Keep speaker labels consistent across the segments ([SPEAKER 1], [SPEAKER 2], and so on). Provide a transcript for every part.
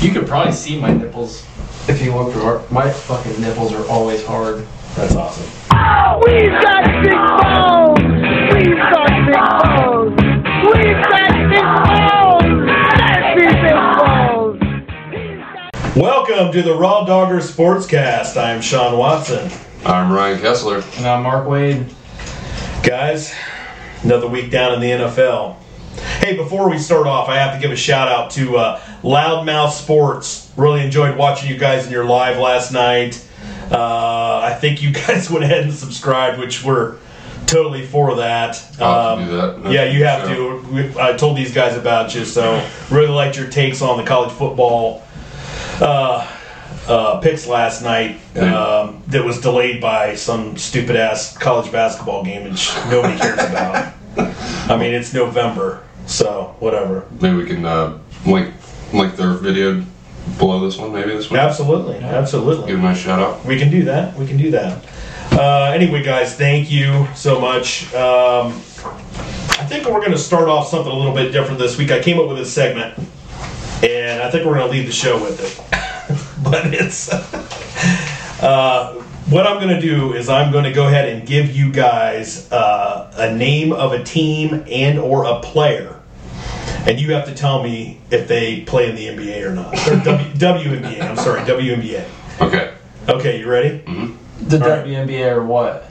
[SPEAKER 1] You could probably see my nipples if you look through. our- My fucking nipples are always hard.
[SPEAKER 2] That's awesome.
[SPEAKER 3] Oh, We've got big balls. We've got big balls. We've got big balls. Nasty big balls.
[SPEAKER 2] Welcome to the Raw Dogger Sportscast. I'm Sean Watson.
[SPEAKER 4] I'm Ryan Kessler.
[SPEAKER 1] And I'm Mark Wade.
[SPEAKER 2] Guys, another week down in the NFL. Hey, before we start off, I have to give a shout out to uh, Loudmouth Sports. Really enjoyed watching you guys in your live last night. Uh, I think you guys went ahead and subscribed, which we're totally for that. Um,
[SPEAKER 4] I'll have to do that.
[SPEAKER 2] Yeah, you have
[SPEAKER 4] Yeah.
[SPEAKER 2] to. We- I told these guys about you, so really liked your takes on the college football uh, uh, picks last night.
[SPEAKER 4] Yeah.
[SPEAKER 2] Um, that was delayed by some stupid ass college basketball game, which nobody cares about. I mean, it's November, so whatever.
[SPEAKER 4] Maybe we can uh, link link their video below this one. Maybe this one.
[SPEAKER 2] Absolutely, absolutely.
[SPEAKER 4] Give them a shout out.
[SPEAKER 2] We can do that. We can do that. Uh, anyway, guys, thank you so much. Um, I think we're going to start off something a little bit different this week. I came up with a segment, and I think we're going to leave the show with it. but it's uh, what I'm going to do is I'm going to go ahead and give you guys uh, a name of a team and or a player. And you have to tell me if they play in the NBA or not. Or w- WNBA. I'm sorry, WNBA.
[SPEAKER 4] Okay.
[SPEAKER 2] Okay, you ready?
[SPEAKER 1] The
[SPEAKER 2] All right.
[SPEAKER 1] WNBA or what?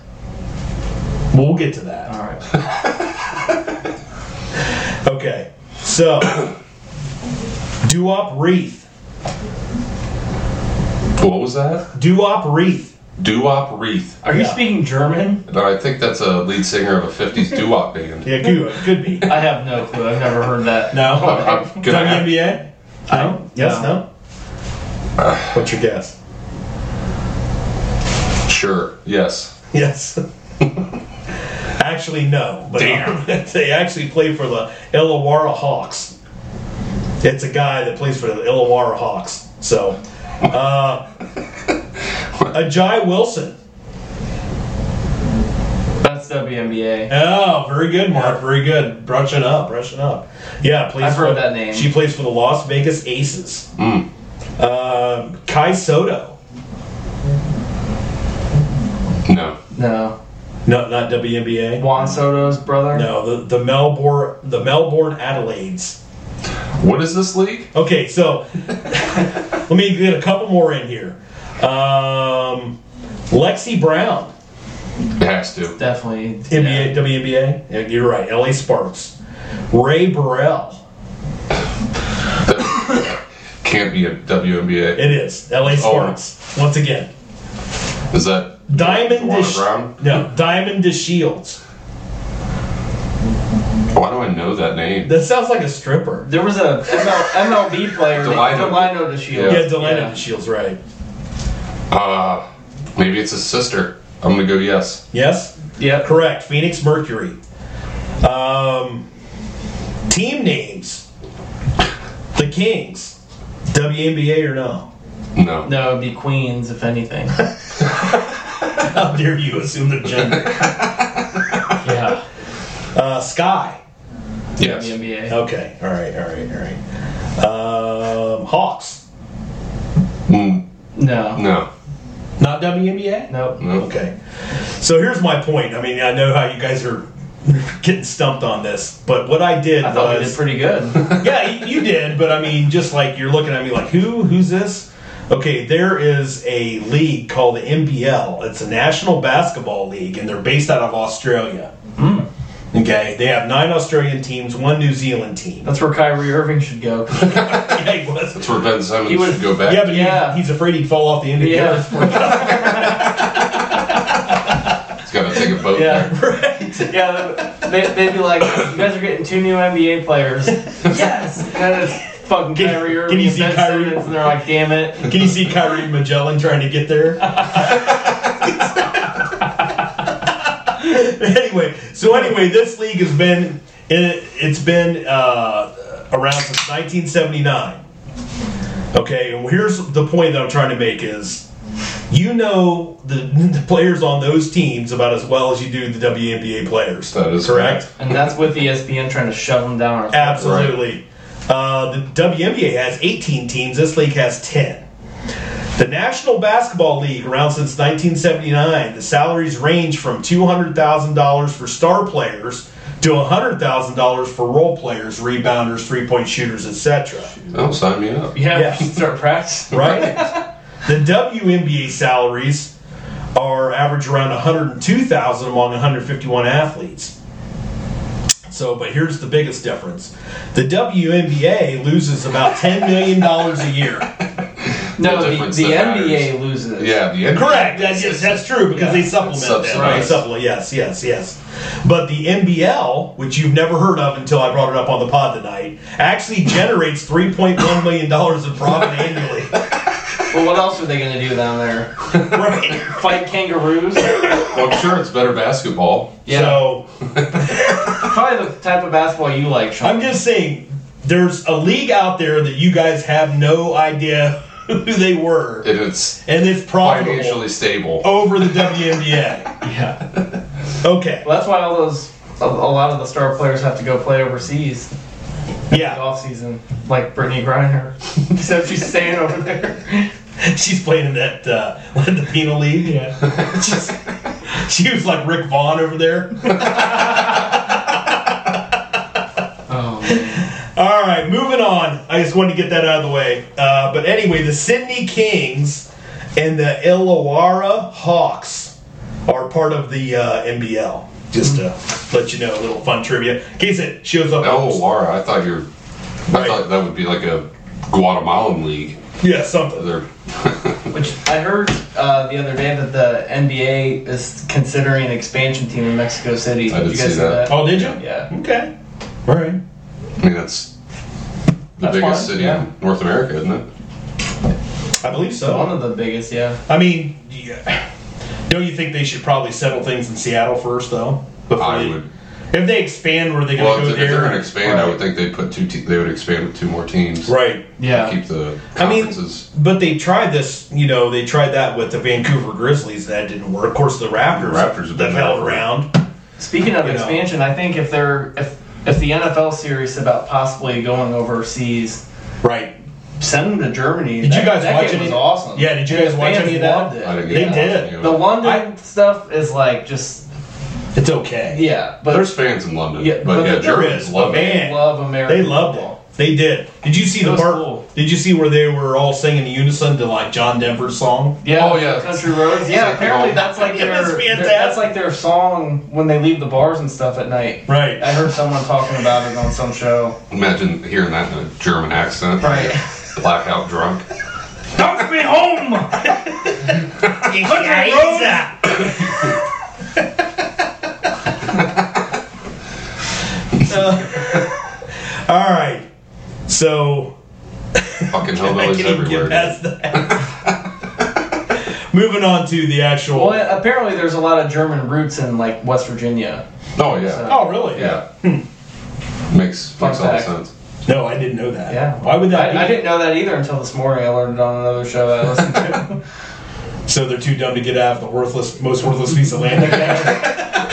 [SPEAKER 2] We'll get to that.
[SPEAKER 1] All right.
[SPEAKER 2] Okay, so Duop Wreath.
[SPEAKER 4] What was that?
[SPEAKER 2] Duop Wreath.
[SPEAKER 4] Doo-wop Wreath.
[SPEAKER 1] Are you
[SPEAKER 2] Yeah.
[SPEAKER 1] speaking German?
[SPEAKER 4] No, I think that's a lead singer of a 50s doo-wop band.
[SPEAKER 2] Yeah, could, could be.
[SPEAKER 1] I have no clue. I've never heard that.
[SPEAKER 2] No?
[SPEAKER 4] I'm, I'm gonna have-
[SPEAKER 2] WNBA? No? Yes, no?
[SPEAKER 1] No.
[SPEAKER 2] What's your guess?
[SPEAKER 4] Sure. Yes.
[SPEAKER 2] Yes. actually, no. But
[SPEAKER 4] Damn.
[SPEAKER 2] they actually play for the Illawarra Hawks. It's a guy that plays for the Illawarra Hawks. So, uh, Ajay Wilson.
[SPEAKER 1] That's WNBA.
[SPEAKER 2] Oh, very good, Mark. Very good. Brushing up, brushing up. Yeah, please.
[SPEAKER 1] I've heard
[SPEAKER 2] for-
[SPEAKER 1] that name.
[SPEAKER 2] She plays for the Las Vegas Aces.
[SPEAKER 4] Mm.
[SPEAKER 2] Um, Kai Soto.
[SPEAKER 4] No.
[SPEAKER 1] No.
[SPEAKER 2] No, not WNBA.
[SPEAKER 1] Juan Soto's brother?
[SPEAKER 2] No, the, the Melbourne the Melbourne Adelaides.
[SPEAKER 4] What is this league?
[SPEAKER 2] Okay, so let me get a couple more in here. Um, Lexi Brown,
[SPEAKER 4] It has to.
[SPEAKER 1] Definitely.
[SPEAKER 2] NBA, WNBA. Yeah, you're right. LA Sparks. Ray Burrell.
[SPEAKER 4] Can't be a WNBA.
[SPEAKER 2] It is
[SPEAKER 1] Oh.
[SPEAKER 2] LA Sparks once again.
[SPEAKER 4] Is that
[SPEAKER 2] Diamond
[SPEAKER 4] Warner
[SPEAKER 2] Dish-
[SPEAKER 4] Brown?
[SPEAKER 2] No, Diamond to Shields.
[SPEAKER 4] Why do I know that name?
[SPEAKER 2] That sounds like a stripper.
[SPEAKER 1] There was a ML, MLB player named
[SPEAKER 4] Delino.
[SPEAKER 1] Delino de Shields.
[SPEAKER 2] Yeah, Delano Shields, right?
[SPEAKER 4] Uh, maybe it's his sister. I'm gonna go yes.
[SPEAKER 2] Yes,
[SPEAKER 1] Yeah. Yep.
[SPEAKER 2] correct. Phoenix Mercury. Um, team names: the Kings, WNBA or no?
[SPEAKER 4] No.
[SPEAKER 1] No, it'd be Queens, if anything.
[SPEAKER 2] How dare you assume the gender?
[SPEAKER 1] yeah.
[SPEAKER 2] Uh, Sky.
[SPEAKER 4] Yes.
[SPEAKER 1] WNBA.
[SPEAKER 2] Okay, all right, all right, all right. Um, Hawks,
[SPEAKER 4] Mm,
[SPEAKER 1] No.
[SPEAKER 4] No.
[SPEAKER 2] not WNBA.
[SPEAKER 1] Nope.
[SPEAKER 4] No.
[SPEAKER 2] Okay. So here's my point. I mean, I know how you guys are getting stumped on this, but what I did
[SPEAKER 1] I
[SPEAKER 2] was
[SPEAKER 1] thought we did pretty good.
[SPEAKER 2] yeah, you, you did, but I mean, just like you're looking at me like, who? Who's this? Okay, there is a league called the NBL. It's a National Basketball League, and they're based out of Australia.
[SPEAKER 1] Hmm.
[SPEAKER 2] Okay, they have nine Australian teams, one New Zealand team.
[SPEAKER 1] That's where Kyrie Irving should go.
[SPEAKER 2] yeah, he was.
[SPEAKER 4] That's where Ben Simmons
[SPEAKER 1] He was-
[SPEAKER 4] should go back.
[SPEAKER 2] Yeah, but he-
[SPEAKER 1] Yeah.
[SPEAKER 2] he's afraid he'd fall off the end of
[SPEAKER 1] Yeah.
[SPEAKER 2] the earth.
[SPEAKER 4] He's got to take a boat
[SPEAKER 1] Yeah.
[SPEAKER 4] there.
[SPEAKER 2] Right?
[SPEAKER 1] Yeah, they, they'd be like, you guys are getting two new NBA players. yes! And then it's fucking
[SPEAKER 2] Can-
[SPEAKER 1] Kyrie
[SPEAKER 2] can
[SPEAKER 1] Irving
[SPEAKER 2] you
[SPEAKER 1] and
[SPEAKER 2] see
[SPEAKER 1] Ben
[SPEAKER 2] Kyrie?
[SPEAKER 1] Simmons, and they're like, damn it.
[SPEAKER 2] Can you see Kyrie Magellan trying to get there? anyway, so anyway, this league has been it, it's been uh, around since 1979. Okay, and here's the point that I'm trying to make is you know the, the players on those teams about as well as you do the WNBA players.
[SPEAKER 4] That is correct.
[SPEAKER 2] correct.
[SPEAKER 1] E And that's with ESPN trying to shove them down our throats.
[SPEAKER 2] Absolutely. Uh, the WNBA has 18 teams. This league has 10. The National Basketball League, around since 1979, the salaries range from $200,000 for star players to $100,000 for role players, rebounders, three-point shooters, etc.
[SPEAKER 4] Oh, sign me up.
[SPEAKER 1] Yeah,
[SPEAKER 2] Yeah.
[SPEAKER 1] we should start practicing.
[SPEAKER 2] right? the WNBA salaries are average around 102,000 among 151 athletes. So, but here's the biggest difference: the WNBA loses about 10 million dollars a year.
[SPEAKER 1] No,
[SPEAKER 4] The
[SPEAKER 1] the,
[SPEAKER 4] difference
[SPEAKER 1] the
[SPEAKER 4] that
[SPEAKER 1] NBA loses.
[SPEAKER 4] Yeah, the NBA.
[SPEAKER 2] Correct. That's yes, that's true because they supplement that. Right.
[SPEAKER 4] Subsidize.
[SPEAKER 2] Supplement. Yes, yes, yes. But the NBL, which you've never heard of until I brought it up on the pod tonight, actually generates 3.1 million dollars in profit annually.
[SPEAKER 1] Well, what else are they going to do down there?
[SPEAKER 2] Right.
[SPEAKER 1] Fight kangaroos?
[SPEAKER 4] Well, I'm sure it's better basketball.
[SPEAKER 1] Yeah.
[SPEAKER 2] So
[SPEAKER 1] Probably the type of basketball you like, Sean.
[SPEAKER 2] I'm just saying, there's a league out there that you guys have no idea who they were,
[SPEAKER 4] If it's
[SPEAKER 2] and it's
[SPEAKER 4] financially
[SPEAKER 2] profitable
[SPEAKER 4] stable.
[SPEAKER 2] over the WNBA.
[SPEAKER 1] Yeah.
[SPEAKER 2] Okay,
[SPEAKER 1] Well, that's why all those a, a lot of the star players have to go play overseas in the
[SPEAKER 2] yeah,
[SPEAKER 1] off season, like Brittany Griner. Except she's staying over there.
[SPEAKER 2] she's playing in that uh, Latino league.
[SPEAKER 1] Yeah.
[SPEAKER 2] She's- she was like Rick Vaughn over there.
[SPEAKER 1] Oh. man.
[SPEAKER 2] All right, moving on. I just wanted to get that out of the way. Uh, but anyway, the Sydney Kings and the Illawarra Hawks are part of the uh, NBL. Just to let you know, a little fun trivia. In case it shows up.
[SPEAKER 4] Oh, Laura, I thought you're.
[SPEAKER 2] Right.
[SPEAKER 4] I thought that would be like a Guatemalan league.
[SPEAKER 2] Yeah, something.
[SPEAKER 4] They're
[SPEAKER 1] Which I heard uh, the other day that the NBA is considering an expansion team in Mexico City.
[SPEAKER 4] I did
[SPEAKER 1] you guys
[SPEAKER 4] see
[SPEAKER 1] see
[SPEAKER 4] that.
[SPEAKER 1] that?
[SPEAKER 2] Oh, did you?
[SPEAKER 1] Yeah.
[SPEAKER 2] Okay. All right.
[SPEAKER 4] I mean, that's the
[SPEAKER 1] That's
[SPEAKER 4] biggest
[SPEAKER 1] fine,
[SPEAKER 4] city
[SPEAKER 1] yeah.
[SPEAKER 4] in North America, isn't it?
[SPEAKER 2] I believe
[SPEAKER 1] One
[SPEAKER 2] so.
[SPEAKER 1] of the biggest, yeah.
[SPEAKER 2] I mean, yeah. don't you think they should probably settle things in Seattle first, though? Before
[SPEAKER 4] I
[SPEAKER 2] they-
[SPEAKER 4] would.
[SPEAKER 2] If they expand, were they going
[SPEAKER 4] Well,
[SPEAKER 2] to
[SPEAKER 4] if,
[SPEAKER 2] go
[SPEAKER 4] if
[SPEAKER 2] there?
[SPEAKER 4] they're going to expand, I
[SPEAKER 2] Right.
[SPEAKER 4] would think they'd put two. Te- they would expand with two more teams.
[SPEAKER 2] Right.
[SPEAKER 1] Yeah.
[SPEAKER 4] Keep the
[SPEAKER 2] I mean,
[SPEAKER 4] conferences.
[SPEAKER 2] but they tried this, you know, they tried that with the Vancouver Grizzlies, that didn't work. Of course, the Raptors,
[SPEAKER 4] The Raptors have
[SPEAKER 2] that
[SPEAKER 4] been
[SPEAKER 2] held
[SPEAKER 4] around.
[SPEAKER 2] around.
[SPEAKER 1] Speaking of
[SPEAKER 2] You know.
[SPEAKER 1] expansion, I think if they're if if the NFL series about possibly going overseas,
[SPEAKER 2] Right.
[SPEAKER 1] send them to Germany.
[SPEAKER 2] Did you
[SPEAKER 1] That-
[SPEAKER 2] guys
[SPEAKER 1] that
[SPEAKER 2] watch
[SPEAKER 1] game
[SPEAKER 2] any-
[SPEAKER 1] Was awesome.
[SPEAKER 2] Yeah, did you
[SPEAKER 1] And
[SPEAKER 2] guys
[SPEAKER 1] the
[SPEAKER 2] watch
[SPEAKER 1] fans
[SPEAKER 2] any of
[SPEAKER 1] loved
[SPEAKER 2] that?
[SPEAKER 1] it.
[SPEAKER 4] I didn't
[SPEAKER 2] They
[SPEAKER 4] get
[SPEAKER 2] did.
[SPEAKER 4] that. You
[SPEAKER 1] The
[SPEAKER 4] know.
[SPEAKER 1] London
[SPEAKER 2] I-
[SPEAKER 1] stuff is like just
[SPEAKER 2] It's okay.
[SPEAKER 1] yeah, but
[SPEAKER 4] There's fans in London,
[SPEAKER 1] Yeah,
[SPEAKER 4] but,
[SPEAKER 1] but
[SPEAKER 4] yeah,
[SPEAKER 1] there
[SPEAKER 4] Germans
[SPEAKER 2] is,
[SPEAKER 4] love
[SPEAKER 2] but
[SPEAKER 4] it.
[SPEAKER 1] they
[SPEAKER 2] man,
[SPEAKER 1] love America.
[SPEAKER 2] They loved it. They did. Did you see
[SPEAKER 1] It
[SPEAKER 2] the
[SPEAKER 1] was
[SPEAKER 2] part?
[SPEAKER 1] cool.
[SPEAKER 2] Did you see where they were all singing in unison to like John Denver's song?
[SPEAKER 1] Yeah,
[SPEAKER 4] Oh, yeah.
[SPEAKER 1] country roads. Yeah,
[SPEAKER 4] like,
[SPEAKER 1] apparently
[SPEAKER 4] oh,
[SPEAKER 1] that's like
[SPEAKER 2] it
[SPEAKER 1] their,
[SPEAKER 2] was
[SPEAKER 1] their-
[SPEAKER 2] fantastic.
[SPEAKER 1] that's like their song when they leave the bars and stuff at night.
[SPEAKER 2] Right.
[SPEAKER 1] I heard someone talking about it on some show.
[SPEAKER 4] Imagine hearing that in a German accent.
[SPEAKER 1] Right.
[SPEAKER 4] Blackout drunk.
[SPEAKER 2] Dump me home. Country roads. Uh, all right. So
[SPEAKER 4] Fucking
[SPEAKER 2] I
[SPEAKER 4] hillbillies
[SPEAKER 2] can't even get
[SPEAKER 4] everywhere.
[SPEAKER 2] past that. Moving on to the actual.
[SPEAKER 1] Well, yeah, apparently there's a lot of German roots in like West Virginia.
[SPEAKER 4] Oh yeah.
[SPEAKER 1] So-
[SPEAKER 2] Oh, really?
[SPEAKER 4] Yeah. Hmm. Makes
[SPEAKER 1] Fun
[SPEAKER 4] makes all
[SPEAKER 1] fact.
[SPEAKER 4] sense.
[SPEAKER 2] No, I didn't know that.
[SPEAKER 1] Yeah.
[SPEAKER 2] Why would that
[SPEAKER 1] I, I
[SPEAKER 2] be?
[SPEAKER 1] didn't know that either until this morning. I learned it on another show I listened to.
[SPEAKER 2] So they're too dumb to get out of the worthless, most worthless piece of land. I guess.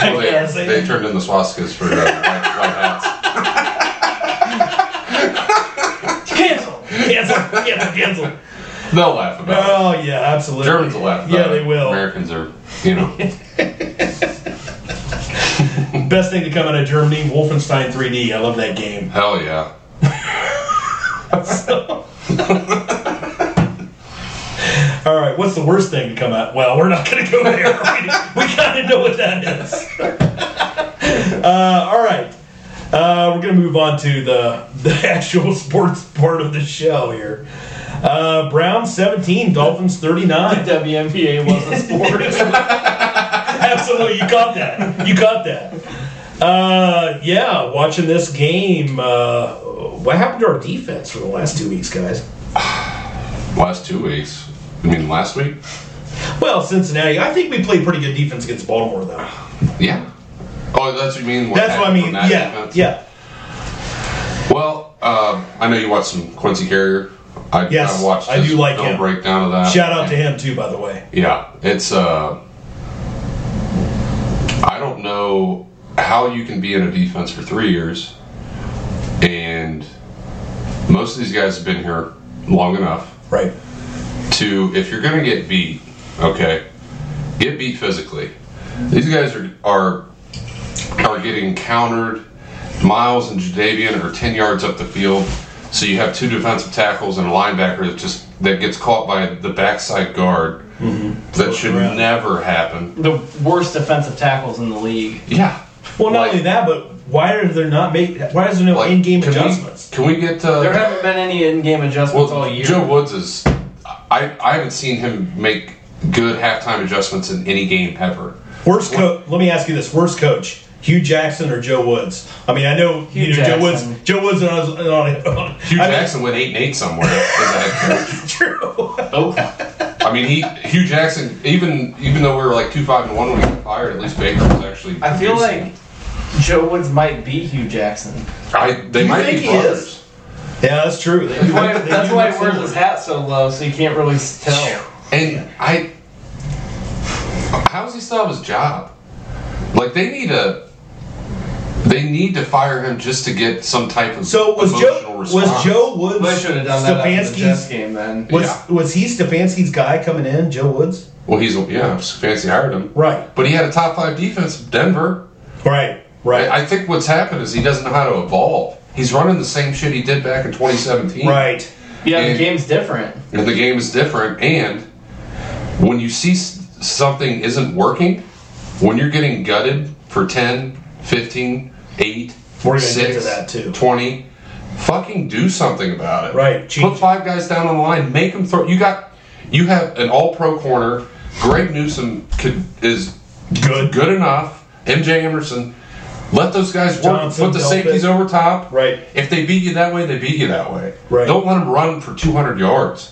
[SPEAKER 4] Well, they,
[SPEAKER 2] guess they-
[SPEAKER 4] Oh, they turned in the swastikas for uh, white, white hats.
[SPEAKER 2] cancel, cancel, cancel, cancel.
[SPEAKER 4] They'll laugh about it.
[SPEAKER 2] Oh yeah, absolutely.
[SPEAKER 4] Germans will laugh about
[SPEAKER 2] Yeah,
[SPEAKER 4] it.
[SPEAKER 2] they will.
[SPEAKER 4] Americans are, you know.
[SPEAKER 2] Best thing to come out of Germany: Wolfenstein 3D. I love that game.
[SPEAKER 4] Hell yeah.
[SPEAKER 2] All right, what's the worst thing to come out? Well, we're not going to go there. we we kind of know what that is. uh, all right, uh, we're going to move on to the the actual sports part of the show here. Uh, Brown 17, Dolphins 39.
[SPEAKER 1] WNBA wasn't sports.
[SPEAKER 2] Absolutely, you got that. You got that. Uh, yeah, watching this game. Uh, what happened to our defense for the last two weeks, guys?
[SPEAKER 4] Last two weeks. I mean, last week.
[SPEAKER 2] Well, Cincinnati, I think we played pretty good defense against Baltimore, though.
[SPEAKER 4] Yeah. Oh, that's what you mean.
[SPEAKER 2] That's what I mean.
[SPEAKER 4] from that
[SPEAKER 2] Yeah,
[SPEAKER 4] defense?
[SPEAKER 2] yeah.
[SPEAKER 4] Well, um, I know you watched some Quincy Carrier. I,
[SPEAKER 2] Yes,
[SPEAKER 4] I watched.
[SPEAKER 2] I do
[SPEAKER 4] his
[SPEAKER 2] like
[SPEAKER 4] film
[SPEAKER 2] him.
[SPEAKER 4] Breakdown of that.
[SPEAKER 2] Shout out to him too, by the way.
[SPEAKER 4] Yeah, it's. Uh, I don't know how you can be in a defense for three years and Most of these guys have been here long enough
[SPEAKER 5] Right.
[SPEAKER 4] to if you're gonna get beat, okay, get beat physically. These guys are are are getting countered. Miles and Jadavian are ten yards up the field, so you have two defensive tackles and a linebacker that just that gets caught by the backside guard. That should
[SPEAKER 2] Mm-hmm. Around.
[SPEAKER 4] never happen.
[SPEAKER 1] The worst defensive tackles in the league.
[SPEAKER 4] Yeah.
[SPEAKER 2] Well, not
[SPEAKER 4] Like-
[SPEAKER 2] only that, but why are there not make? Why is there no
[SPEAKER 4] Like,
[SPEAKER 2] in-game
[SPEAKER 4] can we-
[SPEAKER 2] adjustments?
[SPEAKER 4] can we get uh,
[SPEAKER 1] There haven't been any in-game adjustments all year.
[SPEAKER 4] Joe Woods is. I, I haven't seen him make good halftime adjustments in any game ever.
[SPEAKER 2] Worst coach. Let me ask you this: worst coach, Hugh Jackson or Joe Woods? I mean, I know
[SPEAKER 1] Hugh
[SPEAKER 2] you know, Joe Woods.
[SPEAKER 1] Jackson.
[SPEAKER 2] Joe Woods and on, on, on
[SPEAKER 4] Hugh
[SPEAKER 2] I mean,
[SPEAKER 4] Jackson went eight and eight somewhere as a head coach.
[SPEAKER 2] true.
[SPEAKER 1] oh,
[SPEAKER 4] I mean, he Hugh Jackson. Even even though we were like two five and one when he got fired, at least Baker was actually.
[SPEAKER 1] I feel like
[SPEAKER 4] producing.
[SPEAKER 1] Joe Woods might be Hugh Jackson.
[SPEAKER 4] I, they
[SPEAKER 2] You
[SPEAKER 4] might
[SPEAKER 2] think
[SPEAKER 4] be
[SPEAKER 2] he
[SPEAKER 4] brothers.
[SPEAKER 2] Yeah, that's true. They-
[SPEAKER 1] That's why,
[SPEAKER 2] they
[SPEAKER 1] that's
[SPEAKER 2] do
[SPEAKER 1] why
[SPEAKER 2] look
[SPEAKER 1] he wears
[SPEAKER 2] similar.
[SPEAKER 1] his hat so low, so you can't really s- tell.
[SPEAKER 4] And I, how does he still have his job? Like they need a, they need to fire him just to get some type of
[SPEAKER 2] So was Joe
[SPEAKER 4] emotional response.
[SPEAKER 2] was Joe Woods
[SPEAKER 1] They should have done that after the Jets
[SPEAKER 2] Stefanski's
[SPEAKER 1] game then.
[SPEAKER 2] was
[SPEAKER 4] Yeah.
[SPEAKER 2] was he Stefanski's guy coming in? Joe Woods.
[SPEAKER 4] Well, he's yeah, fancy hired him.
[SPEAKER 2] Right.
[SPEAKER 4] But he had a top five defense, Denver.
[SPEAKER 2] Right. Right.
[SPEAKER 4] I, I think what's happened is he doesn't know how to evolve. He's running the same shit he did back in 2017.
[SPEAKER 2] right.
[SPEAKER 1] Yeah, the
[SPEAKER 4] And-
[SPEAKER 1] game's different.
[SPEAKER 4] And the game is different. And when you see s- something isn't working, when you're getting gutted for 10, 15, 8,
[SPEAKER 2] We're gonna get
[SPEAKER 4] 6,
[SPEAKER 2] to that too.
[SPEAKER 4] 20, fucking do something about it.
[SPEAKER 2] Right, change-
[SPEAKER 4] Put five guys down on the line. Make them throw. You got, you have an all pro corner. Greg Newsom could, is
[SPEAKER 2] Good.
[SPEAKER 4] good enough. MJ Emerson. Let those guys work.
[SPEAKER 2] Johnson,
[SPEAKER 4] Put the
[SPEAKER 2] Delpit.
[SPEAKER 4] safeties over top.
[SPEAKER 2] Right.
[SPEAKER 4] If they beat you that way, they beat you that way.
[SPEAKER 2] Right.
[SPEAKER 4] Don't let them run for 200 yards.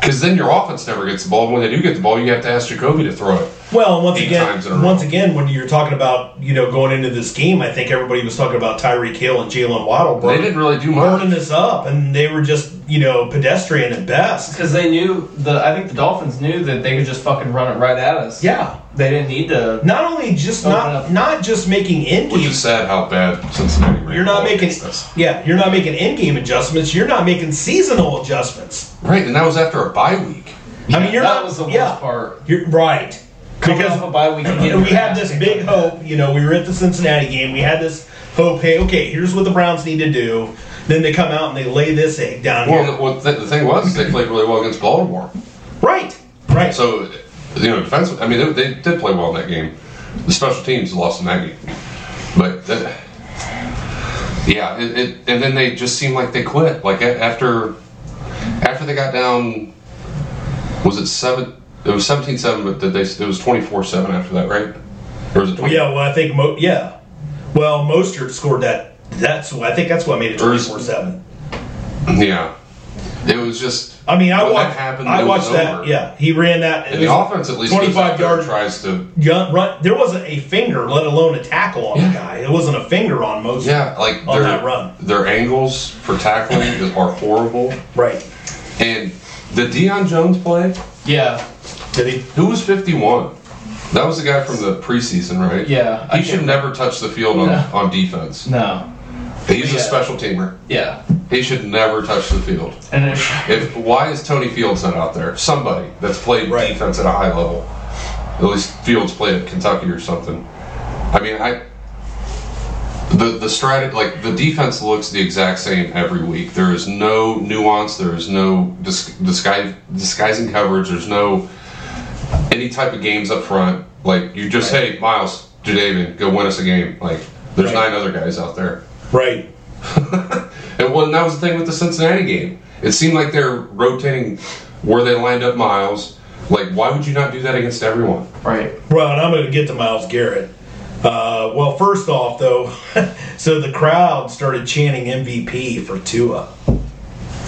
[SPEAKER 4] Because then your offense never gets the ball. When they do get the ball, you have to ask Jacoby to throw it.
[SPEAKER 2] Well, and once
[SPEAKER 4] Eight
[SPEAKER 2] again,
[SPEAKER 4] times in a row.
[SPEAKER 2] once again, when you're talking about you know going into this game, I think everybody was talking about Tyreek Hill and Jalen Waddle.
[SPEAKER 4] They didn't really do much.
[SPEAKER 2] burning us up, and they were just you know pedestrian at best.
[SPEAKER 1] Because they knew the, I think the Dolphins knew that they could just fucking run it right at us.
[SPEAKER 2] Yeah,
[SPEAKER 1] they didn't need to.
[SPEAKER 2] not only just
[SPEAKER 4] Oh,
[SPEAKER 1] Open
[SPEAKER 2] not
[SPEAKER 1] up.
[SPEAKER 2] not just making end
[SPEAKER 4] Which is
[SPEAKER 2] games.
[SPEAKER 4] sad how bad Cincinnati ran
[SPEAKER 2] You're
[SPEAKER 4] the
[SPEAKER 2] not
[SPEAKER 4] ball
[SPEAKER 2] making
[SPEAKER 4] against us.
[SPEAKER 2] yeah, you're not making end game adjustments. You're not making seasonal adjustments.
[SPEAKER 4] Right, and that was after a bye week.
[SPEAKER 2] I mean, you're
[SPEAKER 1] that
[SPEAKER 2] not,
[SPEAKER 1] was the worst
[SPEAKER 2] yeah,
[SPEAKER 1] part.
[SPEAKER 2] You're right
[SPEAKER 1] Coming
[SPEAKER 2] because
[SPEAKER 1] off a bye week, you get
[SPEAKER 2] we had this
[SPEAKER 1] drastic
[SPEAKER 2] big
[SPEAKER 1] like that.
[SPEAKER 2] hope. You know, we were at the Cincinnati game. We had this hope. Hey, okay, here's what the Browns need to do. Then they come out and they lay this egg down.
[SPEAKER 4] Well,
[SPEAKER 2] here.
[SPEAKER 4] the- well, th- the thing was, they played really well against Baltimore.
[SPEAKER 2] Right. Right.
[SPEAKER 4] So, you know, defensive. I mean, they, they did play well in that game. The special teams lost in that game, but that, yeah, it, it, and then they just seemed like they quit. Like a- after after they got down, was it seven? It was 17-7, but did they? It was twenty four seven after that, right? Or was it
[SPEAKER 2] Well,
[SPEAKER 4] 20,
[SPEAKER 2] yeah. Well, I think Mo- yeah. Well, Mostert scored that. That's what I think. That's what made it
[SPEAKER 4] Or
[SPEAKER 2] twenty
[SPEAKER 4] is-
[SPEAKER 2] four seven.
[SPEAKER 4] yeah? It was just.
[SPEAKER 2] I mean, I
[SPEAKER 4] when
[SPEAKER 2] watched.
[SPEAKER 4] That happened,
[SPEAKER 2] I
[SPEAKER 4] it was
[SPEAKER 2] watched that.
[SPEAKER 4] over.
[SPEAKER 2] Yeah, he ran that.
[SPEAKER 4] And the offense at least
[SPEAKER 2] twenty five
[SPEAKER 4] yard
[SPEAKER 2] yard
[SPEAKER 4] tries to
[SPEAKER 2] gun, run. There wasn't a finger, let alone a tackle on
[SPEAKER 4] Yeah.
[SPEAKER 2] the guy. It wasn't a finger on Mostert.
[SPEAKER 4] yeah like
[SPEAKER 2] On
[SPEAKER 4] their
[SPEAKER 2] that run.
[SPEAKER 4] their angles for tackling is- are horrible.
[SPEAKER 2] Right.
[SPEAKER 4] And the Deion Jones play,
[SPEAKER 1] Yeah,
[SPEAKER 2] Did he?
[SPEAKER 4] who was 51? That was the guy from the preseason, right?
[SPEAKER 1] Yeah, I
[SPEAKER 4] He should
[SPEAKER 1] can't-
[SPEAKER 4] never touch the field on,
[SPEAKER 1] No.
[SPEAKER 4] on defense.
[SPEAKER 1] no,
[SPEAKER 4] He's
[SPEAKER 1] Yeah.
[SPEAKER 4] a special teamer.
[SPEAKER 1] yeah,
[SPEAKER 4] He should never touch the field.
[SPEAKER 1] and it,
[SPEAKER 4] If why is Tony Fields not out there? Somebody that's played
[SPEAKER 2] Right.
[SPEAKER 4] defense at a high level. At least Fields played at Kentucky or something. I mean, I the the strategy like the defense looks the exact same every week. There is no nuance. There is no dis- disguise disguising coverage. There's no any type of games up front. Like you just hey Miles Jadavian, go win us a game. Like there's
[SPEAKER 2] Right.
[SPEAKER 4] nine other guys out there.
[SPEAKER 2] Right.
[SPEAKER 4] And well, and that was the thing with the Cincinnati game. It seemed like they're rotating where they lined up Miles. Like, why would you not do that against everyone?
[SPEAKER 1] right.
[SPEAKER 2] Well, and I'm going to get to Miles Garrett. Uh, well, first off, though, so the crowd started chanting MVP for Tua.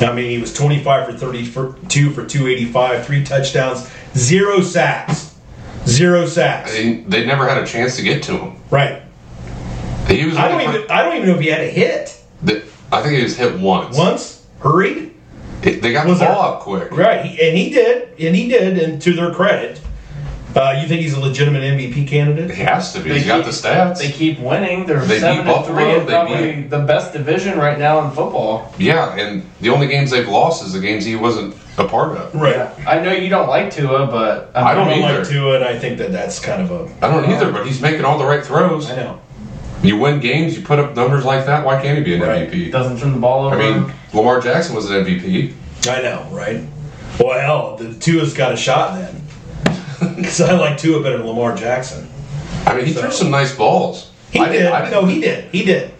[SPEAKER 2] I mean, he was 25 for 32 for 285, three touchdowns, zero sacks. Zero sacks.
[SPEAKER 4] They, they never had a chance to get to him.
[SPEAKER 2] Right.
[SPEAKER 4] He was.
[SPEAKER 2] I don't
[SPEAKER 4] only-
[SPEAKER 2] even I don't even know if he had a hit.
[SPEAKER 4] the- I think he was hit once.
[SPEAKER 2] Once hurried.
[SPEAKER 4] It- they got
[SPEAKER 2] Was
[SPEAKER 4] the
[SPEAKER 2] there-
[SPEAKER 4] ball out quick.
[SPEAKER 2] Right. he- And he did. And he did. And to their credit, Uh, you think he's a legitimate MVP candidate?
[SPEAKER 4] He has to be.
[SPEAKER 1] They
[SPEAKER 4] He's got
[SPEAKER 1] keep-
[SPEAKER 4] the stats.
[SPEAKER 1] They keep winning. They're
[SPEAKER 4] They beat
[SPEAKER 1] seven and
[SPEAKER 4] Buffalo,
[SPEAKER 1] three. and
[SPEAKER 4] they
[SPEAKER 1] probably the best division right now in football.
[SPEAKER 4] yeah, and the only games they've lost is the games he wasn't a part of.
[SPEAKER 2] Right.
[SPEAKER 1] I know you don't like Tua, but
[SPEAKER 4] I don't
[SPEAKER 2] I don't
[SPEAKER 4] either.
[SPEAKER 2] like Tua, and I think that that's kind of a.
[SPEAKER 4] I don't either, but he's making all the right throws.
[SPEAKER 2] I know.
[SPEAKER 4] You win games, you put up numbers like that. Why can't he be an
[SPEAKER 2] Right.
[SPEAKER 1] He
[SPEAKER 4] MVP?
[SPEAKER 1] doesn't turn the ball over.
[SPEAKER 4] I mean, Lamar Jackson was an MVP.
[SPEAKER 2] I know, right? Well, hell, the Tua's got a shot then. Because I like Tua better than Lamar Jackson.
[SPEAKER 4] I mean, he
[SPEAKER 2] So-
[SPEAKER 4] threw some nice balls.
[SPEAKER 2] He
[SPEAKER 4] I
[SPEAKER 2] did.
[SPEAKER 4] I
[SPEAKER 2] no, he did. He did.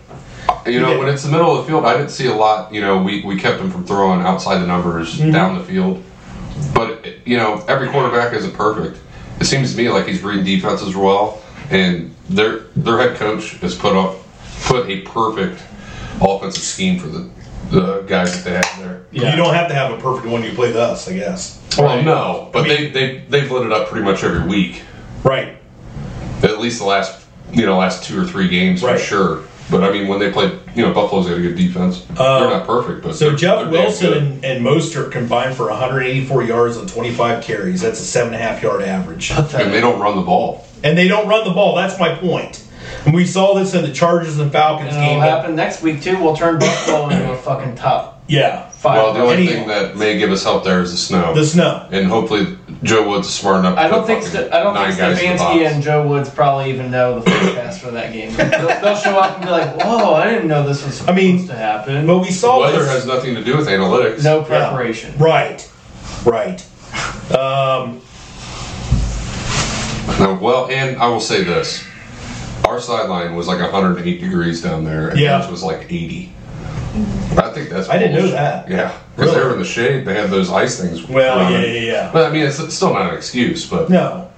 [SPEAKER 4] You know,
[SPEAKER 2] Yeah.
[SPEAKER 4] when it's the middle of the field, I didn't see a lot. You know, we, we kept him from throwing outside the numbers
[SPEAKER 2] Mm-hmm.
[SPEAKER 4] down the field. But, you know, every quarterback isn't perfect. It seems to me like he's reading defenses well, and their their head coach has put up put a perfect offensive scheme for the, the guys that they have there.
[SPEAKER 1] Yeah.
[SPEAKER 2] You don't have to have a perfect one. You play with us, I guess.
[SPEAKER 4] Well, no, but
[SPEAKER 2] I mean-
[SPEAKER 4] they, they, they've lit it up pretty much every week,
[SPEAKER 2] Right.
[SPEAKER 4] at least the last, you know, last two or three games
[SPEAKER 2] Right.
[SPEAKER 4] for sure. But I mean, when they played, you know, Buffalo's got a good defense. they're not perfect, but
[SPEAKER 2] Uh, So
[SPEAKER 4] they're-
[SPEAKER 2] Jeff
[SPEAKER 4] they're damn
[SPEAKER 2] Wilson
[SPEAKER 4] good.
[SPEAKER 2] and, and Mostert combined for 184 yards on 25 carries. That's a seven and a half yard average.
[SPEAKER 4] and they don't run the ball.
[SPEAKER 2] and they don't run the ball. That's my point. And we saw this in the Chargers and Falcons
[SPEAKER 1] And it'll
[SPEAKER 2] game.
[SPEAKER 1] happen next week too. We'll turn Buffalo into a fucking top
[SPEAKER 2] Yeah,
[SPEAKER 1] five.
[SPEAKER 4] Well, the only
[SPEAKER 2] Any-
[SPEAKER 4] thing that may give us help there is the snow,
[SPEAKER 2] the snow.
[SPEAKER 4] and hopefully Joe Woods is smart enough. to
[SPEAKER 1] I don't
[SPEAKER 4] put
[SPEAKER 1] think
[SPEAKER 4] fucking
[SPEAKER 1] St- I don't think
[SPEAKER 4] nine guys in the
[SPEAKER 1] Stefanski
[SPEAKER 4] box.
[SPEAKER 1] and Joe Woods probably even know the forecast for that game. They'll, they'll show up and be like, "Whoa, I didn't know this was supposed
[SPEAKER 2] I mean,
[SPEAKER 1] to happen."
[SPEAKER 2] But we saw
[SPEAKER 4] Weather
[SPEAKER 2] this.
[SPEAKER 4] has nothing to do with analytics.
[SPEAKER 1] no
[SPEAKER 2] Yeah.
[SPEAKER 1] preparation.
[SPEAKER 2] Right, right. Um,
[SPEAKER 4] No, well, and I will say this: our sideline was like 108 degrees down there, and
[SPEAKER 2] Yeah.
[SPEAKER 4] ours was like 80. I think that's.
[SPEAKER 2] I didn't know
[SPEAKER 4] bullshit.
[SPEAKER 2] that.
[SPEAKER 4] Yeah, because they
[SPEAKER 2] Really?
[SPEAKER 4] were in the shade. They had those ice things.
[SPEAKER 2] Well,
[SPEAKER 4] around
[SPEAKER 2] yeah,
[SPEAKER 4] it.
[SPEAKER 2] yeah, yeah.
[SPEAKER 4] But I mean, it's, it's still not an excuse. But
[SPEAKER 2] No.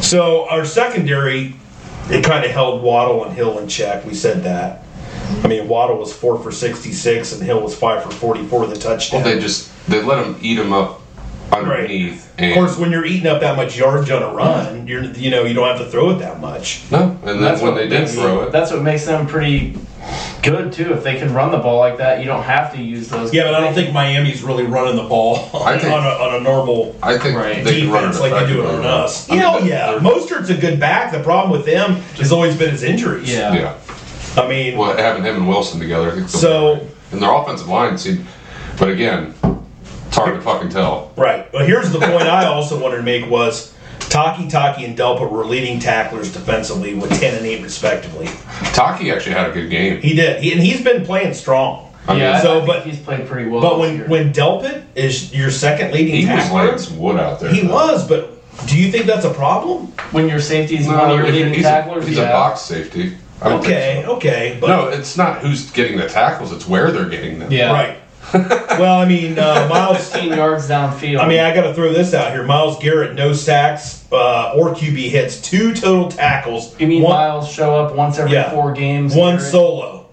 [SPEAKER 2] So our secondary, it kind of held Waddle and Hill in check. We said that. I mean, Waddle was four for 66, and Hill was five for 44 with a touchdown.
[SPEAKER 4] well, they just they let them eat them up underneath.
[SPEAKER 2] Of
[SPEAKER 4] And,
[SPEAKER 2] course, when you're eating up that much yardage on a run, you're you know you don't have to throw it that much.
[SPEAKER 4] no, and then when they did
[SPEAKER 1] makes-
[SPEAKER 4] throw it,
[SPEAKER 1] That's what makes them pretty good too. If they can run the ball like that, you don't have to use those.
[SPEAKER 2] Yeah, but I don't think Miami's really running the ball
[SPEAKER 4] I think-
[SPEAKER 2] on, a, on a normal
[SPEAKER 4] I think
[SPEAKER 1] Right.
[SPEAKER 4] they can run
[SPEAKER 2] defense
[SPEAKER 4] it
[SPEAKER 2] like they do it
[SPEAKER 4] effectively.
[SPEAKER 2] on us.
[SPEAKER 4] I mean,
[SPEAKER 2] Hell
[SPEAKER 4] they're-
[SPEAKER 2] yeah,
[SPEAKER 4] they're-
[SPEAKER 2] Mostert's a good back. The problem with them has always been his injuries.
[SPEAKER 1] Yeah.
[SPEAKER 4] Yeah.
[SPEAKER 2] I mean,
[SPEAKER 4] Well, having him and Wilson together. I think it's
[SPEAKER 2] So-
[SPEAKER 4] okay. and their offensive line seemed, but again, it's hard to fucking tell.
[SPEAKER 2] Right. Well, here's the point I also wanted to make was Taki Taki and Delpa were leading tacklers defensively with 10 and 8 respectively.
[SPEAKER 4] Taki actually had a good game.
[SPEAKER 2] He did. He, and he's been playing strong.
[SPEAKER 4] I mean,
[SPEAKER 1] Yeah,
[SPEAKER 2] so,
[SPEAKER 1] so,
[SPEAKER 2] but-
[SPEAKER 1] but he's played pretty well.
[SPEAKER 2] But
[SPEAKER 1] this
[SPEAKER 2] when
[SPEAKER 1] year.
[SPEAKER 2] when Delpit is your second leading
[SPEAKER 4] he was
[SPEAKER 2] tackler,
[SPEAKER 4] laying some wood out there.
[SPEAKER 2] he was, but do you think that's a problem?
[SPEAKER 1] when your safety is
[SPEAKER 4] No,
[SPEAKER 1] one of your
[SPEAKER 4] he-
[SPEAKER 1] leading
[SPEAKER 4] he's,
[SPEAKER 1] tacklers,
[SPEAKER 4] a, he's
[SPEAKER 1] yeah.
[SPEAKER 4] a box safety. I don't think
[SPEAKER 2] Okay,
[SPEAKER 4] so.
[SPEAKER 2] okay. But
[SPEAKER 4] No, it's not who's getting the tackles; it's where they're getting them.
[SPEAKER 1] Yeah.
[SPEAKER 2] right. well, I mean, uh, Miles
[SPEAKER 1] 15 yards downfield.
[SPEAKER 2] I mean, I got to throw this out here. Miles Garrett, no sacks uh, or QB hits, two total tackles.
[SPEAKER 1] you mean
[SPEAKER 2] one,
[SPEAKER 1] Miles show up once every
[SPEAKER 2] Yeah.
[SPEAKER 1] four games?
[SPEAKER 2] one
[SPEAKER 1] Garrett?
[SPEAKER 2] solo,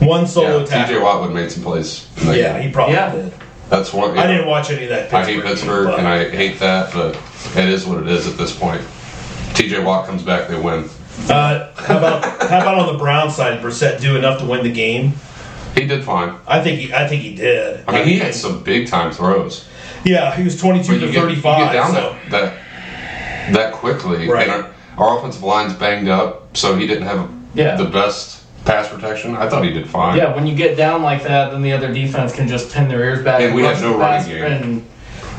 [SPEAKER 2] one solo
[SPEAKER 4] Yeah,
[SPEAKER 2] tackle.
[SPEAKER 4] T.J. Watt would made some plays. in that
[SPEAKER 2] Yeah,
[SPEAKER 4] game.
[SPEAKER 2] he probably
[SPEAKER 1] Yeah.
[SPEAKER 2] did.
[SPEAKER 4] that's one.
[SPEAKER 2] I didn't watch any of that.
[SPEAKER 4] I hate Pittsburgh,
[SPEAKER 2] game, but-
[SPEAKER 4] and I hate that, but it is what it is at this point. T.J. Watt comes back; they win.
[SPEAKER 2] Uh, how about how about on the Brown side? Did Brissett do enough to win the game?
[SPEAKER 4] He did fine.
[SPEAKER 2] I think he, I think he did.
[SPEAKER 4] I mean, he had some big time throws.
[SPEAKER 2] yeah, he was twenty two
[SPEAKER 4] But
[SPEAKER 2] to
[SPEAKER 4] you get,
[SPEAKER 2] thirty
[SPEAKER 4] you get
[SPEAKER 2] five.
[SPEAKER 4] down
[SPEAKER 2] so.
[SPEAKER 4] that, that that quickly,
[SPEAKER 2] Right.
[SPEAKER 4] and our, our offensive line's banged up, so he didn't have
[SPEAKER 1] Yeah.
[SPEAKER 4] the best pass protection. I thought he did fine.
[SPEAKER 1] Yeah, when you get down like that, then the other defense can just pin their ears back.
[SPEAKER 4] And we had
[SPEAKER 1] rush
[SPEAKER 4] no
[SPEAKER 1] the
[SPEAKER 4] running
[SPEAKER 1] pass
[SPEAKER 4] game.
[SPEAKER 1] And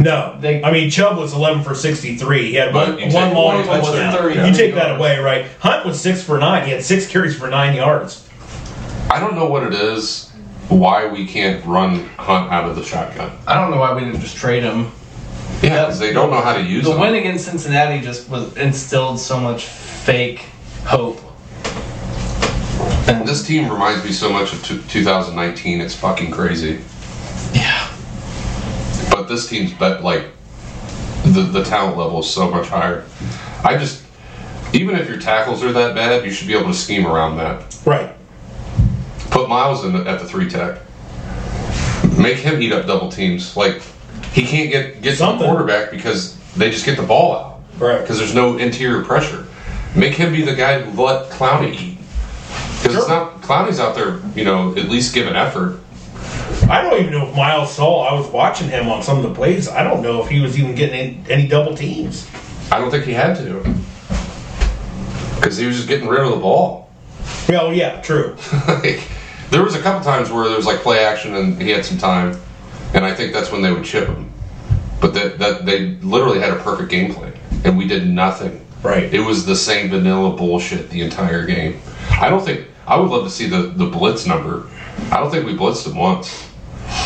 [SPEAKER 2] No,
[SPEAKER 1] They-
[SPEAKER 2] I mean Chubb was eleven for sixty three. He had
[SPEAKER 4] But
[SPEAKER 2] one,
[SPEAKER 4] you take
[SPEAKER 2] one long
[SPEAKER 4] away
[SPEAKER 2] one
[SPEAKER 4] touchdown.
[SPEAKER 2] out.
[SPEAKER 1] Yeah.
[SPEAKER 2] You take that
[SPEAKER 1] yards.
[SPEAKER 2] away, right? Hunt was six for nine. He had six carries for nine yards.
[SPEAKER 4] I don't know what it is why we can't run Hunt out of the shotgun.
[SPEAKER 1] I don't know why we didn't just trade him.
[SPEAKER 4] Yeah, because they don't know how to use
[SPEAKER 1] The
[SPEAKER 4] it.
[SPEAKER 1] win against Cincinnati just was instilled so much fake hope. And
[SPEAKER 4] This team reminds me so much of t- 2019. It's fucking crazy.
[SPEAKER 1] yeah,
[SPEAKER 4] But this team's bet like the the talent level is so much higher. I just even if your tackles are that bad, you should be able to scheme around that.
[SPEAKER 2] Right.
[SPEAKER 4] Put Miles in at the three tech. Make him eat up double teams. Like he can't get get to
[SPEAKER 2] Something.
[SPEAKER 4] the quarterback because they just get the ball out.
[SPEAKER 2] Right.
[SPEAKER 4] Because there's no interior pressure. Make him be the guy who let Clowney eat. Because
[SPEAKER 2] Sure.
[SPEAKER 4] it's not Clowney's out there, you know, at least giving effort.
[SPEAKER 2] I don't even know if Miles saw. I was watching him on some of the plays. I don't know if he was even getting any, any double teams.
[SPEAKER 4] I don't think he had to, because he was just getting rid of the ball.
[SPEAKER 2] Oh yeah, true.
[SPEAKER 4] like, there was a couple times where there was like play action and he had some time, and I think that's when they would chip him. But that that they literally had a perfect game plan, and we did nothing.
[SPEAKER 2] Right.
[SPEAKER 4] It was the same vanilla bullshit the entire game. I don't think I would love to see the the blitz number. I don't think we blitzed him once.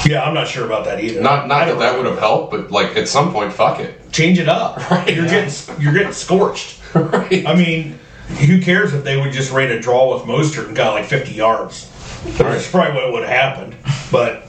[SPEAKER 2] Yeah, I'm not sure about that either.
[SPEAKER 4] Not
[SPEAKER 2] I
[SPEAKER 4] not that
[SPEAKER 2] don't
[SPEAKER 4] that would have helped, but like at some point, fuck it.
[SPEAKER 2] change it up.
[SPEAKER 4] Right.
[SPEAKER 2] You're getting you're getting scorched.
[SPEAKER 4] right.
[SPEAKER 2] I mean, who cares if they would just rate a draw with Mostert and got like 50 yards? That's probably what would have happened. But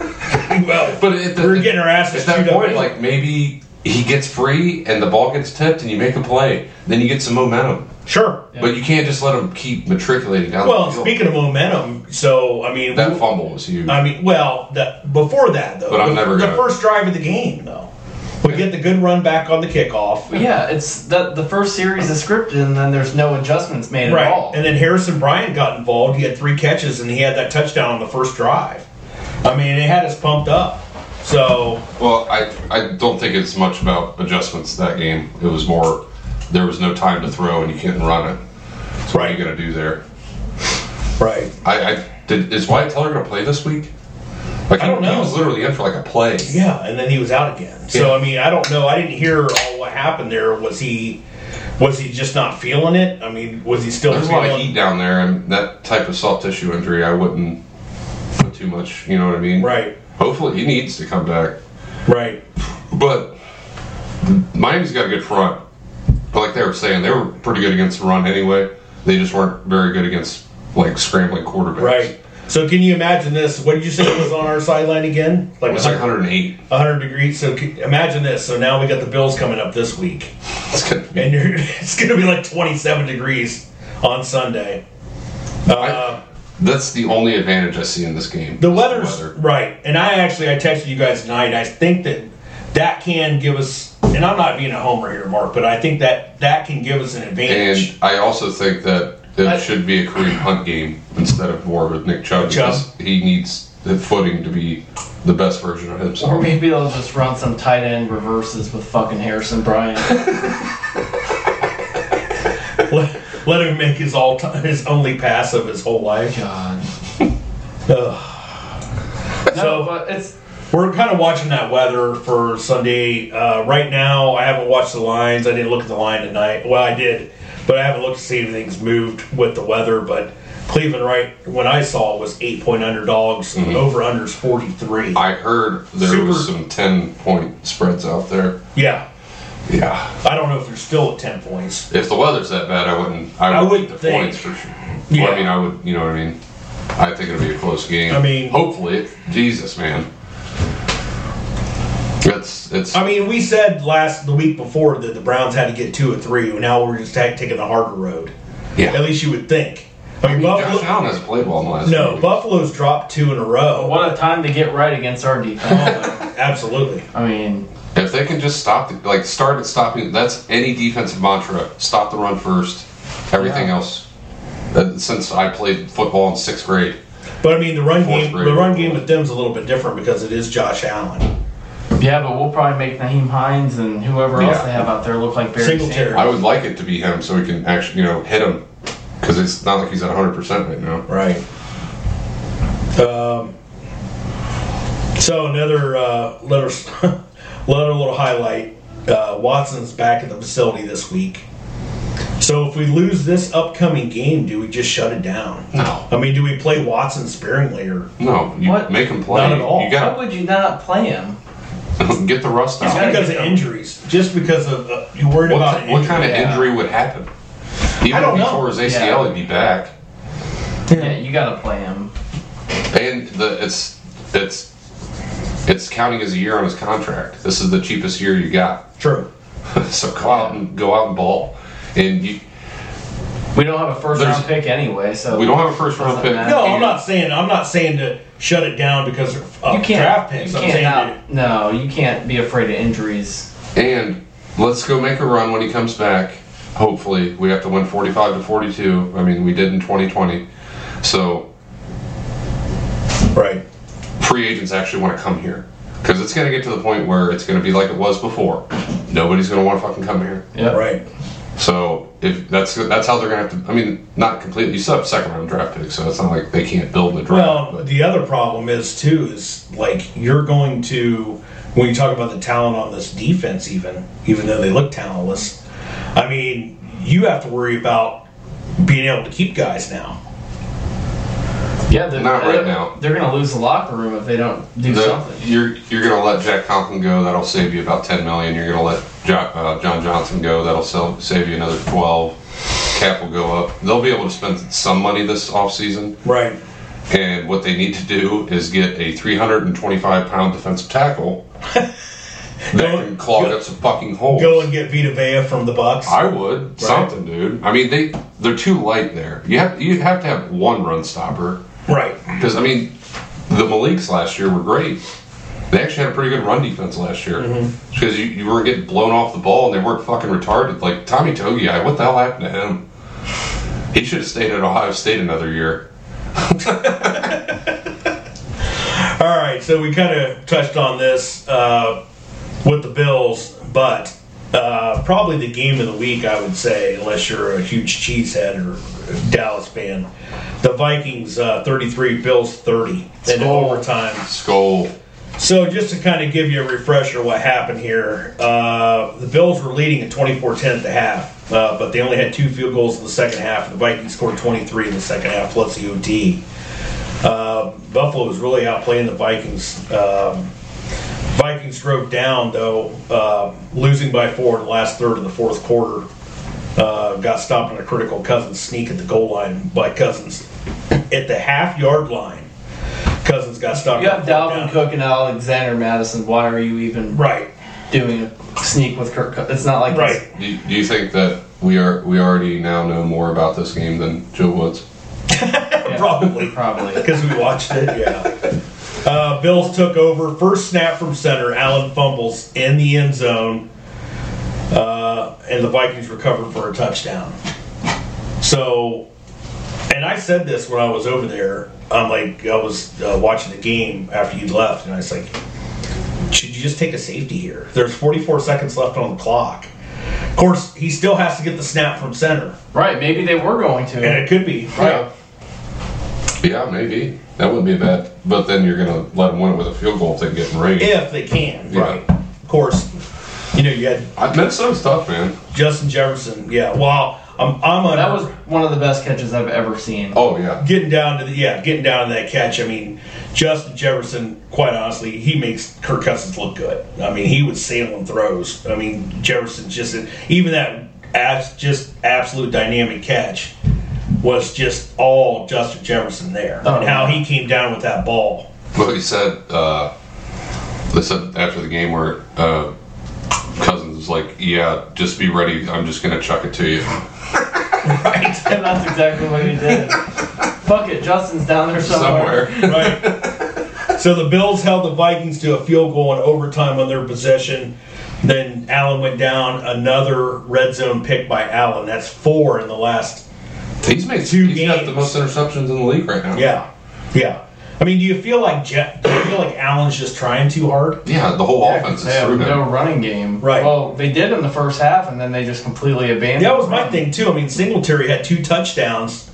[SPEAKER 2] well,
[SPEAKER 4] But at the,
[SPEAKER 2] we're getting our asses
[SPEAKER 4] at that
[SPEAKER 2] chewed up eh?
[SPEAKER 4] point,
[SPEAKER 2] anyway.
[SPEAKER 4] like maybe he gets free and the ball gets tipped and you make a play, then you get some momentum.
[SPEAKER 2] sure.
[SPEAKER 4] But you can't just let him keep matriculating down
[SPEAKER 2] Well,
[SPEAKER 4] the field.
[SPEAKER 2] speaking of momentum, so I mean,
[SPEAKER 4] that fumble was huge.
[SPEAKER 2] I mean, well, that before that though,
[SPEAKER 4] But I'm
[SPEAKER 2] the,
[SPEAKER 4] never
[SPEAKER 2] the
[SPEAKER 4] gonna-
[SPEAKER 2] first drive of the game though, we get the good run back on the kickoff.
[SPEAKER 1] Yeah, it's the the first series is scripted, and then there's no adjustments made at
[SPEAKER 2] Right.
[SPEAKER 1] all.
[SPEAKER 2] And then Harrison Bryant got involved. He had three catches and he had that touchdown on the first drive. I mean, it had us pumped up. So,
[SPEAKER 4] well, I I don't think it's much about adjustments that game. It was more there was no time to throw and you can't run it. So what are
[SPEAKER 2] Right.
[SPEAKER 4] you gonna do there?
[SPEAKER 2] right.
[SPEAKER 4] I, I did is Wyatt Teller gonna play this week? Like
[SPEAKER 2] I don't
[SPEAKER 4] he-
[SPEAKER 2] know.
[SPEAKER 4] He was literally in for like a play.
[SPEAKER 2] Yeah, and then he was out again. So
[SPEAKER 4] Yeah.
[SPEAKER 2] I mean, I don't know. I didn't hear all what happened there. Was he was he just not feeling it? I mean, was he still
[SPEAKER 4] There's a lot of heat
[SPEAKER 2] feeling
[SPEAKER 4] down there, and that type of soft tissue injury, I wouldn't put too much. You know what I mean?
[SPEAKER 2] right?
[SPEAKER 4] Hopefully, he needs to come back.
[SPEAKER 2] Right.
[SPEAKER 4] But Miami's got a good front. But like they were saying, they were pretty good against the run anyway. They just weren't very good against like scrambling quarterbacks.
[SPEAKER 2] Right. So can you imagine this? What did you say was on our sideline again? Like
[SPEAKER 4] It was like 108.
[SPEAKER 2] 100 degrees. So c- imagine this. So now we got the Bills coming up this week,
[SPEAKER 4] That's gonna be-
[SPEAKER 2] and you're, it's going to be like 27 degrees on Sunday.
[SPEAKER 4] I- that's the only advantage I see in this game.
[SPEAKER 2] The
[SPEAKER 4] is
[SPEAKER 2] weather's right, and I actually I texted you guys tonight. I think that that can give us, and I'm not being a homer here, Mark, but I think that that can give us an advantage.
[SPEAKER 4] And I also think that it
[SPEAKER 1] I-
[SPEAKER 4] should be a Kareem Hunt game instead of more with Nick Chubb
[SPEAKER 2] Chubb.
[SPEAKER 4] because he needs the footing to be the best version of
[SPEAKER 1] or
[SPEAKER 4] himself.
[SPEAKER 1] maybe they'll just run some tight end reverses with fucking Harrison Bryant.
[SPEAKER 2] let, let him make his all time, his only pass of his whole life.
[SPEAKER 1] God.
[SPEAKER 2] Ugh.
[SPEAKER 1] No,
[SPEAKER 2] So-
[SPEAKER 1] but it's
[SPEAKER 2] We're kind of watching that weather for Sunday. Uh, right now, I haven't watched the lines. I didn't look at the line tonight. Well, I did, but I haven't looked to see if anything's moved with the weather. But Cleveland, right when I saw, it was eight point underdogs. Over unders forty three.
[SPEAKER 4] Mm-hmm. I heard there was
[SPEAKER 2] Super-
[SPEAKER 4] some 10 point spreads out there.
[SPEAKER 2] Yeah,
[SPEAKER 4] Yeah.
[SPEAKER 2] I don't know if they're still at ten points.
[SPEAKER 4] If the weather's that bad, I wouldn't. I,
[SPEAKER 2] I
[SPEAKER 4] would
[SPEAKER 2] wouldn't
[SPEAKER 4] keep the
[SPEAKER 2] think.
[SPEAKER 4] points for sure.
[SPEAKER 2] Yeah.
[SPEAKER 4] Well, I mean, I would. You know what I mean? I think it'll be a close game.
[SPEAKER 2] I mean-
[SPEAKER 4] hopefully, Jesus, man. It's it's.
[SPEAKER 2] I mean, we said last the week before that the Browns had to get two or three. and Now we're just ta- taking the harder road. At
[SPEAKER 4] yeah.
[SPEAKER 2] least you would think. I mean,
[SPEAKER 4] Josh
[SPEAKER 2] Buffalo,
[SPEAKER 4] Allen has played well in the last.
[SPEAKER 2] no,
[SPEAKER 4] week.
[SPEAKER 2] Buffalo's dropped two in a row.
[SPEAKER 1] what a time to get right against our defense. though.
[SPEAKER 2] Absolutely.
[SPEAKER 1] I mean,
[SPEAKER 4] If they can just stop, the, like, start at stopping, that's any defensive mantra. Stop the run first. Everything
[SPEAKER 1] Yeah.
[SPEAKER 4] else. Uh, since I played football in sixth grade,
[SPEAKER 2] But I mean, the run
[SPEAKER 4] Fourth
[SPEAKER 2] game,
[SPEAKER 4] grade.
[SPEAKER 2] the run game with them's a little bit different because it is Josh Allen.
[SPEAKER 1] yeah, but we'll probably make Naheem Hines and whoever else
[SPEAKER 4] Yeah.
[SPEAKER 1] they have out there look like Barry
[SPEAKER 2] Singletary.
[SPEAKER 1] Sanders.
[SPEAKER 4] I would like it to be him so we can actually, you know, hit him. Because it's not like he's at 100% right now.
[SPEAKER 2] Right. Um. So another uh, another another little highlight. Uh, Watson's back at the facility this week. So if we lose this upcoming game, do we just shut it down?
[SPEAKER 4] No.
[SPEAKER 2] I mean, do we play Watson sparingly or?
[SPEAKER 4] No, you
[SPEAKER 1] What?
[SPEAKER 4] make him play.
[SPEAKER 2] Not at all.
[SPEAKER 4] You
[SPEAKER 1] Why
[SPEAKER 4] gotta
[SPEAKER 1] would you not play him?
[SPEAKER 4] get the rust
[SPEAKER 2] Just
[SPEAKER 4] out.
[SPEAKER 2] because of injuries, just because of uh, you worried about
[SPEAKER 4] What,
[SPEAKER 2] an
[SPEAKER 4] what kind of
[SPEAKER 1] Yeah.
[SPEAKER 4] injury would happen? Even
[SPEAKER 2] I don't
[SPEAKER 4] if
[SPEAKER 2] know.
[SPEAKER 4] he tore his ACL,
[SPEAKER 1] Yeah.
[SPEAKER 4] he'd be back.
[SPEAKER 1] Yeah, you gotta play him.
[SPEAKER 4] And the it's it's it's counting as a year on his contract. This is the cheapest year you got.
[SPEAKER 2] True.
[SPEAKER 4] so go out and go out and ball. And you,
[SPEAKER 1] We don't have a first round
[SPEAKER 4] There's-
[SPEAKER 1] pick anyway, so
[SPEAKER 4] we don't have a first round pick.
[SPEAKER 1] Doesn't
[SPEAKER 2] No, I'm not saying I'm not saying to shut it down because of
[SPEAKER 1] You can't
[SPEAKER 2] draft picks.
[SPEAKER 1] You
[SPEAKER 2] I'm
[SPEAKER 1] can't
[SPEAKER 2] saying to-
[SPEAKER 1] not, no, you can't be afraid of injuries.
[SPEAKER 4] And let's go make a run when he comes back. Hopefully, we have to win 45 to 42. I mean, we did in 2020. So
[SPEAKER 2] Right.
[SPEAKER 4] free agents actually want to come here. Because it's going to get to the point where it's going to be like it was before. Nobody's going to want to fucking come here.
[SPEAKER 1] Yep.
[SPEAKER 5] Right.
[SPEAKER 4] So if that's that's how they're going to have to. I mean, not completely. You still have second round draft picks, so it's not like they can't build a draft.
[SPEAKER 2] Well,
[SPEAKER 4] but-
[SPEAKER 2] the other problem is too is like you're going to when you talk about the talent on this defense, even even though they look talentless. I mean, you have to worry about being able to keep guys now.
[SPEAKER 1] Yeah, they're,
[SPEAKER 4] Not right
[SPEAKER 1] they're-
[SPEAKER 4] now.
[SPEAKER 1] They're gonna lose the locker room if they don't do
[SPEAKER 4] The-
[SPEAKER 1] something.
[SPEAKER 4] you're you're gonna let Jack Conklin go. That'll save you about ten million. You're gonna let jo- uh, John Johnson go. That'll sell, save you another twelve. Cap will go up. They'll be able to spend some money this offseason.
[SPEAKER 2] Right.
[SPEAKER 4] And what they need to do is get a 325 pound defensive tackle that
[SPEAKER 2] Go-
[SPEAKER 4] can clog
[SPEAKER 2] go-
[SPEAKER 4] up some fucking holes.
[SPEAKER 2] Go and get Vita Vea from the Bucks.
[SPEAKER 4] I would something, dude. I mean, they they're too light there. You have you have to have one run stopper.
[SPEAKER 2] right.
[SPEAKER 4] Because I mean, the Malik's last year were great. They actually had a pretty good run defense last year because
[SPEAKER 2] Mm-hmm.
[SPEAKER 4] you, you weren't getting blown off the ball and they weren't fucking retarded. Like Tommy Togi, what the hell happened to him? He should have stayed at Ohio State another year.
[SPEAKER 2] All right, so we kind of touched on this uh, with the Bills, but uh, probably the game of the week, I would say, unless you're a huge cheesehead or Dallas fan, the Vikings uh, 33, Bills 30 in
[SPEAKER 1] Skull.
[SPEAKER 2] overtime.
[SPEAKER 4] Skull.
[SPEAKER 2] So just to kind of give you a refresher what happened here, uh, the Bills were leading at 24-10 at the half, uh, but they only had two field goals in the second half. The Vikings scored 23 in the second half plus the OT. Uh, Buffalo was really outplaying the Vikings. Um, Vikings drove down though, uh, losing by four in the last third of the fourth quarter. Uh, got stopped on a critical Cousins sneak at the goal line by Cousins at the half yard line. Cousins got stopped.
[SPEAKER 1] You
[SPEAKER 2] on
[SPEAKER 1] have
[SPEAKER 2] fourth
[SPEAKER 1] Dalvin
[SPEAKER 2] down.
[SPEAKER 1] Cook and Alexander Madison. Why are you even
[SPEAKER 2] Right.
[SPEAKER 1] doing a sneak with Kirk? Cous- It's not like it's-
[SPEAKER 2] Right.
[SPEAKER 4] Do, do you think that we are we already now know more about this game than Joe Woods?
[SPEAKER 1] yeah,
[SPEAKER 2] Probably.
[SPEAKER 1] probably.
[SPEAKER 2] Because we watched it, yeah. Uh, Bills took over. First snap from center. Allen fumbles in the end zone. Uh, and the Vikings recovered for a touchdown. So, and I said this when I was over there. I'm like, I was uh, watching the game after you left, and I was like, should you just take a safety here? There's 44 seconds left on the clock. Of course, he still has to get the snap from center.
[SPEAKER 1] Right. Maybe they were going to.
[SPEAKER 2] And it could be.
[SPEAKER 1] Right.
[SPEAKER 4] Yeah, maybe that wouldn't be bad. But then you're gonna let them win it with a field goal if they get in range.
[SPEAKER 2] if they can.
[SPEAKER 4] Yeah.
[SPEAKER 2] Right. Of course, you know you had
[SPEAKER 4] I, Minnesota's tough, man.
[SPEAKER 2] Justin Jefferson. Yeah. Well, I'm I'm on
[SPEAKER 1] That was one of the best catches I've ever seen.
[SPEAKER 4] Oh yeah,
[SPEAKER 2] getting down to the yeah getting down to that catch. I mean, Justin Jefferson. Quite honestly, he makes Kirk Cousins look good. I mean, he was sailing throws. I mean, Jefferson just even that abs, just absolute dynamic catch was just all Justin Jefferson there.
[SPEAKER 1] Oh,
[SPEAKER 2] and how
[SPEAKER 1] yeah.
[SPEAKER 2] he came down with that ball.
[SPEAKER 4] Well, he said, uh, they said after the game where uh, Cousins was like, yeah, just be ready. I'm just going to chuck it to you.
[SPEAKER 2] Right.
[SPEAKER 1] And that's exactly what he did. Fuck it, Justin's down there somewhere.
[SPEAKER 4] Somewhere.
[SPEAKER 2] Right. so the Bills held the Vikings to a field goal in overtime on their possession. Then Allen went down. Another red zone pick by Allen. That's four in the last.
[SPEAKER 4] He's made
[SPEAKER 2] Two
[SPEAKER 4] two He's got the
[SPEAKER 2] games.
[SPEAKER 4] most interceptions in the league right now.
[SPEAKER 2] Yeah, yeah. I mean, do you feel like Jeff? Do you feel like Allen's just trying too hard?
[SPEAKER 4] Yeah, the whole
[SPEAKER 1] Yeah, 'cause
[SPEAKER 4] offense is
[SPEAKER 1] they have
[SPEAKER 4] through him.
[SPEAKER 1] no running game.
[SPEAKER 2] Right.
[SPEAKER 1] Well, they did in the first half, and then they just completely abandoned.
[SPEAKER 2] That was my
[SPEAKER 1] it.
[SPEAKER 2] thing too. I mean, Singletary had two touchdowns.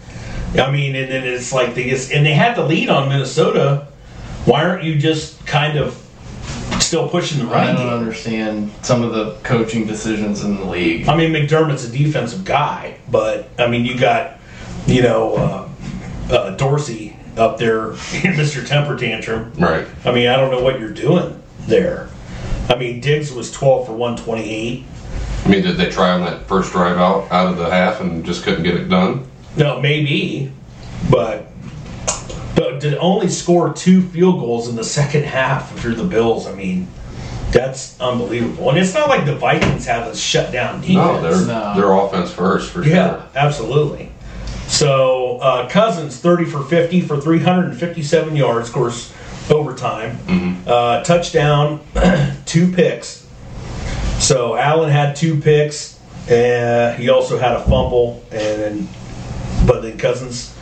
[SPEAKER 2] I mean, and then it's like they just and they had the lead on Minnesota. Why aren't you just kind of still pushing the
[SPEAKER 1] I
[SPEAKER 2] running
[SPEAKER 1] don't
[SPEAKER 2] game?
[SPEAKER 1] understand some of the coaching decisions in the league.
[SPEAKER 2] I mean, McDermott's a defensive guy, but I mean, you got you know uh, uh, Dorsey up there, Mr. Temper Tantrum.
[SPEAKER 4] Right.
[SPEAKER 2] I mean, I don't know what you're doing there. I mean, Diggs was 12 for 128.
[SPEAKER 4] I mean, did they try on that first drive out out of the half and just couldn't get it done?
[SPEAKER 2] No, maybe, but but to only score two field goals in the second half if you're the Bills, I mean, that's unbelievable. And it's not like the Vikings have a shutdown defense.
[SPEAKER 4] No, they're
[SPEAKER 1] No.
[SPEAKER 4] they're offense first for
[SPEAKER 2] Yeah,
[SPEAKER 4] sure.
[SPEAKER 2] absolutely. So uh, Cousins, thirty for fifty for three hundred and fifty-seven yards, of course, overtime,
[SPEAKER 4] Mm-hmm.
[SPEAKER 2] uh, touchdown, two picks. So Allen had two picks, and he also had a fumble, and then, but then Cousins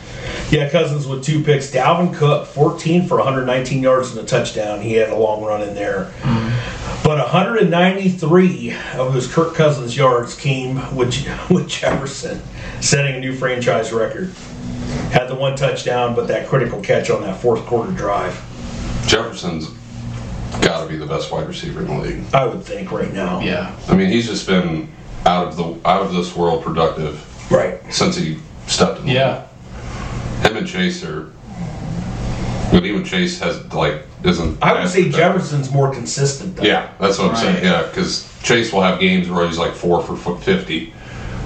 [SPEAKER 2] Yeah, Cousins with two picks. Dalvin Cook, 14 for 119 yards and a touchdown. He had a long run in there. But 193 of those Kirk Cousins yards came with, with Jefferson, setting a new franchise record. Had the one touchdown, but that critical catch on that fourth quarter drive,
[SPEAKER 4] Jefferson's got to be the best wide receiver in the league.
[SPEAKER 2] I would think, right now.
[SPEAKER 1] Yeah.
[SPEAKER 4] I mean, he's just been out of the out of this world productive
[SPEAKER 2] Right.
[SPEAKER 4] since he stepped in. the
[SPEAKER 1] Yeah.
[SPEAKER 4] league. him and Chase are. But even Chase has like isn't.
[SPEAKER 2] I would say
[SPEAKER 4] that-
[SPEAKER 2] Jefferson's more consistent, though.
[SPEAKER 4] Yeah, that's what I'm
[SPEAKER 1] Right.
[SPEAKER 4] saying. Yeah, because Chase will have games where he's like four for f- fifty.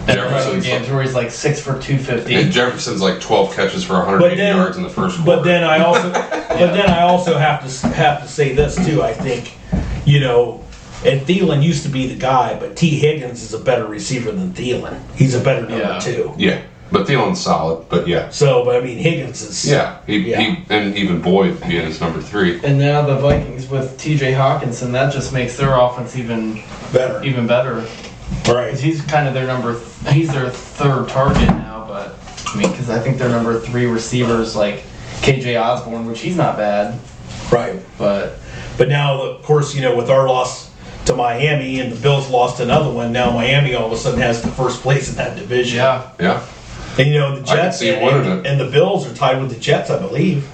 [SPEAKER 1] And other
[SPEAKER 4] Jefferson's
[SPEAKER 1] games where he's like six for two
[SPEAKER 4] and
[SPEAKER 1] fifty.
[SPEAKER 4] Jefferson's like twelve catches for 180
[SPEAKER 2] But then-
[SPEAKER 4] yards in the first quarter.
[SPEAKER 2] But then I also, but then I also have to s- have to say this too. I think, you know, and Thielen used to be the guy, but T. Higgins is a better receiver than Thielen. He's a better number
[SPEAKER 1] Yeah.
[SPEAKER 2] two.
[SPEAKER 4] yeah, but Thielen's solid. But yeah,
[SPEAKER 2] So, but I mean, Higgins is
[SPEAKER 4] yeah, he,
[SPEAKER 2] Yeah.
[SPEAKER 4] he and even Boyd being his number three.
[SPEAKER 1] And now the Vikings with T.J. Hawkinson, that just makes their offense even
[SPEAKER 2] better.
[SPEAKER 1] even better. Because
[SPEAKER 2] Right.
[SPEAKER 1] he's kind of their number, he's their third target now, but I mean, because I think their number three receivers like KJ Osborne, which he's not bad,
[SPEAKER 2] Right.
[SPEAKER 1] but
[SPEAKER 2] But now, of course, you know, with our loss to Miami and the Bills lost another one, now Miami all of a sudden has the first place in that division.
[SPEAKER 1] yeah,
[SPEAKER 4] Yeah,
[SPEAKER 2] And you know, the
[SPEAKER 4] can
[SPEAKER 2] Jets
[SPEAKER 4] see
[SPEAKER 2] and,
[SPEAKER 4] one of it.
[SPEAKER 2] and the Bills are tied with the Jets, I believe.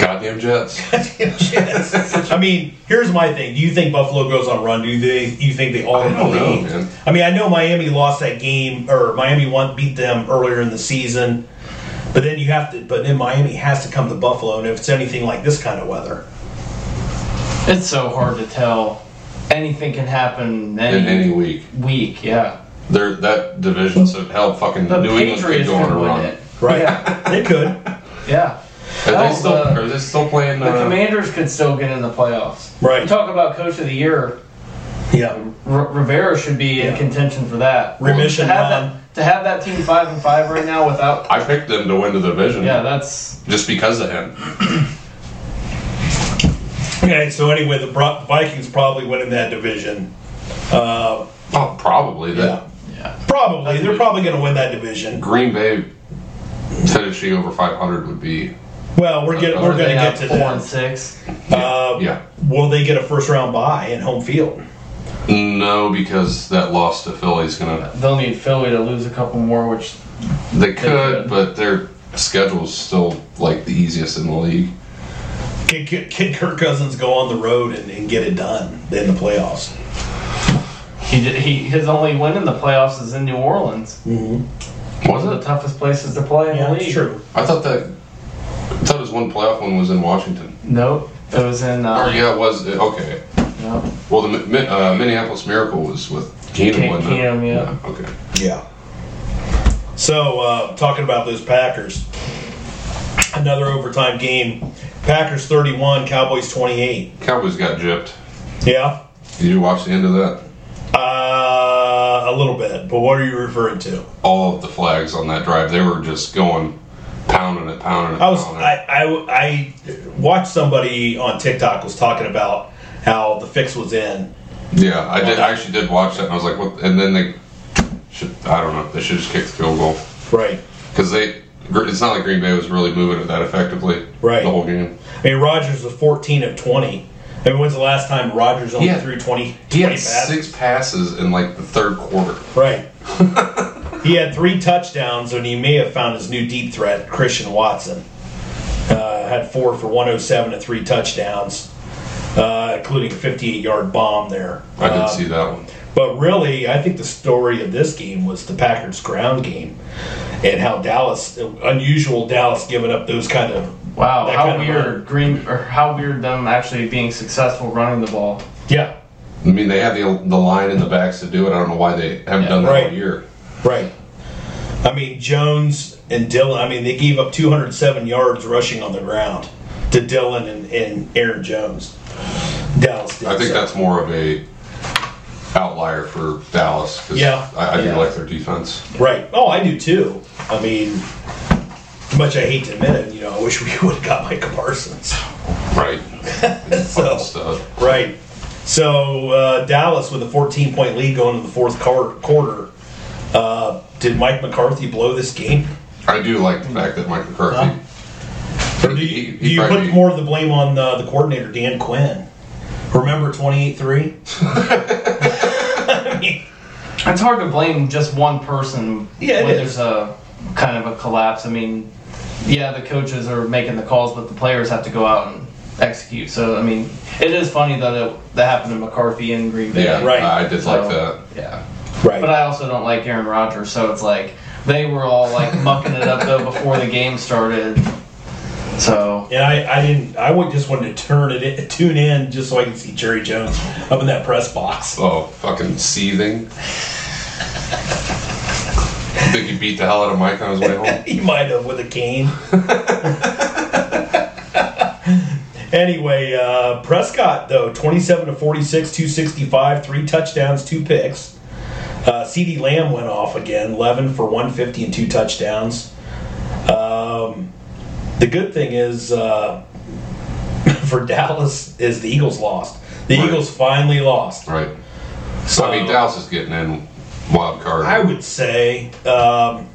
[SPEAKER 4] goddamn Jets.
[SPEAKER 2] Yes. I mean, here's my thing. Do you think Buffalo goes on run? Do they? You think they all?
[SPEAKER 4] I don't
[SPEAKER 2] win the
[SPEAKER 4] know,
[SPEAKER 2] game?
[SPEAKER 4] man.
[SPEAKER 2] I mean, I know Miami lost that game, or Miami won, beat them earlier in the season. But then you have to. But then Miami has to come to Buffalo, and if it's anything like this kind of weather,
[SPEAKER 1] it's so hard to tell. Anything can happen
[SPEAKER 4] in
[SPEAKER 1] any,
[SPEAKER 4] any week.
[SPEAKER 1] week, yeah.
[SPEAKER 4] They're, that division, so hell, fucking
[SPEAKER 1] The
[SPEAKER 4] New England could
[SPEAKER 1] Patriots
[SPEAKER 4] go on a
[SPEAKER 1] could win
[SPEAKER 4] run.
[SPEAKER 1] it,
[SPEAKER 2] right?
[SPEAKER 1] Yeah.
[SPEAKER 2] They could.
[SPEAKER 1] yeah.
[SPEAKER 4] Are
[SPEAKER 1] Hell,
[SPEAKER 4] they still?
[SPEAKER 1] the-
[SPEAKER 4] are they still playing?
[SPEAKER 1] The
[SPEAKER 4] Uh,
[SPEAKER 1] Commanders could still get in the playoffs.
[SPEAKER 2] Right.
[SPEAKER 1] You talk about Coach of the Year,
[SPEAKER 2] Yeah.
[SPEAKER 1] R- Rivera should be in
[SPEAKER 2] Yeah.
[SPEAKER 1] contention for that.
[SPEAKER 2] Remission
[SPEAKER 1] to have
[SPEAKER 2] run.
[SPEAKER 1] that to have that team five and five right now without,
[SPEAKER 4] I picked them to win the division.
[SPEAKER 1] yeah, that's
[SPEAKER 4] just because of him.
[SPEAKER 2] Okay. So anyway, the Bro- Vikings probably winning that division. Uh,
[SPEAKER 4] Oh, probably that.
[SPEAKER 2] yeah.
[SPEAKER 1] yeah.
[SPEAKER 2] Probably. They're probably going to win that division.
[SPEAKER 4] Green Bay finishing over 500 would be
[SPEAKER 2] Well, we're get,
[SPEAKER 4] Or
[SPEAKER 2] we're
[SPEAKER 1] They
[SPEAKER 2] going to
[SPEAKER 1] have
[SPEAKER 2] get to
[SPEAKER 1] four and
[SPEAKER 2] that.
[SPEAKER 1] six.
[SPEAKER 2] Uh,
[SPEAKER 4] yeah.
[SPEAKER 2] Will they get a first round bye in home field?
[SPEAKER 4] no because that loss to Philly's gonna.
[SPEAKER 1] They'll need Philly to lose a couple more, which
[SPEAKER 4] They
[SPEAKER 1] could.
[SPEAKER 4] could, but their schedule's still like the easiest in the league.
[SPEAKER 2] Can, can, can Kirk Cousins go on the road and, and get it done in the playoffs?
[SPEAKER 1] he did, he his only win in the playoffs is in New Orleans.
[SPEAKER 4] Was
[SPEAKER 1] One of
[SPEAKER 4] it?
[SPEAKER 1] the toughest places to play in
[SPEAKER 2] Yeah,
[SPEAKER 1] the league.
[SPEAKER 2] that's true.
[SPEAKER 4] I thought that. I thought his one playoff one was in Washington.
[SPEAKER 1] Nope. It was in
[SPEAKER 4] Or
[SPEAKER 1] uh,
[SPEAKER 4] yeah, it was okay.
[SPEAKER 1] no.
[SPEAKER 4] Well, the Mi- Mi- uh, Minneapolis Miracle was with Keenum,
[SPEAKER 1] Ke-
[SPEAKER 4] wasn't it?
[SPEAKER 1] Keenum, yeah.
[SPEAKER 4] Okay.
[SPEAKER 2] Yeah. So, uh, talking about those Packers, another overtime game. Packers 31, Cowboys 28.
[SPEAKER 4] Cowboys got gypped.
[SPEAKER 2] Yeah.
[SPEAKER 4] Did you watch the end of that?
[SPEAKER 2] Uh, a little bit, but what are you referring to?
[SPEAKER 4] All of the flags on that drive, they were just going pounding it, pounding it.
[SPEAKER 2] I was
[SPEAKER 4] pounding it.
[SPEAKER 2] I, I I watched somebody on TikTok was talking about how the fix was in
[SPEAKER 4] Yeah, I did. I actually did watch that, and I was like, "What?" And then they, should, I don't know. They should just kick the field goal
[SPEAKER 2] right
[SPEAKER 4] because they. It's not like Green Bay was really moving it that effectively.
[SPEAKER 2] Right.
[SPEAKER 4] The whole game.
[SPEAKER 2] I mean, Rogers was 14 of 20. I mean, when's the last time Rogers only
[SPEAKER 4] Yeah.
[SPEAKER 2] threw 20, 20
[SPEAKER 4] He had
[SPEAKER 2] passes?
[SPEAKER 4] six passes in like the third quarter.
[SPEAKER 2] Right. he had three touchdowns, and he may have found his new deep threat, Christian Watson. Uh, had four for 107 and three touchdowns, uh, including a 58 yard bomb there.
[SPEAKER 4] I did
[SPEAKER 2] Uh,
[SPEAKER 4] see that one.
[SPEAKER 2] But really, I think the story of this game was the Packers ground game and how Dallas, unusual Dallas, giving up those kind of.
[SPEAKER 1] Wow,
[SPEAKER 2] that
[SPEAKER 1] how
[SPEAKER 2] kind of
[SPEAKER 1] weird
[SPEAKER 2] run.
[SPEAKER 1] Green or how weird them actually being successful running the ball.
[SPEAKER 2] Yeah,
[SPEAKER 4] I mean, they had the the line in the backs to do it. I don't know why they haven't
[SPEAKER 1] Yeah,
[SPEAKER 4] done that
[SPEAKER 2] right.
[SPEAKER 4] all year.
[SPEAKER 2] Right. I mean, Jones and Dylan, I mean, they gave up 207 yards rushing on the ground to Dylan and, and Aaron Jones. Dallas did.
[SPEAKER 4] I think
[SPEAKER 2] so.
[SPEAKER 4] that's more of a outlier for Dallas. 'cause
[SPEAKER 2] Yeah.
[SPEAKER 4] I, I
[SPEAKER 1] Yeah.
[SPEAKER 4] do like their defense.
[SPEAKER 2] Right. Oh, I do too. I mean, as much I hate to admit it, you know, I wish we would have got Micah Parsons.
[SPEAKER 4] Right. uh,
[SPEAKER 2] So-
[SPEAKER 4] stuff.
[SPEAKER 2] Right. So uh, Dallas with a 14 point lead going into the fourth quar- quarter. Uh, did Mike McCarthy blow this game?
[SPEAKER 4] I do like the fact that Mike McCarthy.
[SPEAKER 2] Or do you, do you
[SPEAKER 4] probably-
[SPEAKER 2] put more of the blame on uh, the coordinator, Dan Quinn? Remember 28 3? I mean,
[SPEAKER 1] It's hard to blame just one person
[SPEAKER 2] Yeah, it
[SPEAKER 1] when
[SPEAKER 2] is.
[SPEAKER 1] there's a kind of a collapse. I mean, yeah, the coaches are making the calls, but the players have to go out and execute. So I mean, it is funny that it, that happened to McCarthy in Green Bay.
[SPEAKER 4] Yeah,
[SPEAKER 2] Right.
[SPEAKER 4] I did like
[SPEAKER 1] So,
[SPEAKER 4] that.
[SPEAKER 1] Yeah,
[SPEAKER 2] right.
[SPEAKER 1] but I also don't like Aaron Rodgers, so it's like they were all like mucking it up though before the game started. So
[SPEAKER 2] and I, I didn't. I would just wanted to turn it, in- tune in, just so I could see Jerry Jones up in that press box.
[SPEAKER 4] Oh, fucking seething. Think he beat the hell out of Mike on his way home?
[SPEAKER 2] He might have with a cane. anyway, uh, Prescott though twenty-seven to forty-six, two sixty-five, three touchdowns, two picks. Uh, C.D. Lamb went off again, eleven for one fifty and two touchdowns. Um, the good thing is uh, for Dallas is the Eagles lost. The
[SPEAKER 4] Right.
[SPEAKER 2] Eagles finally lost.
[SPEAKER 4] Right. So, I mean, Dallas is getting in wild card.
[SPEAKER 2] I would say, um,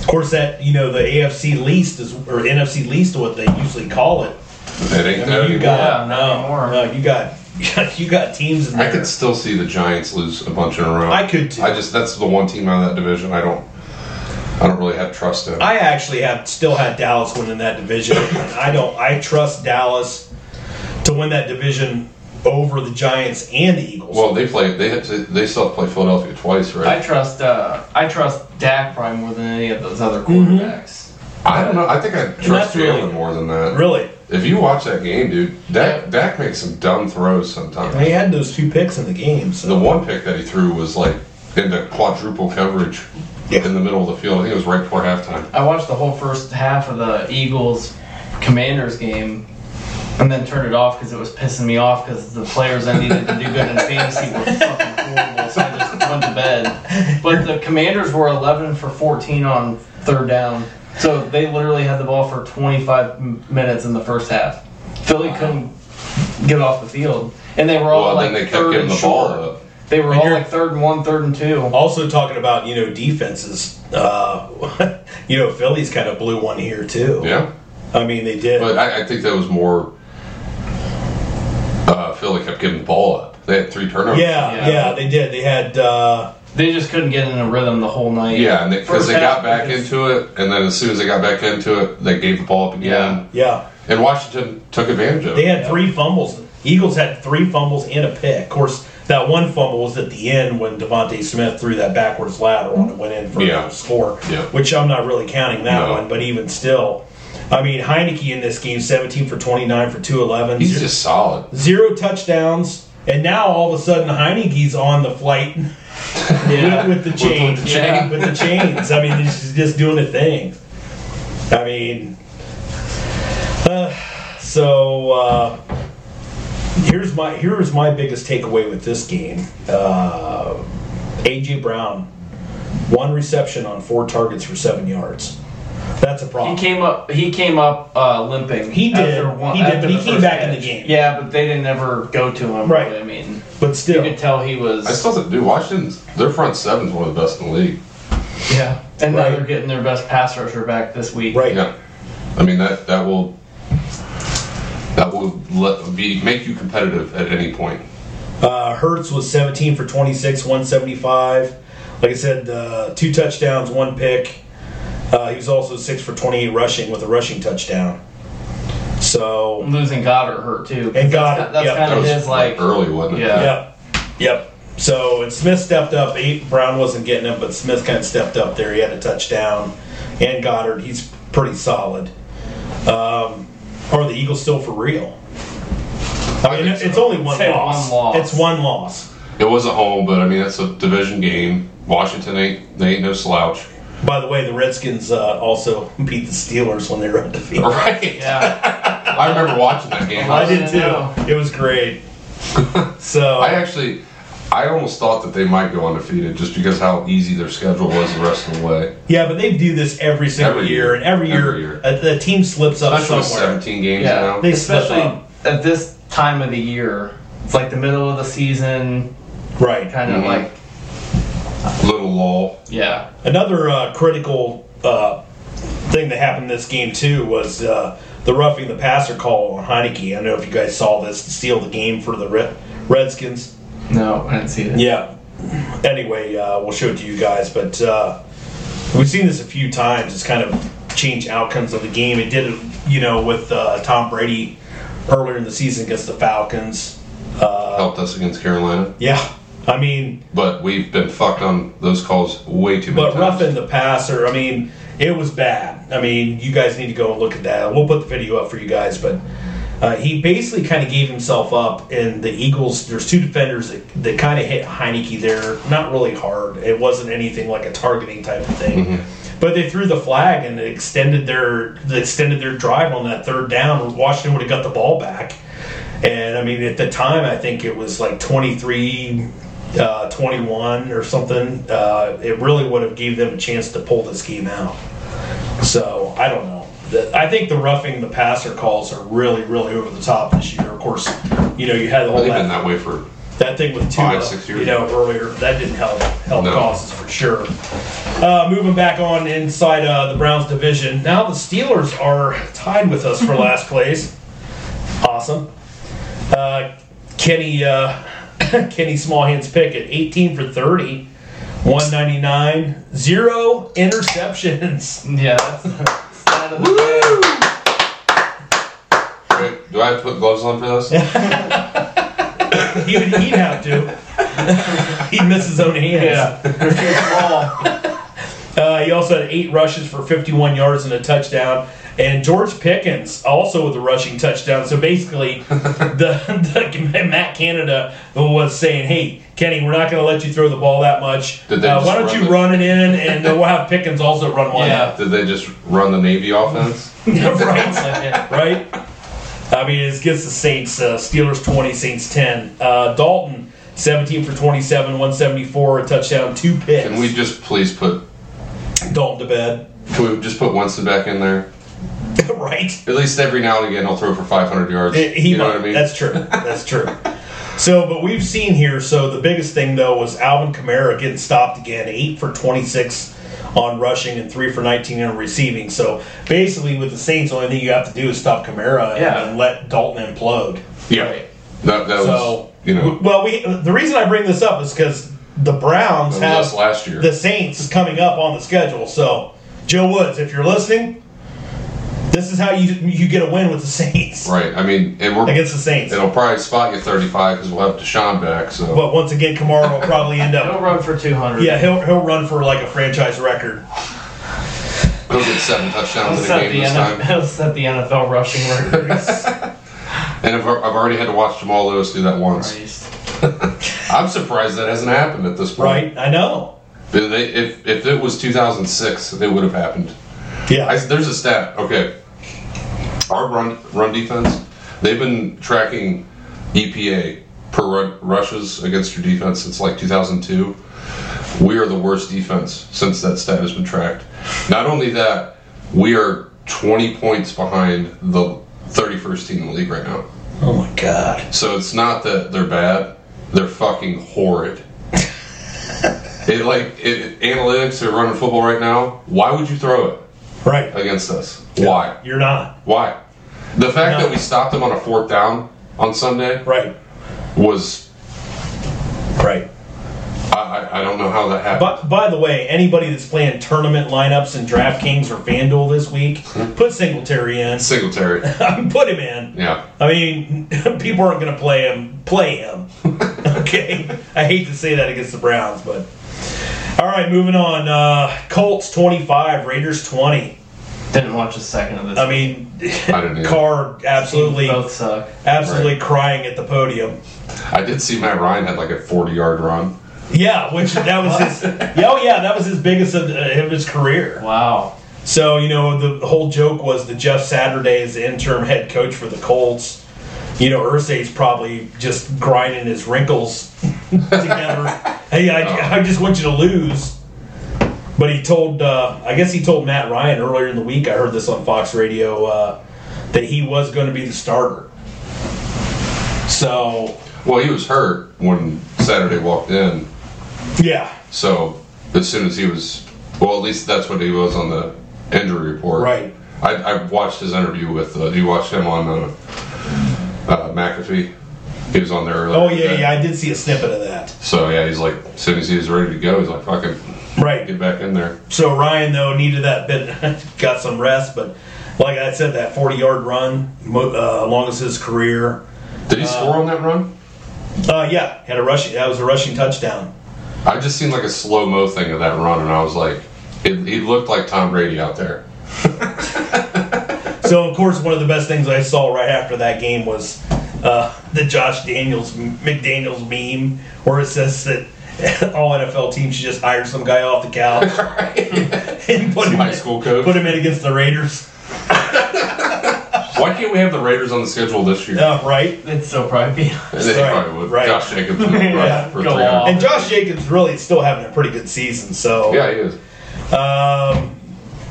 [SPEAKER 2] of course, that you know the AFC least is or NFC least is what they usually call it.
[SPEAKER 4] It ain't
[SPEAKER 2] I
[SPEAKER 4] that
[SPEAKER 2] mean, you
[SPEAKER 4] anymore.
[SPEAKER 2] got
[SPEAKER 1] Yeah, not
[SPEAKER 2] no,
[SPEAKER 1] anymore.
[SPEAKER 2] no, you got you got teams in
[SPEAKER 4] I
[SPEAKER 2] there.
[SPEAKER 4] could still see the Giants lose a bunch in a row.
[SPEAKER 2] I could too.
[SPEAKER 4] I just that's the one team out of that division I don't I don't really have trust in.
[SPEAKER 2] I actually have still had Dallas winning that division. and I don't. I trust Dallas to win that division over the Giants and the Eagles.
[SPEAKER 4] well, they play they have to, they still have to play Philadelphia twice,
[SPEAKER 1] I
[SPEAKER 4] right?
[SPEAKER 1] trust uh, I trust Dak probably more than any of those other quarterbacks.
[SPEAKER 4] I, don't know. I think I
[SPEAKER 2] that's
[SPEAKER 4] trust
[SPEAKER 2] really-
[SPEAKER 4] Jalen more than that.
[SPEAKER 2] really,
[SPEAKER 4] If you watch that game, dude, Dak Dak makes some dumb throws sometimes.
[SPEAKER 2] they had those two picks in the game. So
[SPEAKER 4] The one pick that he threw was like into quadruple coverage
[SPEAKER 2] Yeah.
[SPEAKER 4] in the middle of the field. I think it was right before halftime.
[SPEAKER 1] I watched the whole first half of the Eagles Commanders game and then turned it off because it was pissing me off because the players I needed to do good in fantasy were fucking horrible, so I just went to bed. But the Commanders were 11 for 14 on third down, so they literally had the ball for 25 m- minutes in the first half. Philly couldn't get off the field, and they were all
[SPEAKER 4] Well,
[SPEAKER 1] like
[SPEAKER 4] then they kept
[SPEAKER 1] third
[SPEAKER 4] giving
[SPEAKER 1] and
[SPEAKER 4] the ball
[SPEAKER 1] short.
[SPEAKER 4] up.
[SPEAKER 1] They were
[SPEAKER 2] And
[SPEAKER 1] all
[SPEAKER 2] you're-
[SPEAKER 1] like third and one, third and two.
[SPEAKER 2] Also talking about you know defenses, uh, you know Philly's kind of blew one here too.
[SPEAKER 4] Yeah,
[SPEAKER 2] I mean they did.
[SPEAKER 4] but I, I think that was more. Uh, Philly kept giving the ball up. They had three turnovers.
[SPEAKER 2] yeah, yeah,
[SPEAKER 1] Yeah.
[SPEAKER 2] they did. They had uh,
[SPEAKER 1] They just couldn't get in a rhythm the whole night.
[SPEAKER 4] Yeah, and because
[SPEAKER 1] First
[SPEAKER 4] they, got
[SPEAKER 1] half,
[SPEAKER 4] back
[SPEAKER 1] because-
[SPEAKER 4] into it, and then as soon as they got back into it, they gave the ball up again,
[SPEAKER 2] yeah,
[SPEAKER 4] and Washington took advantage of
[SPEAKER 2] they
[SPEAKER 4] it.
[SPEAKER 2] had three fumbles. Eagles had three fumbles and a pick. Of course, that one fumble was at the end when Devontae Smith threw that backwards lateral and it went in for
[SPEAKER 4] Yeah.
[SPEAKER 2] a score.
[SPEAKER 4] Yeah.
[SPEAKER 2] Which I'm not really counting that
[SPEAKER 4] No.
[SPEAKER 2] one, but even still, I mean Heineke in this game, 17 for 29 for 211.
[SPEAKER 4] He's just solid.
[SPEAKER 2] zero touchdowns, and now all of a sudden Heineke's on the flight
[SPEAKER 1] Yeah.
[SPEAKER 2] with, with the chains.
[SPEAKER 4] chain.
[SPEAKER 2] yeah, with the chains. I mean, he's just doing the thing. I mean, uh, so uh, here's my here's my biggest takeaway with this game. Uh, AJ Brown, one reception on four targets for seven yards. That's a
[SPEAKER 1] He
[SPEAKER 2] problem.
[SPEAKER 1] came up. He came up uh, limping.
[SPEAKER 2] He did.
[SPEAKER 1] after one-
[SPEAKER 2] He did,
[SPEAKER 1] after
[SPEAKER 2] but he
[SPEAKER 1] the
[SPEAKER 2] came
[SPEAKER 1] first
[SPEAKER 2] back in the
[SPEAKER 1] catch.
[SPEAKER 2] game.
[SPEAKER 1] Yeah, but they didn't ever go to him.
[SPEAKER 2] Right.
[SPEAKER 1] really. I mean,
[SPEAKER 2] but
[SPEAKER 1] you
[SPEAKER 2] still,
[SPEAKER 1] could tell he was.
[SPEAKER 4] I still think, dude, Washington's their front seven's one of the best in the league.
[SPEAKER 1] yeah. And
[SPEAKER 2] Right.
[SPEAKER 1] now they're getting their best pass rusher back this week.
[SPEAKER 2] right?
[SPEAKER 4] Yeah, I mean that that will that will let, be make you competitive at any point.
[SPEAKER 2] Uh, Hertz was 17 for 26, 175. Like I said, uh, two touchdowns, one pick. Uh, he was also 6 for 28 rushing with a rushing touchdown. So,
[SPEAKER 1] Losing Goddard hurt too.
[SPEAKER 2] And Goddard,
[SPEAKER 1] That's,
[SPEAKER 2] yeah.
[SPEAKER 4] That
[SPEAKER 1] kind of
[SPEAKER 4] was
[SPEAKER 1] his like.
[SPEAKER 4] early, wasn't it?
[SPEAKER 1] Yeah.
[SPEAKER 2] yep. Yep. So, and Smith stepped up. Eight, Brown wasn't getting it, but Smith kind of stepped up there. He had a touchdown. And Goddard, he's pretty solid. Um, are the Eagles still for real? I mean,
[SPEAKER 4] think so.
[SPEAKER 2] it's only one
[SPEAKER 1] Say one
[SPEAKER 2] loss.
[SPEAKER 1] loss.
[SPEAKER 2] It's one loss.
[SPEAKER 4] It was a home, but I mean that's a division game. Washington ain't they ain't no slouch,
[SPEAKER 2] By the way, the Redskins uh, also beat the Steelers when they were undefeated.
[SPEAKER 4] right?
[SPEAKER 1] Yeah.
[SPEAKER 4] I remember watching that game.
[SPEAKER 2] I
[SPEAKER 4] Oh, I,
[SPEAKER 2] did
[SPEAKER 1] No.
[SPEAKER 2] too. It was great. So
[SPEAKER 4] actually, I almost thought that they might go undefeated just because how easy their schedule was the rest of the way.
[SPEAKER 2] yeah, but they do this every single
[SPEAKER 4] Every
[SPEAKER 2] year,
[SPEAKER 4] year.
[SPEAKER 2] and every year,
[SPEAKER 4] Every year.
[SPEAKER 2] A, the team slips up
[SPEAKER 4] Especially with
[SPEAKER 2] somewhere.
[SPEAKER 4] 17 games
[SPEAKER 1] Yeah.
[SPEAKER 4] now.
[SPEAKER 2] They slip
[SPEAKER 1] Especially
[SPEAKER 2] up.
[SPEAKER 1] at this time of the year. It's like the middle of the season,
[SPEAKER 2] Right.
[SPEAKER 1] kind of
[SPEAKER 4] Mhm.
[SPEAKER 1] like
[SPEAKER 4] Little lull.
[SPEAKER 1] yeah.
[SPEAKER 2] Another uh, critical uh, thing that happened in this game too was uh, the roughing the passer call on Heineke. I don't know if you guys saw this to steal the game for the Red- Redskins.
[SPEAKER 1] No, I didn't see that.
[SPEAKER 2] Yeah. Anyway, uh, we'll show it to you guys, but uh, we've seen this a few times. It's kind of changed outcomes of the game. It did, it, you know, with uh, Tom Brady earlier in the season against the Falcons. Uh,
[SPEAKER 4] helped us against Carolina,
[SPEAKER 2] yeah, I mean,
[SPEAKER 4] but we've been fucked on those calls way too many
[SPEAKER 2] but
[SPEAKER 4] times.
[SPEAKER 2] roughing the passer, I mean, it was bad. I mean, you guys need to go and look at that. We'll put the video up for you guys, but uh, he basically kind of gave himself up. And the Eagles, there's two defenders that, that kind of hit Heineke there, not really hard. It wasn't anything like a targeting type of thing.
[SPEAKER 4] Mm-hmm.
[SPEAKER 2] But they threw the flag and it extended their they extended their drive on that third down. Washington would have got the ball back. And I mean, at the time, I think it was like 23, uh, 21 or something. Uh, it really would have gave them a chance to pull this game out. So I don't know. The- I think the roughing the passer calls are really, really over the top this year. Of course, you know you had the whole
[SPEAKER 4] They've been
[SPEAKER 2] that,
[SPEAKER 4] that way for
[SPEAKER 2] that thing with two,
[SPEAKER 4] five, six years.
[SPEAKER 2] you know, earlier that didn't help help
[SPEAKER 4] No.
[SPEAKER 2] causes for sure. Uh, moving back on inside uh, the Browns division, now the Steelers are tied with us for last place. Awesome. Uh, Kenny uh, Kenny Smallhands pick at 18 for 30, 199, zero interceptions.
[SPEAKER 1] Yeah, that's stat of the day.
[SPEAKER 4] Wait, do I have to put gloves on for this? Yeah.
[SPEAKER 2] He would he'd have to. he'd miss his own hands.
[SPEAKER 1] Yeah.
[SPEAKER 2] Uh, he also had eight rushes for 51 yards and a touchdown. And George Pickens also with a rushing touchdown. So basically, the, the Matt Canada was saying, "Hey, Kenny, we're not going to let you throw the ball that much.
[SPEAKER 4] Did they
[SPEAKER 2] Uh, why don't
[SPEAKER 4] just
[SPEAKER 2] you run
[SPEAKER 4] run
[SPEAKER 2] it in, and then we'll have Pickens also run one
[SPEAKER 1] Yeah.
[SPEAKER 4] Did they just run the Navy offense?
[SPEAKER 2] out, right?
[SPEAKER 1] yeah.
[SPEAKER 2] right? I mean, it gets the Saints, uh, Steelers 20, Saints 10. Uh, Dalton, 17 for 27, 174, a touchdown, two picks.
[SPEAKER 4] Can we just please put?
[SPEAKER 2] Dalton to bed.
[SPEAKER 4] Can we just put Winston back in there?
[SPEAKER 2] right?
[SPEAKER 4] At least every now and again, he'll throw for 500 yards.
[SPEAKER 2] He- he
[SPEAKER 4] you know
[SPEAKER 2] might.
[SPEAKER 4] what I mean?
[SPEAKER 2] That's true. That's true. so, but we've seen here, so the biggest thing, though, was Alvin Kamara getting stopped again, 8 for 26 on rushing and 3 for 19 on receiving. So basically, with the Saints, the only thing you have to do is stop Kamara and-
[SPEAKER 1] Yeah.
[SPEAKER 2] and let Dalton implode.
[SPEAKER 4] yeah.
[SPEAKER 1] Right.
[SPEAKER 4] That, that was
[SPEAKER 2] So,
[SPEAKER 4] you know
[SPEAKER 2] w- well, we the reason I bring this up is because the Browns
[SPEAKER 4] that
[SPEAKER 2] have
[SPEAKER 4] was us last year.
[SPEAKER 2] the Saints is coming up on the schedule. So, Joe Woods, if you're listening, this is how you you get a win with the Saints
[SPEAKER 4] right. I mean, and we're
[SPEAKER 2] against the Saints.
[SPEAKER 4] it'll probably spot you 35 because we'll have Deshaun back. So
[SPEAKER 2] But once again, Kamara will probably end
[SPEAKER 1] He'll
[SPEAKER 2] up.
[SPEAKER 1] run for 200.
[SPEAKER 2] Yeah, he'll he'll run for like a franchise record.
[SPEAKER 4] he'll get seven
[SPEAKER 1] He'll
[SPEAKER 4] touchdowns in a
[SPEAKER 1] set,
[SPEAKER 4] game
[SPEAKER 1] the
[SPEAKER 4] this
[SPEAKER 1] NFL,
[SPEAKER 4] time.
[SPEAKER 1] he'll set the NFL rushing record.
[SPEAKER 4] And I've, I've already had to watch Jamal Lewis do that once.
[SPEAKER 1] Christ.
[SPEAKER 4] I'm surprised that hasn't happened at this point.
[SPEAKER 2] Right? I know.
[SPEAKER 4] If, they- if, if it was 2006, it would have happened. I,
[SPEAKER 2] Yeah.
[SPEAKER 4] there's a stat. Okay, our run run defense. They've been tracking EPA per run, rushes against your defense since like 2002. We are the worst defense since that stat has been tracked. Not only that, we are 20 points behind the 31st team in the league right now.
[SPEAKER 2] Oh my God.
[SPEAKER 4] So it's not that they're bad; they're fucking horrid. it like it, analytics are running football right now. Why would you throw it
[SPEAKER 2] Right.
[SPEAKER 4] against us? Why?
[SPEAKER 2] You're not.
[SPEAKER 4] Why? The fact
[SPEAKER 2] No.
[SPEAKER 4] that we stopped them on a fourth down on Sunday
[SPEAKER 2] Right.
[SPEAKER 4] was
[SPEAKER 2] Right.
[SPEAKER 4] I, I, I don't know how that happened.
[SPEAKER 2] But by the way, anybody that's playing tournament lineups in DraftKings or FanDuel this week,
[SPEAKER 4] Hmm.
[SPEAKER 2] put Singletary in.
[SPEAKER 4] Singletary,
[SPEAKER 2] put him in.
[SPEAKER 4] yeah,
[SPEAKER 2] I mean, people aren't going to play him. Play him. okay. I hate to say that against the Browns, but all right. Moving on. Uh, Colts twenty-five, Raiders twenty.
[SPEAKER 1] Didn't watch a second of this.
[SPEAKER 2] I mean,
[SPEAKER 4] I didn't. Either.
[SPEAKER 2] Carr absolutely,
[SPEAKER 1] both suck.
[SPEAKER 2] absolutely crying at the podium.
[SPEAKER 4] I did see Matt Ryan had like a forty-yard run.
[SPEAKER 2] Yeah, which that was his. Oh yeah, that was his biggest of, uh, of his career.
[SPEAKER 1] Wow.
[SPEAKER 2] So, you know, the whole joke was that Jeff Saturday is the interim head coach for the Colts. You know, Ursay's probably just grinding his wrinkles together. hey, I, I just want you to lose. But he told, uh, I guess he told Matt Ryan earlier in the week, I heard this on Fox Radio, uh, that he was going to be the starter. So,
[SPEAKER 4] Well, he was hurt when Saturday walked in,
[SPEAKER 2] yeah.
[SPEAKER 4] so as soon as he was, well, at least that's what he was on the injury report.
[SPEAKER 2] Right.
[SPEAKER 4] I, I watched his interview with. Uh, you watched him on uh, uh, McAfee. He was on there earlier.
[SPEAKER 2] Oh yeah,
[SPEAKER 4] today.
[SPEAKER 2] yeah. I did see a snippet of that.
[SPEAKER 4] So yeah, he's like, as soon as he was ready to go, he's like, "Fucking
[SPEAKER 2] Right.
[SPEAKER 4] get back in there."
[SPEAKER 2] So Ryan though needed that bit, got some rest, but like I said, that 40 yard run, mo- uh, longest of his career.
[SPEAKER 4] Did he score on that run?
[SPEAKER 2] Uh, yeah, had a rushing. That was a rushing touchdown.
[SPEAKER 4] I just seen like a slow mo thing of that run, and I was like, it, he looked like Tom Brady out there.
[SPEAKER 2] So of course, one of the best things I saw right after that game was uh, the Josh Daniels McDaniel's meme, where it says that all NFL teams should just hire some guy off the couch and put
[SPEAKER 4] Some
[SPEAKER 2] him
[SPEAKER 4] high
[SPEAKER 2] in-
[SPEAKER 4] school coach.
[SPEAKER 2] put him in against the Raiders.
[SPEAKER 4] Why can't we have the Raiders on the schedule this year?
[SPEAKER 2] Uh, right.
[SPEAKER 1] It'd still probably be.
[SPEAKER 4] They
[SPEAKER 2] right,
[SPEAKER 4] probably would.
[SPEAKER 2] right.
[SPEAKER 4] Josh Jacobs
[SPEAKER 2] Yeah,
[SPEAKER 4] for
[SPEAKER 1] go
[SPEAKER 4] 300.
[SPEAKER 1] on.
[SPEAKER 2] And Josh Jacobs really is still having a pretty good season. So
[SPEAKER 4] Yeah, he is.
[SPEAKER 2] Um,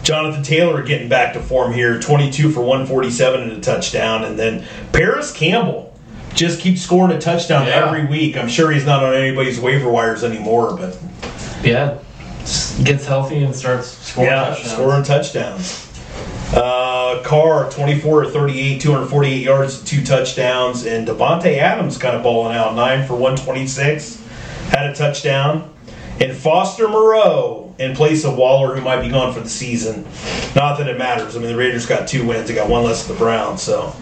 [SPEAKER 2] Jonathan Taylor getting back to form here, 22 for 147 and a touchdown. And then Paris Campbell just keeps scoring a touchdown
[SPEAKER 1] Yeah.
[SPEAKER 2] every week. I'm sure he's not on anybody's waiver wires anymore, but
[SPEAKER 1] Yeah. Just gets healthy and starts scoring
[SPEAKER 2] yeah,
[SPEAKER 1] touchdowns.
[SPEAKER 2] scoring touchdowns. Uh, Carr, 24 or 38, 248 yards, two touchdowns. And Devontae Adams kind of balling out, 9 for 126, had a touchdown. And Foster Moreau in place of Waller, who might be gone for the season. Not that it matters. I mean, the Raiders got two wins, they got one less than the Browns, so.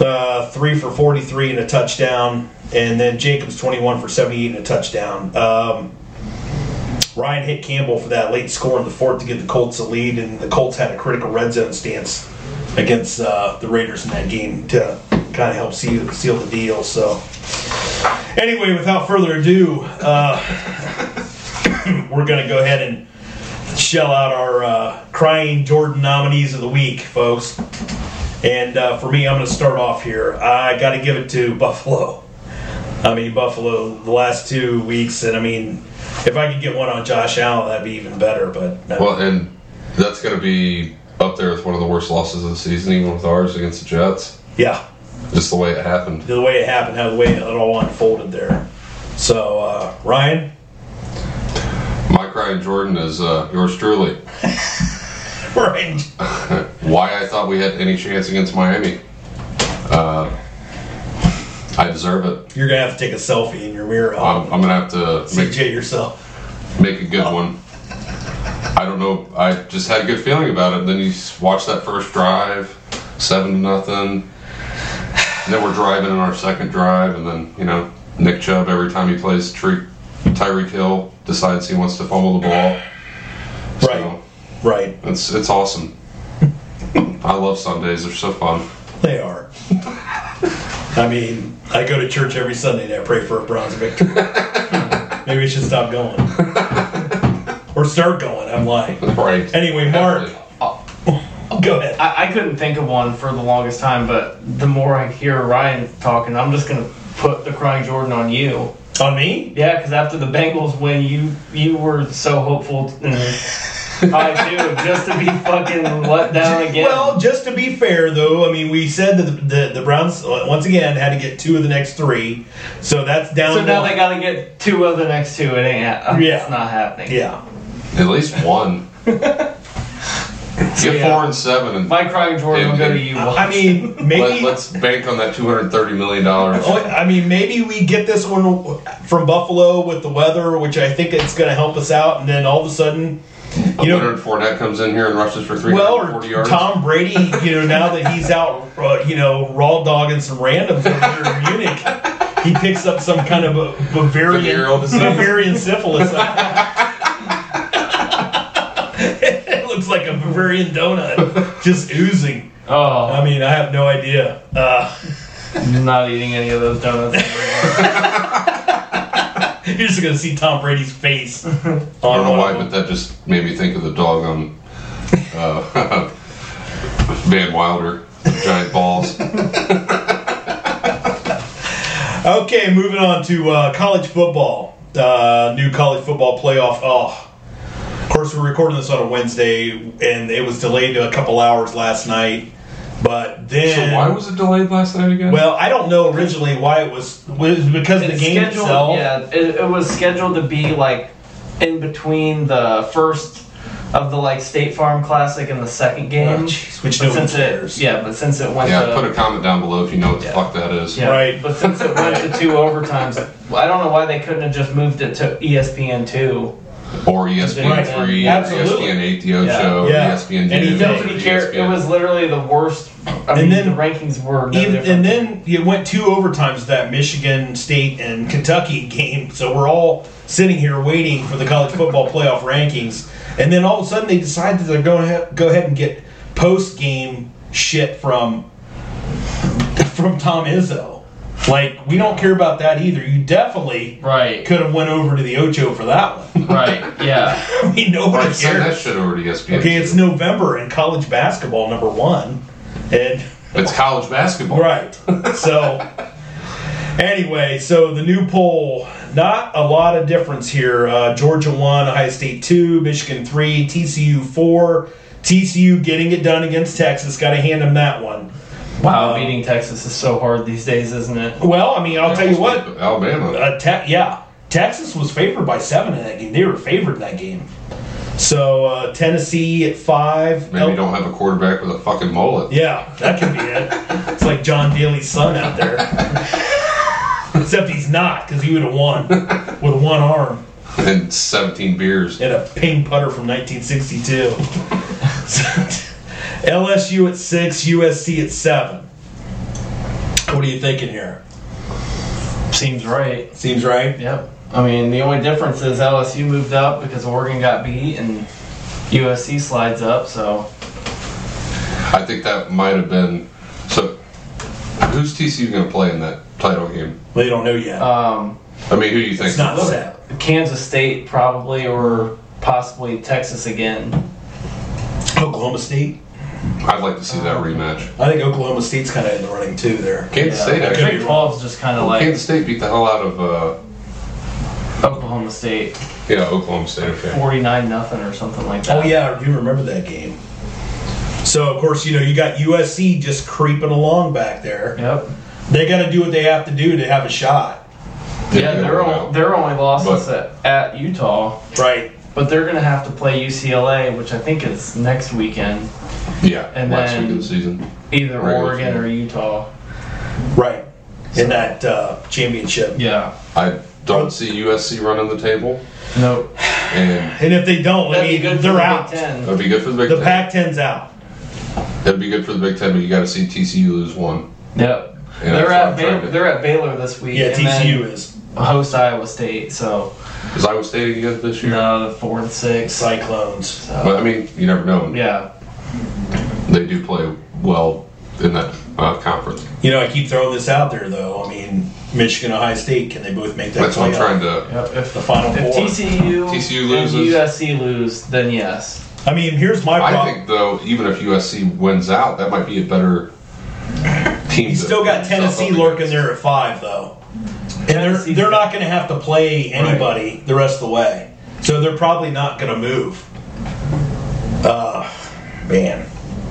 [SPEAKER 2] Uh, three for 43 and a touchdown. And then Jacobs, 21 for 78 and a touchdown. Um, Ryan hit Campbell for that late score in the fourth to give the Colts a lead, and the Colts had a critical red zone stance against uh, the Raiders in that game to kind of help seal, seal the deal. So, anyway, without further ado, uh, we're going to go ahead and shell out our uh, crying Jordan nominees of the week, folks. And uh, for me, I'm going to start off here. I got to give it to Buffalo. I mean, Buffalo, the last two weeks, and I mean, if I could get one on Josh Allen, that'd be even better. But uh,
[SPEAKER 4] Well, and that's going to be up there with one of the worst losses of the season, even with ours against the Jets.
[SPEAKER 2] yeah,
[SPEAKER 4] Just the way it happened.
[SPEAKER 2] the way it happened, how the way it all unfolded there. So, uh, Ryan,
[SPEAKER 4] My cry in Jordan is uh, yours truly.
[SPEAKER 2] Ryan,
[SPEAKER 4] Why I thought we had any chance against Miami. Uh, I deserve it.
[SPEAKER 2] you're gonna have to take a selfie in your mirror.
[SPEAKER 4] I'm, I'm going to have to make
[SPEAKER 2] CJ yourself.
[SPEAKER 4] make a good one. I don't know. I just had a good feeling about it. And then you s- watch that first drive, seven to nothing. And then we're driving in our second drive, and then you know Nick Chubb every time he plays Tyre- Tyreek Hill decides he wants to fumble the ball.
[SPEAKER 2] Right, right.
[SPEAKER 4] it's it's awesome. I love Sundays. They're so fun.
[SPEAKER 2] They are. I mean, I go to church every Sunday and I pray for a bronze victory. Maybe I should stop going. or start going. I'm lying.
[SPEAKER 4] Right.
[SPEAKER 2] Anyway, Mark,
[SPEAKER 4] Uh,
[SPEAKER 2] go ahead.
[SPEAKER 1] I, I couldn't think of one for the longest time, but the more I hear Ryan talking, I'm just gonna put the crying Jordan on you.
[SPEAKER 2] On me?
[SPEAKER 1] Yeah, because after the Bengals win, you you were so hopeful. And I do just to be fucking let down again.
[SPEAKER 2] Well, just to be fair, though, I mean, we said that the, the, the Browns uh, once again had to get two of the next three, so that's down.
[SPEAKER 1] so now
[SPEAKER 2] one.
[SPEAKER 1] they gotta get two of the next two. It ain't. ha-
[SPEAKER 2] Yeah.
[SPEAKER 1] it's not happening.
[SPEAKER 2] yeah.
[SPEAKER 4] At least one. Get
[SPEAKER 1] Yeah.
[SPEAKER 4] four and seven, and
[SPEAKER 1] My crying Jordan will go to you.
[SPEAKER 2] I mean, maybe.
[SPEAKER 4] let, let's bank on that two hundred thirty million dollars.
[SPEAKER 2] Oh, I mean, maybe we get this one from Buffalo with the weather, which I think it's going to help us out, and then all of a sudden, you know,
[SPEAKER 4] Leonard Fournette comes in here and rushes for
[SPEAKER 2] Well,
[SPEAKER 4] 340
[SPEAKER 2] or
[SPEAKER 4] yards.
[SPEAKER 2] Tom Brady, you know, now that he's out, uh, you know, raw dogging some randoms over there in Munich, he picks up some kind of a Bavarian,
[SPEAKER 4] Venereal disease.
[SPEAKER 2] Bavarian syphilis. it looks like a Bavarian donut just oozing.
[SPEAKER 1] oh,
[SPEAKER 2] I mean, I have no idea. Uh,
[SPEAKER 1] I'm not eating any of those donuts.
[SPEAKER 2] you're just going to see Tom Brady's face. On
[SPEAKER 4] I don't know
[SPEAKER 2] one
[SPEAKER 4] why,
[SPEAKER 2] of
[SPEAKER 4] but
[SPEAKER 2] them.
[SPEAKER 4] that just made me think of the dog on uh, Van Wilder, the giant balls.
[SPEAKER 2] Okay, moving on to uh, college football. Uh, new college football playoff. Oh, of course, we're recording this on a Wednesday, and it was delayed to a couple hours last night. But then,
[SPEAKER 4] So why was it delayed last night again?
[SPEAKER 2] well, I don't know originally why it was. It was because of the
[SPEAKER 1] It's
[SPEAKER 2] game
[SPEAKER 1] scheduled,
[SPEAKER 2] itself.
[SPEAKER 1] Yeah, it, it was scheduled to be like in between the first of the like State Farm Classic in the second game.
[SPEAKER 2] Oh, jeez, which
[SPEAKER 1] but
[SPEAKER 2] no one
[SPEAKER 1] since it,
[SPEAKER 2] cares.
[SPEAKER 1] yeah, but since it went
[SPEAKER 4] Yeah,
[SPEAKER 1] to
[SPEAKER 4] put a comment down below if you know what the
[SPEAKER 1] uh, Yeah.
[SPEAKER 4] fuck that is.
[SPEAKER 1] yeah,
[SPEAKER 2] Right.
[SPEAKER 1] but since it went to two overtimes, I don't know why they couldn't have just moved it to E ESPN two.
[SPEAKER 4] Or E ESPN
[SPEAKER 1] Right.
[SPEAKER 4] three,
[SPEAKER 2] Absolutely.
[SPEAKER 4] or ESPN eight, the O
[SPEAKER 1] Yeah.
[SPEAKER 4] show, E
[SPEAKER 2] Yeah.
[SPEAKER 4] ESPN
[SPEAKER 2] And
[SPEAKER 4] two,
[SPEAKER 2] he doesn't
[SPEAKER 1] Nobody
[SPEAKER 4] E
[SPEAKER 1] cared. It was literally the worst. I
[SPEAKER 2] And
[SPEAKER 1] mean,
[SPEAKER 2] then-
[SPEAKER 1] the rankings were no
[SPEAKER 2] Even,
[SPEAKER 1] different.
[SPEAKER 2] and then it went two overtimes that Michigan State and Kentucky game. So we're all sitting here waiting for the college football playoff rankings. And then all of a sudden they decide that they're going to go ahead and get post game shit from from Tom Izzo. Like we don't care about that either. You definitely
[SPEAKER 1] right,
[SPEAKER 2] could have went over to the Ocho for that one.
[SPEAKER 1] right, yeah.
[SPEAKER 2] I mean, nobody
[SPEAKER 4] Right, send that
[SPEAKER 2] cares.
[SPEAKER 4] shit over to E ESPN.
[SPEAKER 2] Okay, it's
[SPEAKER 4] two.
[SPEAKER 2] November and college basketball number one, and.
[SPEAKER 4] It's college basketball.
[SPEAKER 2] Right. So, anyway, so the new poll, not a lot of difference here. Uh, Georgia 1, Ohio State 2, Michigan 3, TCU 4. TCU getting it done against Texas. Got to hand them that one.
[SPEAKER 1] Wow, beating Texas is so hard these days, isn't it?
[SPEAKER 2] Uh, Well, I mean, I'll tell you what.
[SPEAKER 4] Alabama.
[SPEAKER 2] Uh, te- yeah, Texas was favored by seven in that game. They were favored in that game. So uh, Tennessee at five.
[SPEAKER 4] Maybe
[SPEAKER 2] El-
[SPEAKER 4] you don't have a quarterback with a fucking mullet.
[SPEAKER 2] Yeah, that could be it. It's like John Daly's son out there. Except he's not, because he would have won with one arm
[SPEAKER 4] And 17 beers.
[SPEAKER 2] and a ping putter from 1962. So, LSU at six, USC at seven. What are you thinking here?
[SPEAKER 1] Seems right.
[SPEAKER 2] Seems right.
[SPEAKER 1] Yep. I mean, the only difference is LSU moved up because Oregon got beat and USC slides up. So
[SPEAKER 4] I think that might have been. So, who's TCU going to play in that title game?
[SPEAKER 2] They don't know yet.
[SPEAKER 1] um,
[SPEAKER 4] I mean, who do you think?
[SPEAKER 2] it's not set.
[SPEAKER 1] Kansas State probably, or possibly Texas again.
[SPEAKER 2] Oklahoma State.
[SPEAKER 4] I'd like to see
[SPEAKER 1] Oh.
[SPEAKER 4] that rematch.
[SPEAKER 2] I think Oklahoma State's kind of in the running too there.
[SPEAKER 4] Kansas
[SPEAKER 1] Yeah.
[SPEAKER 4] State actually.
[SPEAKER 1] Big 12's just kind of like
[SPEAKER 4] Kansas State beat the hell out of uh,
[SPEAKER 1] Oklahoma State,
[SPEAKER 4] yeah Oklahoma State. Okay.
[SPEAKER 1] forty-nine nothing or something like
[SPEAKER 2] Oh
[SPEAKER 1] that.
[SPEAKER 2] yeah, I do remember that game. So of course you know you got USC just creeping along back there.
[SPEAKER 1] Yep.
[SPEAKER 2] They got to do what they have to do to have a shot,
[SPEAKER 1] Yeah, their
[SPEAKER 4] well,
[SPEAKER 1] o- their only loss was at, at Utah,
[SPEAKER 2] right?
[SPEAKER 1] but they're gonna have to play UCLA, which I think is next weekend,
[SPEAKER 4] yeah.
[SPEAKER 1] and
[SPEAKER 4] last
[SPEAKER 1] then-
[SPEAKER 4] week of the season.
[SPEAKER 1] either
[SPEAKER 4] Right,
[SPEAKER 1] Oregon
[SPEAKER 4] yeah.
[SPEAKER 1] or Utah.
[SPEAKER 2] Right. In that uh, championship.
[SPEAKER 1] Yeah.
[SPEAKER 4] I don't see USC running the table,
[SPEAKER 1] No.
[SPEAKER 4] and
[SPEAKER 2] And if they don't, I
[SPEAKER 1] That'd be
[SPEAKER 2] mean,
[SPEAKER 1] good for
[SPEAKER 2] they're
[SPEAKER 1] the
[SPEAKER 2] out.
[SPEAKER 1] Big Ten.
[SPEAKER 4] that'd be good for the Big
[SPEAKER 2] The
[SPEAKER 4] Ten.
[SPEAKER 2] Pac-10's out.
[SPEAKER 4] That'd be good for the Big Ten, but you got to see TCU lose one.
[SPEAKER 1] Yep.
[SPEAKER 4] Yeah,
[SPEAKER 1] they're at
[SPEAKER 4] that's what I'm trying
[SPEAKER 1] Baylor,
[SPEAKER 4] to-
[SPEAKER 1] they're at Baylor this week.
[SPEAKER 2] Yeah,
[SPEAKER 1] and
[SPEAKER 2] TCU
[SPEAKER 1] then
[SPEAKER 2] is
[SPEAKER 1] host Iowa State, so
[SPEAKER 4] Is Iowa State again this year?
[SPEAKER 1] no the four and six.
[SPEAKER 2] Cyclones.
[SPEAKER 4] But I mean, you never know.
[SPEAKER 1] yeah,
[SPEAKER 4] They do play well in that uh, conference.
[SPEAKER 2] You know, I keep throwing this out there though. I mean, Michigan, Ohio State, can they both make that?
[SPEAKER 4] That's what I'm
[SPEAKER 2] playoff?
[SPEAKER 4] trying to.
[SPEAKER 1] yep. If
[SPEAKER 2] The final
[SPEAKER 1] if
[SPEAKER 2] four.
[SPEAKER 1] TCU,
[SPEAKER 4] TCU
[SPEAKER 1] and
[SPEAKER 4] loses.
[SPEAKER 1] USC lose, then yes.
[SPEAKER 2] I mean, here's my
[SPEAKER 4] I
[SPEAKER 2] problem.
[SPEAKER 4] think though, even if USC wins out, that might be a better team.
[SPEAKER 2] You
[SPEAKER 4] to
[SPEAKER 2] still got
[SPEAKER 4] put
[SPEAKER 2] Tennessee
[SPEAKER 4] yourself up
[SPEAKER 2] lurking
[SPEAKER 4] against.
[SPEAKER 2] there at five, though, and they're
[SPEAKER 1] Tennessee's
[SPEAKER 2] they're
[SPEAKER 1] got-
[SPEAKER 2] not going to have to play anybody the rest of the way, so they're probably not going to move. Uh, man,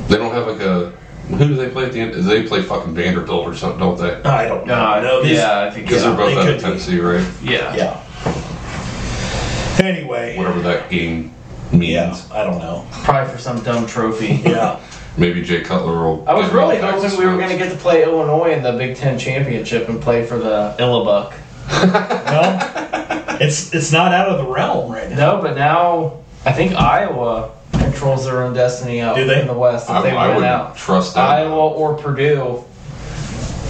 [SPEAKER 4] They don't have like a. Who do they play at the end? They play fucking Vanderbilt or something, don't they?
[SPEAKER 2] I don't know.
[SPEAKER 1] Uh,
[SPEAKER 2] No, these-
[SPEAKER 1] yeah, I think
[SPEAKER 4] Because
[SPEAKER 1] yeah.
[SPEAKER 4] they're both
[SPEAKER 2] they
[SPEAKER 4] out
[SPEAKER 2] could
[SPEAKER 4] of
[SPEAKER 2] be.
[SPEAKER 4] Tennessee, right?
[SPEAKER 1] yeah.
[SPEAKER 2] yeah. Anyway,
[SPEAKER 4] Whatever that game means.
[SPEAKER 2] yeah, I don't know.
[SPEAKER 1] probably for some dumb trophy.
[SPEAKER 2] Yeah,
[SPEAKER 4] Maybe Jay Cutler will.
[SPEAKER 1] I was
[SPEAKER 4] get
[SPEAKER 1] really
[SPEAKER 4] him back
[SPEAKER 1] hoping
[SPEAKER 4] to
[SPEAKER 1] we were
[SPEAKER 4] sports.
[SPEAKER 1] going to get to play Illinois in the Big Ten championship and play for the Illabuck.
[SPEAKER 2] well, it's it's not out of the realm right now.
[SPEAKER 1] No, but now I think Iowa controls their own destiny out
[SPEAKER 2] Do they?
[SPEAKER 1] in the West if
[SPEAKER 4] I,
[SPEAKER 1] they
[SPEAKER 4] I
[SPEAKER 1] win
[SPEAKER 4] wouldn't
[SPEAKER 1] out.
[SPEAKER 4] trust them.
[SPEAKER 1] Iowa or Purdue.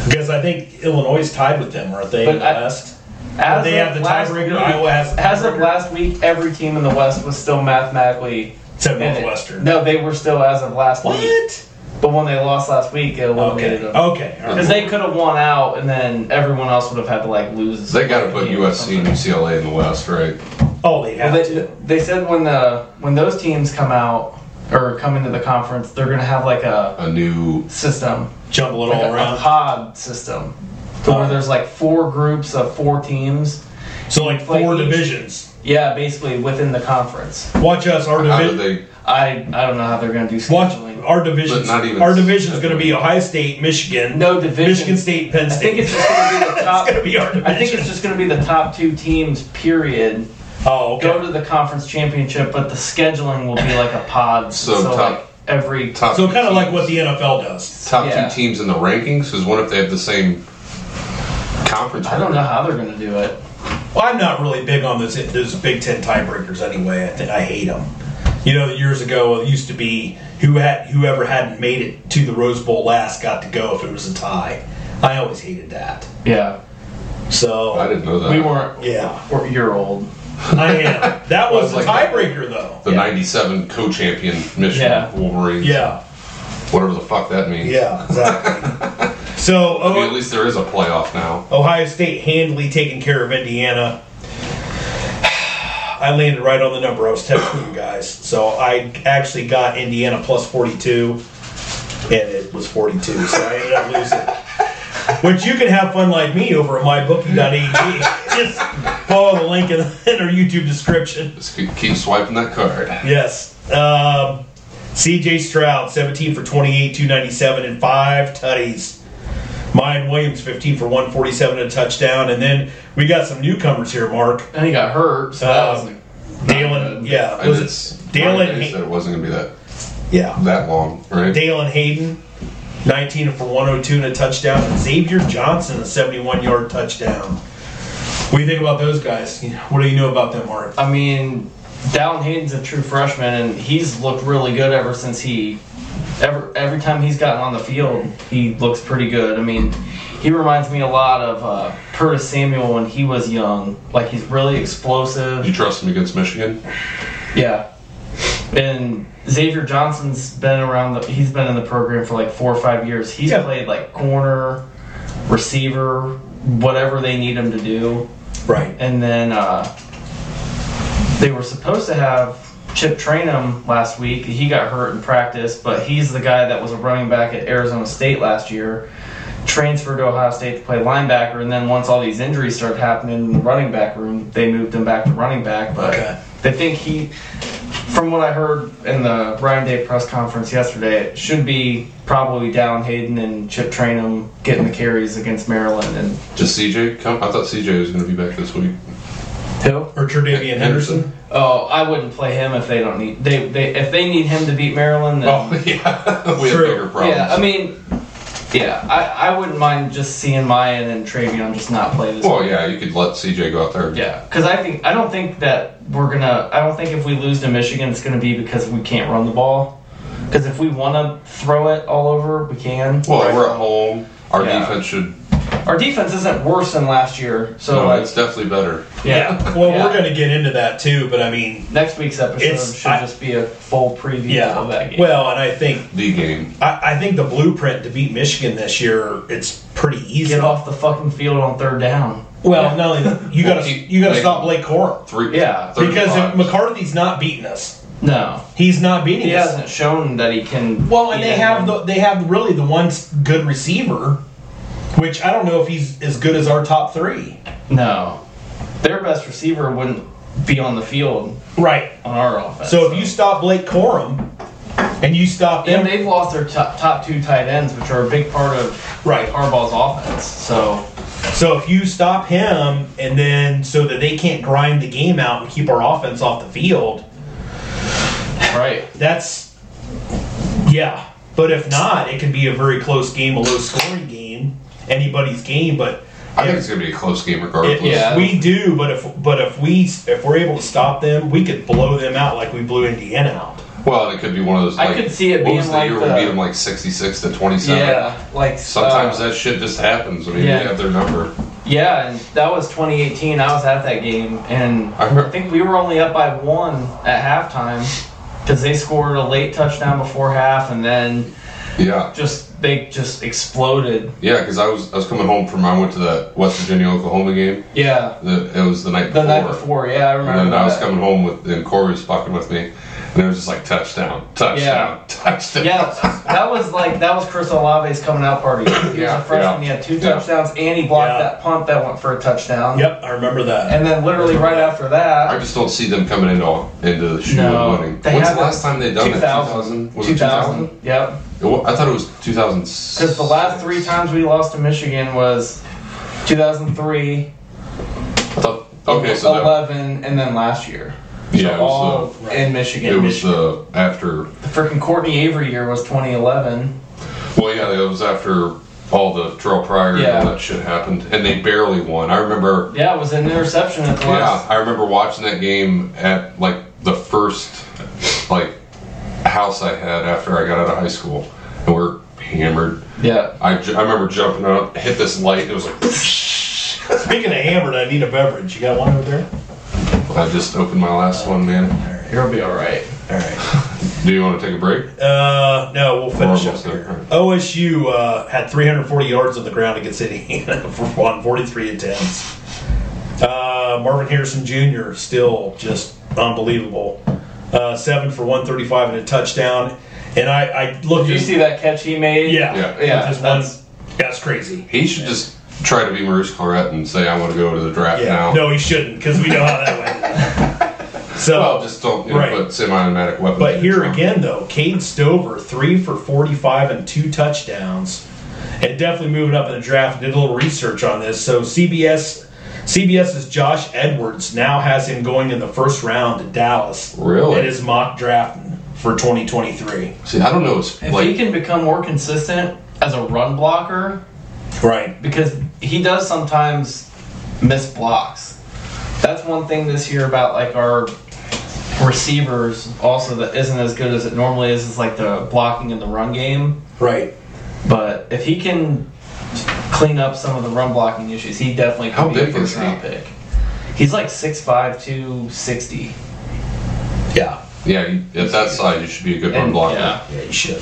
[SPEAKER 2] Because I think Illinois is tied with them, aren't they? in
[SPEAKER 1] But
[SPEAKER 2] the
[SPEAKER 1] I-
[SPEAKER 2] West?
[SPEAKER 1] As
[SPEAKER 2] They
[SPEAKER 1] of
[SPEAKER 2] have the
[SPEAKER 1] last
[SPEAKER 2] tiebreaker,
[SPEAKER 1] week-
[SPEAKER 2] Iowa has the
[SPEAKER 1] As of
[SPEAKER 2] tiebreaker.
[SPEAKER 1] last week, every team in the West was still mathematically.
[SPEAKER 2] Except
[SPEAKER 1] in it.
[SPEAKER 2] Northwestern.
[SPEAKER 1] No, they were still as of last week.
[SPEAKER 2] What?
[SPEAKER 1] But when they lost last week, it eliminated
[SPEAKER 2] Okay. Oh.
[SPEAKER 1] them.
[SPEAKER 2] Okay. all right.
[SPEAKER 1] Because they could have won out, and then everyone else would have had to like lose.
[SPEAKER 4] They got to put
[SPEAKER 1] game or
[SPEAKER 4] USC and
[SPEAKER 1] something.
[SPEAKER 4] UCLA in the West, right?
[SPEAKER 2] Oh, they have
[SPEAKER 1] Well,
[SPEAKER 2] to.
[SPEAKER 1] they, they said when the when those teams come out or come into the conference, they're gonna have like a
[SPEAKER 4] A new.
[SPEAKER 1] system,
[SPEAKER 2] jumble it
[SPEAKER 1] like uh, a,
[SPEAKER 2] all
[SPEAKER 1] a
[SPEAKER 2] around.
[SPEAKER 1] pod system, to where there's like four groups of four teams.
[SPEAKER 2] So like
[SPEAKER 1] play
[SPEAKER 2] four
[SPEAKER 1] each-
[SPEAKER 2] divisions.
[SPEAKER 1] Yeah, basically within the conference.
[SPEAKER 2] Watch us. Our
[SPEAKER 4] How do
[SPEAKER 2] division.
[SPEAKER 4] they?
[SPEAKER 1] I I don't know how they're gonna do
[SPEAKER 2] Watch
[SPEAKER 1] scheduling.
[SPEAKER 2] our divisions.
[SPEAKER 4] But not even-
[SPEAKER 2] Our division's going to be Ohio State, Michigan,
[SPEAKER 1] No division.
[SPEAKER 2] Michigan State, Penn
[SPEAKER 1] I
[SPEAKER 2] State.
[SPEAKER 1] think it's just gonna be the top.
[SPEAKER 2] going to be our division.
[SPEAKER 1] I think it's just gonna be the top two teams. Period.
[SPEAKER 2] Oh, okay.
[SPEAKER 1] go to the conference championship, but the scheduling will be like a pod.
[SPEAKER 4] So top-
[SPEAKER 1] like every
[SPEAKER 4] Top
[SPEAKER 2] so
[SPEAKER 4] two
[SPEAKER 2] kind of like
[SPEAKER 4] teams-
[SPEAKER 2] what the NFL does.
[SPEAKER 4] top
[SPEAKER 1] yeah.
[SPEAKER 4] two teams in the rankings. Because what if they have the same conference?
[SPEAKER 1] I don't
[SPEAKER 4] record?
[SPEAKER 1] know how they're gonna do it.
[SPEAKER 2] Well, I'm not really big on those those Big Ten tiebreakers anyway. I think I hate them. You know, years ago it used to be who had whoever hadn't made it to the Rose Bowl last got to go if it was a tie. I always hated that.
[SPEAKER 1] Yeah,
[SPEAKER 2] So
[SPEAKER 4] I didn't know that.
[SPEAKER 1] we weren't.
[SPEAKER 2] Yeah,
[SPEAKER 1] We're, you're old.
[SPEAKER 2] I am. That was a
[SPEAKER 4] Well, it's like-
[SPEAKER 2] tiebreaker though.
[SPEAKER 4] the '97 co-champion Michigan
[SPEAKER 1] Yeah.
[SPEAKER 4] Wolverines.
[SPEAKER 2] Yeah,
[SPEAKER 4] Whatever the fuck that means.
[SPEAKER 2] yeah, exactly. so
[SPEAKER 4] I mean, at
[SPEAKER 2] oh,
[SPEAKER 4] least there is a playoff now.
[SPEAKER 2] Ohio State handily taking care of Indiana. I landed right on the number I was texting you guys. So I actually got Indiana plus 42, and it was 42. So I ended up losing. Which you can have fun like me over at mybookie.ag. Just follow the link in, in our YouTube description.
[SPEAKER 4] Just keep, keep swiping that card.
[SPEAKER 2] Yes. Um, CJ Stroud, 17 for 28, 297, and five tutties. Mayan Williams, 15 for 147, and a touchdown. And then we got some newcomers here, Mark.
[SPEAKER 1] And he got hurt, so that was.
[SPEAKER 2] Um, Dalen, yeah.
[SPEAKER 4] I
[SPEAKER 2] Was
[SPEAKER 4] just-
[SPEAKER 2] it Dalen?
[SPEAKER 4] I said
[SPEAKER 2] Hay-
[SPEAKER 4] it wasn't gonna be that
[SPEAKER 2] yeah.
[SPEAKER 4] that long, right?
[SPEAKER 2] Dalen Hayden, 19 for 102 and a touchdown. And Xavier Johnson, a 71 yard touchdown. What do you think about those guys? What do you know about them, Mark?
[SPEAKER 1] I mean, Dallin Hayden's a true freshman, and he's looked really good ever since he. Every, every time he's gotten on the field, he looks pretty good. I mean, he reminds me a lot of uh, Curtis Samuel when he was young. Like, he's really explosive.
[SPEAKER 4] You trust him against Michigan?
[SPEAKER 1] Yeah. And Xavier Johnson's been around the he's been in the program for like four or five years. He's
[SPEAKER 2] Yeah.
[SPEAKER 1] played like corner, receiver, whatever they need him to do.
[SPEAKER 2] Right.
[SPEAKER 1] And then uh, they were supposed to have Chip Trainum last week. He got hurt in practice, but he's the guy that was a running back at Arizona State last year. Transferred to Ohio State to play linebacker, and then once all these injuries started happening in the running back room, they moved him back to running back. But
[SPEAKER 2] Okay.
[SPEAKER 1] they think he, from what I heard in the Ryan Day press conference yesterday, it should be probably Dallin Hayden and Chip Trainum getting the carries against Maryland and
[SPEAKER 4] Just CJ come? I thought CJ was gonna be back this week.
[SPEAKER 1] who?
[SPEAKER 2] Or Tredavian Henderson?
[SPEAKER 1] Oh, I wouldn't play him if they don't need they, they if they need him to beat Maryland. Then,
[SPEAKER 4] Oh yeah, we
[SPEAKER 2] True.
[SPEAKER 4] have bigger problems.
[SPEAKER 1] yeah, I mean, yeah, I, I wouldn't mind just seeing Mayan and Travion just not play this.
[SPEAKER 4] well, yeah, you could let CJ go out there.
[SPEAKER 1] yeah, because I think I don't think that we're gonna. I don't think if we lose to Michigan, it's gonna be because we can't run the ball. Because if we want to throw it all over, we can.
[SPEAKER 4] Well, we're at home. Our
[SPEAKER 1] Yeah.
[SPEAKER 4] defense should.
[SPEAKER 1] Our defense isn't worse than last year, so
[SPEAKER 4] No,
[SPEAKER 1] like,
[SPEAKER 4] it's definitely better.
[SPEAKER 1] yeah.
[SPEAKER 2] Well,
[SPEAKER 1] Yeah.
[SPEAKER 2] we're going to get into that too, but I mean,
[SPEAKER 1] Next week's episode
[SPEAKER 2] It's-
[SPEAKER 1] should
[SPEAKER 2] I-
[SPEAKER 1] just be a full preview
[SPEAKER 2] yeah.
[SPEAKER 1] of that game.
[SPEAKER 2] Well, and I think
[SPEAKER 4] The game.
[SPEAKER 2] I, I think the blueprint to beat Michigan this year it's pretty easy.
[SPEAKER 1] get off the fucking field on third down.
[SPEAKER 2] Well, no, you got to you got to stop Blake Corum
[SPEAKER 4] Three.
[SPEAKER 1] Yeah.
[SPEAKER 2] because if
[SPEAKER 4] 35.
[SPEAKER 2] McCarthy's not beating us,
[SPEAKER 1] No.
[SPEAKER 2] he's not beating
[SPEAKER 1] He
[SPEAKER 2] us.
[SPEAKER 1] hasn't shown that he can.
[SPEAKER 2] Well, and
[SPEAKER 1] beat
[SPEAKER 2] they have
[SPEAKER 1] anyone.
[SPEAKER 2] the they have really the one s- good receiver, which I don't know if he's as good as our top three.
[SPEAKER 1] No. Their best receiver wouldn't be on the field
[SPEAKER 2] Right.
[SPEAKER 1] on our offense.
[SPEAKER 2] So if you stop Blake Corum and you stop
[SPEAKER 1] And
[SPEAKER 2] them,
[SPEAKER 1] they've lost their top, top two tight ends, which are a big part of
[SPEAKER 2] Right.
[SPEAKER 1] Harbaugh's offense. So,
[SPEAKER 2] so if you stop him, and then so that they can't grind the game out and keep our offense off the field,
[SPEAKER 1] right.
[SPEAKER 2] that's yeah. But if not, it can be a very close game, a low scoring game, anybody's game. But
[SPEAKER 4] I think it's gonna be a close game regardless.
[SPEAKER 2] It,
[SPEAKER 1] Yeah.
[SPEAKER 2] We do, but if but if we if we're able to stop them, we could blow them out like we blew Indiana out.
[SPEAKER 4] Well, and it could be one of those.
[SPEAKER 1] I
[SPEAKER 4] Like,
[SPEAKER 1] could see it
[SPEAKER 4] what
[SPEAKER 1] being
[SPEAKER 4] was the
[SPEAKER 1] like
[SPEAKER 4] year
[SPEAKER 1] the-
[SPEAKER 4] we beat them like sixty-six to twenty-seven.
[SPEAKER 1] Yeah. Like
[SPEAKER 4] Sometimes
[SPEAKER 1] uh,
[SPEAKER 4] that shit just happens. I mean,
[SPEAKER 1] yeah.
[SPEAKER 4] we have their number.
[SPEAKER 1] Yeah, and that was 2018. I was at that game, and
[SPEAKER 4] I remember-
[SPEAKER 1] I think we were only up by one at halftime because they scored a late touchdown before half, and then
[SPEAKER 4] Yeah.
[SPEAKER 1] just they just exploded.
[SPEAKER 4] Yeah, because I was I was coming home from I went to that West Virginia Oklahoma game.
[SPEAKER 1] Yeah.
[SPEAKER 4] The, it was the night
[SPEAKER 1] The
[SPEAKER 4] before.
[SPEAKER 1] night before, yeah, I remember.
[SPEAKER 4] And then I was
[SPEAKER 1] that.
[SPEAKER 4] coming home with and Corey was fucking with me, and it was just like touchdown, touchdown, touchdown.
[SPEAKER 1] Yeah, that was like that was Chris Olave's coming out party. He
[SPEAKER 4] Yeah,
[SPEAKER 1] was a freshman. He
[SPEAKER 4] yeah.
[SPEAKER 1] had two
[SPEAKER 4] Yeah.
[SPEAKER 1] touchdowns, and he blocked
[SPEAKER 2] Yeah.
[SPEAKER 1] that punt that went for a touchdown.
[SPEAKER 2] Yep, I remember that.
[SPEAKER 1] And then literally right after that,
[SPEAKER 4] I just don't see them coming into into the shoe
[SPEAKER 1] No,
[SPEAKER 4] and winning.
[SPEAKER 1] they
[SPEAKER 4] When's the
[SPEAKER 1] haven't.
[SPEAKER 4] last time they done it?
[SPEAKER 1] 2000.
[SPEAKER 4] 2000? Was it 2000?
[SPEAKER 1] 2000, Yep.
[SPEAKER 4] Well, I thought it was 2000.
[SPEAKER 1] Because the last three times we lost to Michigan was 2003.
[SPEAKER 4] I thought Okay, so that,
[SPEAKER 1] eleven, and then last year.
[SPEAKER 4] yeah, it
[SPEAKER 1] all
[SPEAKER 4] was,
[SPEAKER 1] in
[SPEAKER 4] the,
[SPEAKER 1] Michigan.
[SPEAKER 4] it was
[SPEAKER 1] Michigan.
[SPEAKER 4] the after.
[SPEAKER 1] the freaking Courtney Avery year was 2011.
[SPEAKER 4] Well, yeah, that was after all the Terrell Pryor and
[SPEAKER 1] Yeah.
[SPEAKER 4] all that shit happened, and they barely won. I remember
[SPEAKER 1] Yeah, it was an interception at the
[SPEAKER 4] Yeah,
[SPEAKER 1] last.
[SPEAKER 4] I remember watching that game at like the first like house I had after I got out of high school, and we are hammered.
[SPEAKER 1] Yeah.
[SPEAKER 4] I, ju- I remember jumping up, hit this light, and it was like
[SPEAKER 2] Speaking of hammered, I need a beverage. You got one over there?
[SPEAKER 4] I just opened my last one, man.
[SPEAKER 1] You'll be all right.
[SPEAKER 2] All right.
[SPEAKER 4] Do you want to take a break?
[SPEAKER 2] Uh, no, we'll finish up
[SPEAKER 4] almost there.
[SPEAKER 2] here. OSU uh, had 340 yards on the ground against Indiana for 143 attempts. Uh, Marvin Harrison Jr. still just unbelievable. Uh, seven for 135 and a touchdown. And I, I looked.
[SPEAKER 1] Did you
[SPEAKER 2] at-
[SPEAKER 1] see that catch he made?
[SPEAKER 2] Yeah.
[SPEAKER 4] Yeah.
[SPEAKER 1] Yeah,
[SPEAKER 2] Just one-
[SPEAKER 1] that's-
[SPEAKER 2] that's crazy.
[SPEAKER 4] He should just try to be Maurice Claret and say I want to go to the draft
[SPEAKER 2] Yeah.
[SPEAKER 4] now.
[SPEAKER 2] No, he shouldn't because we know how that went. So
[SPEAKER 4] Well, just don't you know,
[SPEAKER 2] Right.
[SPEAKER 4] put semi-automatic weapons.
[SPEAKER 2] But
[SPEAKER 4] in
[SPEAKER 2] here
[SPEAKER 4] your trunk.
[SPEAKER 2] again, though, Cade Stover, three for 45 and two touchdowns. And definitely moving up in the draft. Did a little research on this. So CBS, CBS's Josh Edwards now has him going in the first round to Dallas.
[SPEAKER 4] Really?
[SPEAKER 2] It is mock drafting for 2023.
[SPEAKER 4] see, I don't know. It's
[SPEAKER 1] If
[SPEAKER 4] like
[SPEAKER 1] he can become more consistent as a run blocker,
[SPEAKER 2] Right.
[SPEAKER 1] because he does sometimes miss blocks. That's one thing this year about like our receivers also that isn't as good as it normally is is like the blocking in the run game.
[SPEAKER 2] Right.
[SPEAKER 1] But if he can clean up some of the run blocking issues, he definitely could
[SPEAKER 4] How
[SPEAKER 1] be a
[SPEAKER 4] big
[SPEAKER 1] first
[SPEAKER 4] is
[SPEAKER 1] round
[SPEAKER 4] he?
[SPEAKER 1] pick. He's like 6'5", 260.
[SPEAKER 2] Yeah.
[SPEAKER 4] yeah, you- at that size, you should be a good run
[SPEAKER 1] And-
[SPEAKER 4] blocker.
[SPEAKER 1] yeah.
[SPEAKER 2] Yeah, you should.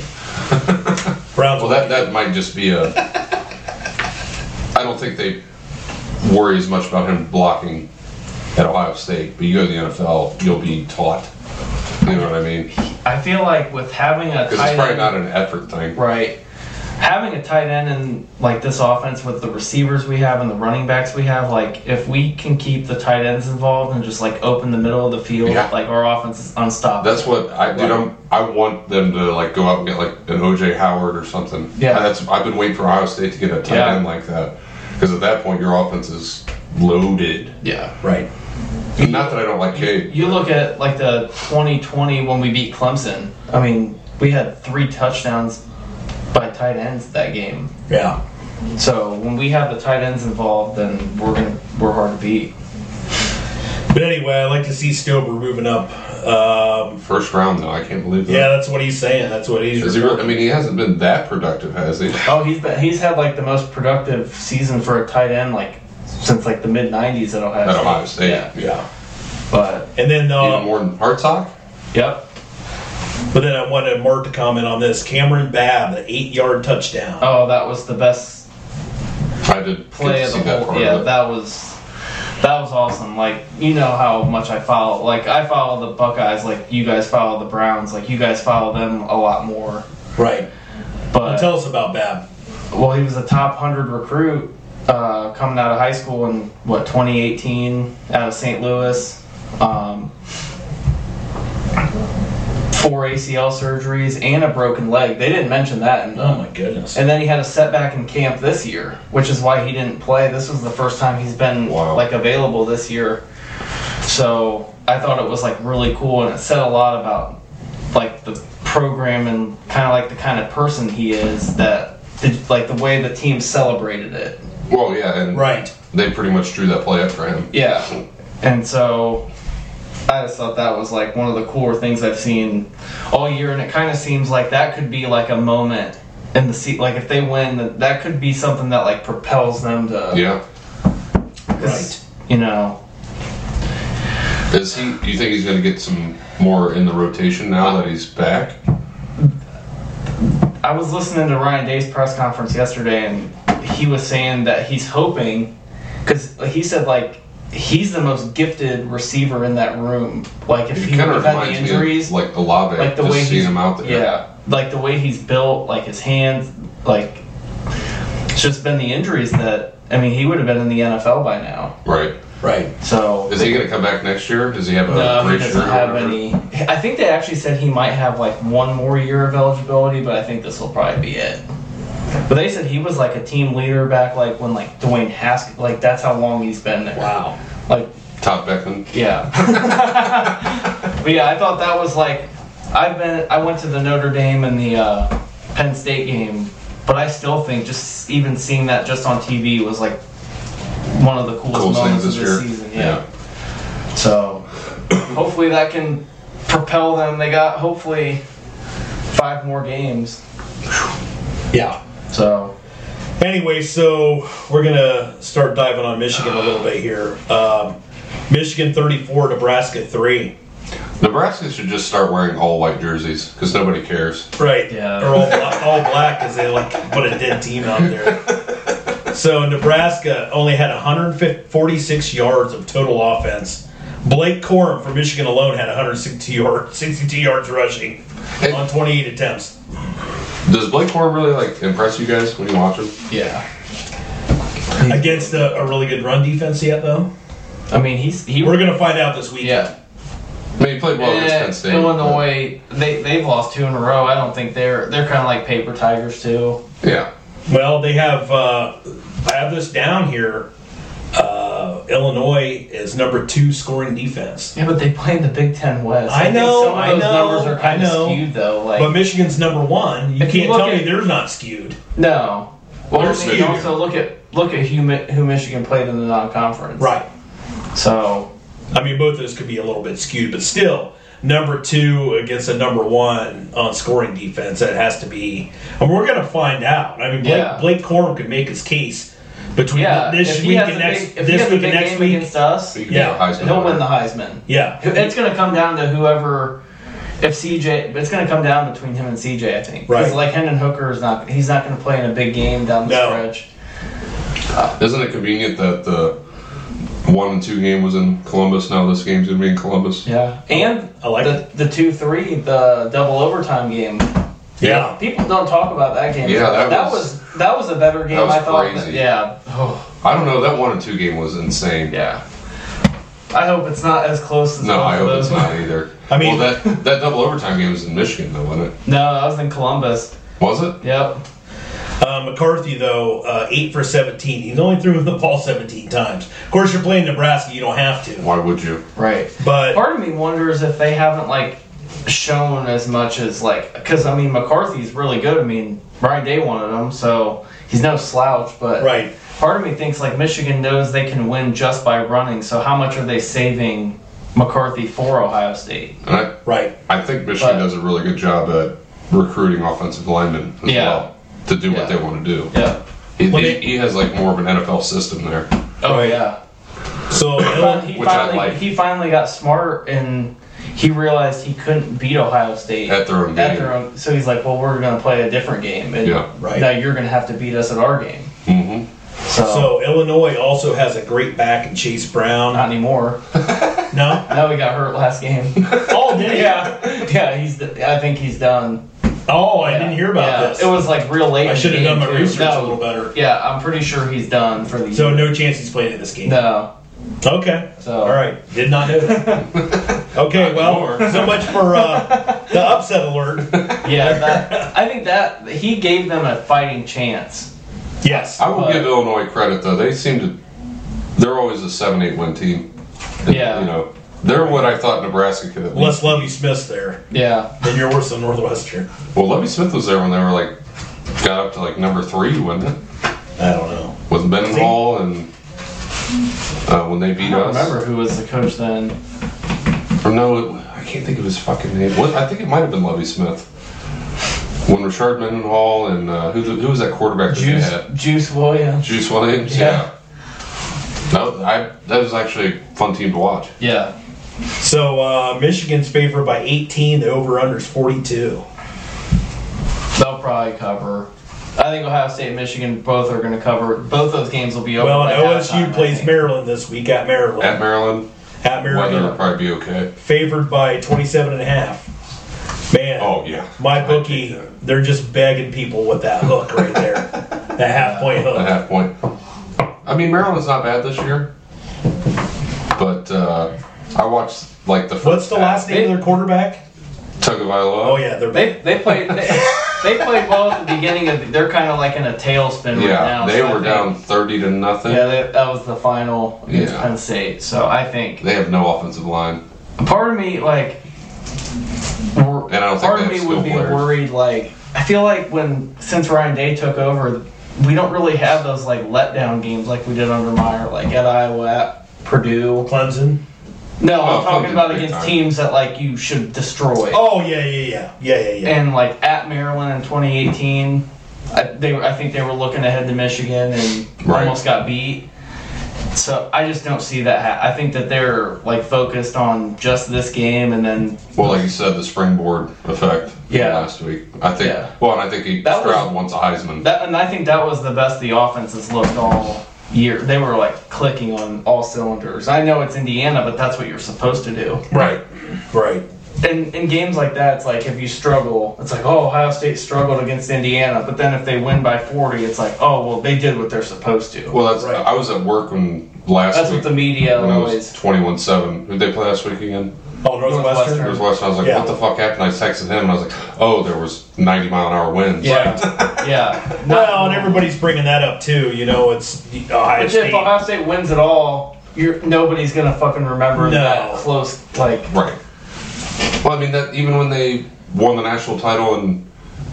[SPEAKER 2] Browns
[SPEAKER 4] Well, that that might just be a. I don't think they worry as much about him blocking at Ohio State, but you go to the NFL, you'll be taught. You know what I mean? Because
[SPEAKER 1] I feel like with having a
[SPEAKER 4] it's
[SPEAKER 1] tight
[SPEAKER 4] probably
[SPEAKER 1] end,
[SPEAKER 4] not an effort thing.
[SPEAKER 1] right, having a tight end in like this offense with the receivers we have and the running backs we have, like if we can keep the tight ends involved and just like open the middle of the field,
[SPEAKER 4] Yeah.
[SPEAKER 1] like our offense is unstoppable.
[SPEAKER 4] That's what I dude. I'm, I want them to like go out and get like an OJ Howard or something.
[SPEAKER 1] Yeah.
[SPEAKER 4] that's I've been waiting for Ohio State to get a tight
[SPEAKER 1] Yeah.
[SPEAKER 4] end like that because at that point your offense is loaded.
[SPEAKER 1] yeah.
[SPEAKER 2] Right.
[SPEAKER 4] Not that I don't like Cade.
[SPEAKER 1] You look at like the 2020 when we beat Clemson. I mean, we had three touchdowns by tight ends that game.
[SPEAKER 2] Yeah.
[SPEAKER 1] So when we have the tight ends involved, then we're gonna we're hard to beat.
[SPEAKER 2] But anyway, I like to see Stover moving up. Um,
[SPEAKER 4] First round though, I can't believe that.
[SPEAKER 2] yeah, that's what he's saying. That's what he's.
[SPEAKER 4] Is he really, I mean, he hasn't been that productive, has he?
[SPEAKER 1] Oh, he's been, he's had like the most productive season for a tight end like since like the mid 90s at Ohio
[SPEAKER 4] At
[SPEAKER 1] State.
[SPEAKER 4] Ohio State.
[SPEAKER 1] Yeah, Um,
[SPEAKER 2] yeah.
[SPEAKER 1] but
[SPEAKER 2] And then uh,
[SPEAKER 4] Even more than Hartsock?
[SPEAKER 1] yep.
[SPEAKER 2] But then I wanted Mark to comment on this. Cameron Babb, an eight-yard touchdown.
[SPEAKER 1] Oh, that was the best
[SPEAKER 4] I did
[SPEAKER 1] play
[SPEAKER 4] get
[SPEAKER 1] of
[SPEAKER 4] to
[SPEAKER 1] the
[SPEAKER 4] see that
[SPEAKER 1] whole.
[SPEAKER 4] part
[SPEAKER 1] Yeah,
[SPEAKER 4] of it.
[SPEAKER 1] that was that was awesome. Like you know how much I follow. Like I follow the Buckeyes. Like you guys follow the Browns. Like you guys follow them a lot more.
[SPEAKER 2] Right.
[SPEAKER 1] But
[SPEAKER 2] Tell us about Babb.
[SPEAKER 1] well, he was a top hundred recruit uh, coming out of high school in what 2018 out of St. Louis. Um, four ACL surgeries and a broken leg. They didn't mention that in the
[SPEAKER 2] Oh my goodness.
[SPEAKER 1] and then he had a setback in camp this year, which is why he didn't play. This was the first time he's been
[SPEAKER 4] Wow.
[SPEAKER 1] like available this year. So I thought it was like really cool, and it said a lot about like the program and kind of like the kind of person he is. That did, like the way the team celebrated it.
[SPEAKER 4] Well, yeah, and
[SPEAKER 2] right.
[SPEAKER 4] they pretty much drew that play up for him.
[SPEAKER 1] Yeah, and so I just thought that was like one of the cooler things I've seen all year, and it kind of seems like that could be like a moment in the seat. Like if they win, that that could be something that like propels them to,
[SPEAKER 4] Yeah.
[SPEAKER 2] Right.
[SPEAKER 1] you know.
[SPEAKER 4] Is he, do you think he's going to get some more in the rotation now that he's back?
[SPEAKER 1] I was listening to Ryan Day's press conference yesterday, and he was saying that he's hoping, because he said like he's the most gifted receiver in that room. Like if he,
[SPEAKER 4] It
[SPEAKER 1] would
[SPEAKER 4] kind
[SPEAKER 1] have
[SPEAKER 4] of
[SPEAKER 1] had the
[SPEAKER 4] reminds
[SPEAKER 1] injuries,
[SPEAKER 4] me of like Olave,
[SPEAKER 1] like the
[SPEAKER 4] just
[SPEAKER 1] way
[SPEAKER 4] seeing
[SPEAKER 1] he's
[SPEAKER 4] him out there.
[SPEAKER 1] Yeah, like the way he's built, like his hands, like it's just been the injuries that I mean he would have been in the NFL by now.
[SPEAKER 4] Right.
[SPEAKER 2] Right.
[SPEAKER 1] So
[SPEAKER 4] Is he going to come back next year? Does he have a
[SPEAKER 1] no, he
[SPEAKER 4] great year?
[SPEAKER 1] doesn't
[SPEAKER 4] or
[SPEAKER 1] have
[SPEAKER 4] whatever?
[SPEAKER 1] any. I think they actually said he might have like one more year of eligibility, but I think this will probably be it. But they said he was like a team leader back like when like Dwayne Haskins, like that's how long he's been there.
[SPEAKER 2] Wow.
[SPEAKER 1] Like
[SPEAKER 4] Todd Beckman.
[SPEAKER 1] Yeah. but yeah, I thought that was like I've been I went to the Notre Dame and the uh, Penn State game, but I still think just even seeing that just on TV was like one of the coolest,
[SPEAKER 4] Coolest thing
[SPEAKER 1] moments
[SPEAKER 4] this
[SPEAKER 1] of this
[SPEAKER 4] year.
[SPEAKER 1] season. Yeah. So hopefully that can propel them. They got hopefully five more games.
[SPEAKER 2] Yeah.
[SPEAKER 1] So
[SPEAKER 2] Anyway, so we're gonna start diving on Michigan a little bit here. Um, Michigan 34, Nebraska 3.
[SPEAKER 4] Nebraska should just start wearing all white jerseys because nobody cares.
[SPEAKER 2] Right.
[SPEAKER 1] Yeah.
[SPEAKER 2] Or all black, all black because they like put a dead team out there. So Nebraska only had 146 yards of total offense. Blake Corum for Michigan alone had 162 yards, 62 yards rushing
[SPEAKER 4] And-
[SPEAKER 2] on 28 attempts.
[SPEAKER 4] Does Blake Horn really like impress you guys when you watch him?
[SPEAKER 1] yeah.
[SPEAKER 2] Against a, a really good run defense yet, though?
[SPEAKER 1] I mean he's he
[SPEAKER 2] We're going to find out this week.
[SPEAKER 1] yeah.
[SPEAKER 4] I mean, he played well against
[SPEAKER 1] Yeah,
[SPEAKER 4] Penn State.
[SPEAKER 1] Illinois, they they've lost two in a row. I don't think they're they're kind of like paper tigers too.
[SPEAKER 4] Yeah.
[SPEAKER 2] Well, they have. Uh, I have this down here. Uh, Illinois is number two scoring defense,
[SPEAKER 1] Yeah, but they play in the Big Ten West.
[SPEAKER 2] I know,
[SPEAKER 1] Think some of
[SPEAKER 2] I
[SPEAKER 1] those
[SPEAKER 2] know,
[SPEAKER 1] numbers are
[SPEAKER 2] I
[SPEAKER 1] kind
[SPEAKER 2] know.
[SPEAKER 1] of skewed though. Like
[SPEAKER 2] but Michigan's number one. You
[SPEAKER 1] If you
[SPEAKER 2] can't
[SPEAKER 1] look
[SPEAKER 2] tell me
[SPEAKER 1] at-
[SPEAKER 2] they're not skewed.
[SPEAKER 1] no. Well,
[SPEAKER 4] They're
[SPEAKER 1] I mean,
[SPEAKER 4] skewed.
[SPEAKER 1] you also look at look at who, Mi- who Michigan played in the non-conference.
[SPEAKER 2] Right.
[SPEAKER 1] So
[SPEAKER 2] I mean, both of those could be a little bit skewed, but still, number two against a number one on scoring defense. That has to be. And we're going to find out. I mean, Blake,
[SPEAKER 1] Yeah.
[SPEAKER 2] Blake Corum could make his case between
[SPEAKER 1] yeah,
[SPEAKER 2] this
[SPEAKER 1] if he
[SPEAKER 2] week
[SPEAKER 1] has
[SPEAKER 2] and
[SPEAKER 1] a big-
[SPEAKER 2] next.
[SPEAKER 1] if he
[SPEAKER 2] this
[SPEAKER 1] has a
[SPEAKER 2] week
[SPEAKER 1] big
[SPEAKER 2] and next
[SPEAKER 1] game
[SPEAKER 2] week.
[SPEAKER 1] against us,
[SPEAKER 4] He could be
[SPEAKER 2] Yeah.
[SPEAKER 4] a Heisman
[SPEAKER 1] he'll
[SPEAKER 4] winner.
[SPEAKER 1] win the Heisman.
[SPEAKER 2] Yeah.
[SPEAKER 1] It's going to come down to whoever. If CJ, it's going to come down between him and CJ, I think. 'Cause,
[SPEAKER 2] Right.
[SPEAKER 1] like Hendon Hooker is not, he's not going to play in a big game down the
[SPEAKER 2] No.
[SPEAKER 1] stretch.
[SPEAKER 4] Isn't it convenient that the one and two game was in Columbus? Now this game's gonna be in Columbus.
[SPEAKER 1] Yeah, and
[SPEAKER 2] I like
[SPEAKER 1] the the two three the double overtime game.
[SPEAKER 2] Yeah.
[SPEAKER 1] People don't talk about that game.
[SPEAKER 4] Yeah, that was-
[SPEAKER 1] was, that was a better game.
[SPEAKER 4] that was
[SPEAKER 1] I thought. than-
[SPEAKER 4] crazy.
[SPEAKER 1] yeah. Oh,
[SPEAKER 4] I don't know. That one and two game was insane.
[SPEAKER 1] yeah. I hope it's not as close as
[SPEAKER 4] No,
[SPEAKER 1] both
[SPEAKER 4] I
[SPEAKER 1] of
[SPEAKER 4] hope
[SPEAKER 1] those.
[SPEAKER 4] it's not either.
[SPEAKER 2] I mean-
[SPEAKER 4] well, that that double overtime game was in Michigan, though, wasn't it?
[SPEAKER 1] No, I was in Columbus.
[SPEAKER 4] Was it?
[SPEAKER 1] Yep.
[SPEAKER 2] Uh, McCarthy, though, uh, 8 for 17. He's only threw the ball 17 times. Of course, you're playing Nebraska, you don't have to.
[SPEAKER 4] Why would you?
[SPEAKER 1] Right.
[SPEAKER 2] But,
[SPEAKER 1] Part of me wonders if they haven't like shown as much as like because I mean McCarthy's really good. I mean Brian Day wanted him, so he's no slouch. But
[SPEAKER 2] right.
[SPEAKER 1] Part of me thinks like Michigan knows they can win just by running, so how much are they saving McCarthy for Ohio State?
[SPEAKER 4] And I
[SPEAKER 2] Right.
[SPEAKER 4] I think Michigan
[SPEAKER 1] But-
[SPEAKER 4] does a really good job at recruiting offensive linemen as
[SPEAKER 1] Yeah.
[SPEAKER 4] well to do what
[SPEAKER 1] Yeah.
[SPEAKER 4] they want to do.
[SPEAKER 1] Yeah.
[SPEAKER 4] He,
[SPEAKER 2] Well,
[SPEAKER 4] he-
[SPEAKER 2] they-
[SPEAKER 4] he has like more of an NFL system there.
[SPEAKER 1] Oh
[SPEAKER 2] Right.
[SPEAKER 1] yeah.
[SPEAKER 2] So,
[SPEAKER 1] But
[SPEAKER 2] Ill-
[SPEAKER 1] he
[SPEAKER 4] Which I
[SPEAKER 1] finally
[SPEAKER 4] like.
[SPEAKER 1] he finally got smart and he realized he couldn't beat Ohio State
[SPEAKER 4] At their own
[SPEAKER 1] at
[SPEAKER 4] game.
[SPEAKER 1] their own so he's like, Well we're gonna play a different game and
[SPEAKER 4] Yeah.
[SPEAKER 2] Right.
[SPEAKER 1] now you're gonna have to beat us at our game.
[SPEAKER 4] hmm
[SPEAKER 1] So,
[SPEAKER 2] so Illinois also has a great back in Chase Brown.
[SPEAKER 1] not anymore.
[SPEAKER 2] No?
[SPEAKER 1] now he got hurt last game.
[SPEAKER 2] Oh, did he?
[SPEAKER 1] yeah. Yeah, he's d- I think he's done.
[SPEAKER 2] Oh, I
[SPEAKER 1] Yeah.
[SPEAKER 2] didn't hear about
[SPEAKER 1] Yeah.
[SPEAKER 2] this.
[SPEAKER 1] It was like real late.
[SPEAKER 2] I
[SPEAKER 1] in the
[SPEAKER 2] should have
[SPEAKER 1] game,
[SPEAKER 2] done my
[SPEAKER 1] too.
[SPEAKER 2] research
[SPEAKER 1] No.
[SPEAKER 2] a little better.
[SPEAKER 1] Yeah, I'm pretty sure he's done for the
[SPEAKER 2] So,
[SPEAKER 1] year.
[SPEAKER 2] no chance he's playing in this game.
[SPEAKER 1] No.
[SPEAKER 2] Okay.
[SPEAKER 1] So-
[SPEAKER 2] All right. Did not know that. Okay, well, so much for uh, the upset alert.
[SPEAKER 1] Yeah, that, I think that he gave them a fighting chance.
[SPEAKER 2] Yes.
[SPEAKER 4] I will
[SPEAKER 1] But-
[SPEAKER 4] give Illinois credit though. They seem to they're always a seven eight win team. And,
[SPEAKER 1] Yeah.
[SPEAKER 4] You know. They're what I thought Nebraska could at least.
[SPEAKER 2] Unless Lovey Smith's there,
[SPEAKER 1] Yeah,
[SPEAKER 2] then you're worse than Northwestern.
[SPEAKER 4] Well, Levy Smith was there when they were like got up to like number three, wasn't it?
[SPEAKER 2] I don't know.
[SPEAKER 4] With Ben
[SPEAKER 2] he?
[SPEAKER 4] Hall and uh, when they beat
[SPEAKER 1] I don't
[SPEAKER 4] us.
[SPEAKER 1] remember who was the coach then.
[SPEAKER 4] Or no, it, I can't think of his fucking name. What, I think it might have been Lovey Smith. When Richard Mendenhall and uh, who, the- who was that quarterback that
[SPEAKER 1] Juice
[SPEAKER 4] they had?
[SPEAKER 1] Juice Williams.
[SPEAKER 4] Juice Williams.
[SPEAKER 1] Yeah.
[SPEAKER 4] Yeah. No, I, that was actually a fun team to watch.
[SPEAKER 1] Yeah,
[SPEAKER 2] So uh, Michigan's favored by 18. The over/under is 42.
[SPEAKER 1] they'll probably cover. I think Ohio State, and Michigan, both are going to cover. Both those games will be over.
[SPEAKER 2] Well,
[SPEAKER 1] by
[SPEAKER 2] and
[SPEAKER 1] halftime,
[SPEAKER 2] OSU
[SPEAKER 1] I
[SPEAKER 2] plays
[SPEAKER 1] think.
[SPEAKER 2] Maryland this week at Maryland.
[SPEAKER 4] At
[SPEAKER 2] At,
[SPEAKER 4] Maryland, weather would
[SPEAKER 2] Maryland,
[SPEAKER 4] probably be okay.
[SPEAKER 2] favored by 27 and a half. Man,
[SPEAKER 4] Oh yeah.
[SPEAKER 2] my
[SPEAKER 4] I'd
[SPEAKER 2] bookie,
[SPEAKER 4] take that.
[SPEAKER 2] they're just begging people with that hook right there, that half point
[SPEAKER 4] A
[SPEAKER 2] hook.
[SPEAKER 4] half point. I mean, Maryland's not bad this year, but uh, I watched like the first.
[SPEAKER 2] What's the last
[SPEAKER 1] They-
[SPEAKER 2] name of their quarterback?
[SPEAKER 4] Tugavailoa.
[SPEAKER 2] Oh yeah, they're
[SPEAKER 1] They they played. They, They played well at the beginning of. The, they're kind of like in a tailspin right
[SPEAKER 4] Yeah,
[SPEAKER 1] now.
[SPEAKER 4] they
[SPEAKER 1] so I
[SPEAKER 4] were
[SPEAKER 1] think-
[SPEAKER 4] down 30 to nothing.
[SPEAKER 1] Yeah, that, that was the final against
[SPEAKER 4] Yeah.
[SPEAKER 1] Penn State. So I think
[SPEAKER 4] They have no offensive line.
[SPEAKER 1] part of me like, wor-
[SPEAKER 4] And I don't think
[SPEAKER 1] part
[SPEAKER 4] they
[SPEAKER 1] of
[SPEAKER 4] have
[SPEAKER 1] me
[SPEAKER 4] skill
[SPEAKER 1] would be
[SPEAKER 4] players.
[SPEAKER 1] worried. Like I feel like when since Ryan Day took over, we don't really have those like letdown games like we did under Meyer, like at Iowa, at Purdue.
[SPEAKER 2] Clemson.
[SPEAKER 1] No,
[SPEAKER 4] Oh,
[SPEAKER 1] I'm talking
[SPEAKER 4] Clemson,
[SPEAKER 1] about
[SPEAKER 4] big
[SPEAKER 1] against
[SPEAKER 4] time.
[SPEAKER 1] teams that like you should destroy.
[SPEAKER 2] Oh yeah, yeah, yeah, yeah, yeah, yeah.
[SPEAKER 1] And like at Maryland in 2018, I, they were, I think they were looking ahead to Michigan and
[SPEAKER 4] Right.
[SPEAKER 1] almost got beat. So I just don't see that. Ha- I think that they're like focused on just this game, and then
[SPEAKER 4] Well, like you said, the springboard effect from
[SPEAKER 1] Yeah.
[SPEAKER 4] last week. I think.
[SPEAKER 1] Yeah.
[SPEAKER 4] Well, and I think he,
[SPEAKER 1] That was-
[SPEAKER 4] Stroud wants a Heisman.
[SPEAKER 1] that. And I think that was the best the offense has looked all year. They were like clicking on all cylinders. I know it's Indiana, but that's what you're supposed to do.
[SPEAKER 4] right.
[SPEAKER 2] right.
[SPEAKER 1] And in games like that, it's like if you struggle, it's like oh Ohio State struggled against Indiana, but then if they win by 40, it's like oh well they did what they're supposed to.
[SPEAKER 4] Well, that's.
[SPEAKER 2] Right.
[SPEAKER 4] I was at work when last
[SPEAKER 1] That's
[SPEAKER 4] week.
[SPEAKER 1] what the media
[SPEAKER 4] when it was
[SPEAKER 1] always.
[SPEAKER 4] 21-7. Who they play last week again?
[SPEAKER 2] Oh, Northwestern.
[SPEAKER 4] It
[SPEAKER 1] Northwestern.
[SPEAKER 4] was last. I was like,
[SPEAKER 2] Yeah.
[SPEAKER 4] "What the fuck happened?" I texted him, and I was like, "Oh, there was 90 mile an hour winds."
[SPEAKER 1] Yeah, yeah. Not-
[SPEAKER 2] Well, and everybody's bringing that up too. You know, it's Ohio
[SPEAKER 1] Which if
[SPEAKER 2] State.
[SPEAKER 1] Ohio State wins at all, you're nobody's gonna fucking remember
[SPEAKER 2] No.
[SPEAKER 1] that close. Like,
[SPEAKER 4] Right. Well, I mean that even when they won the national title in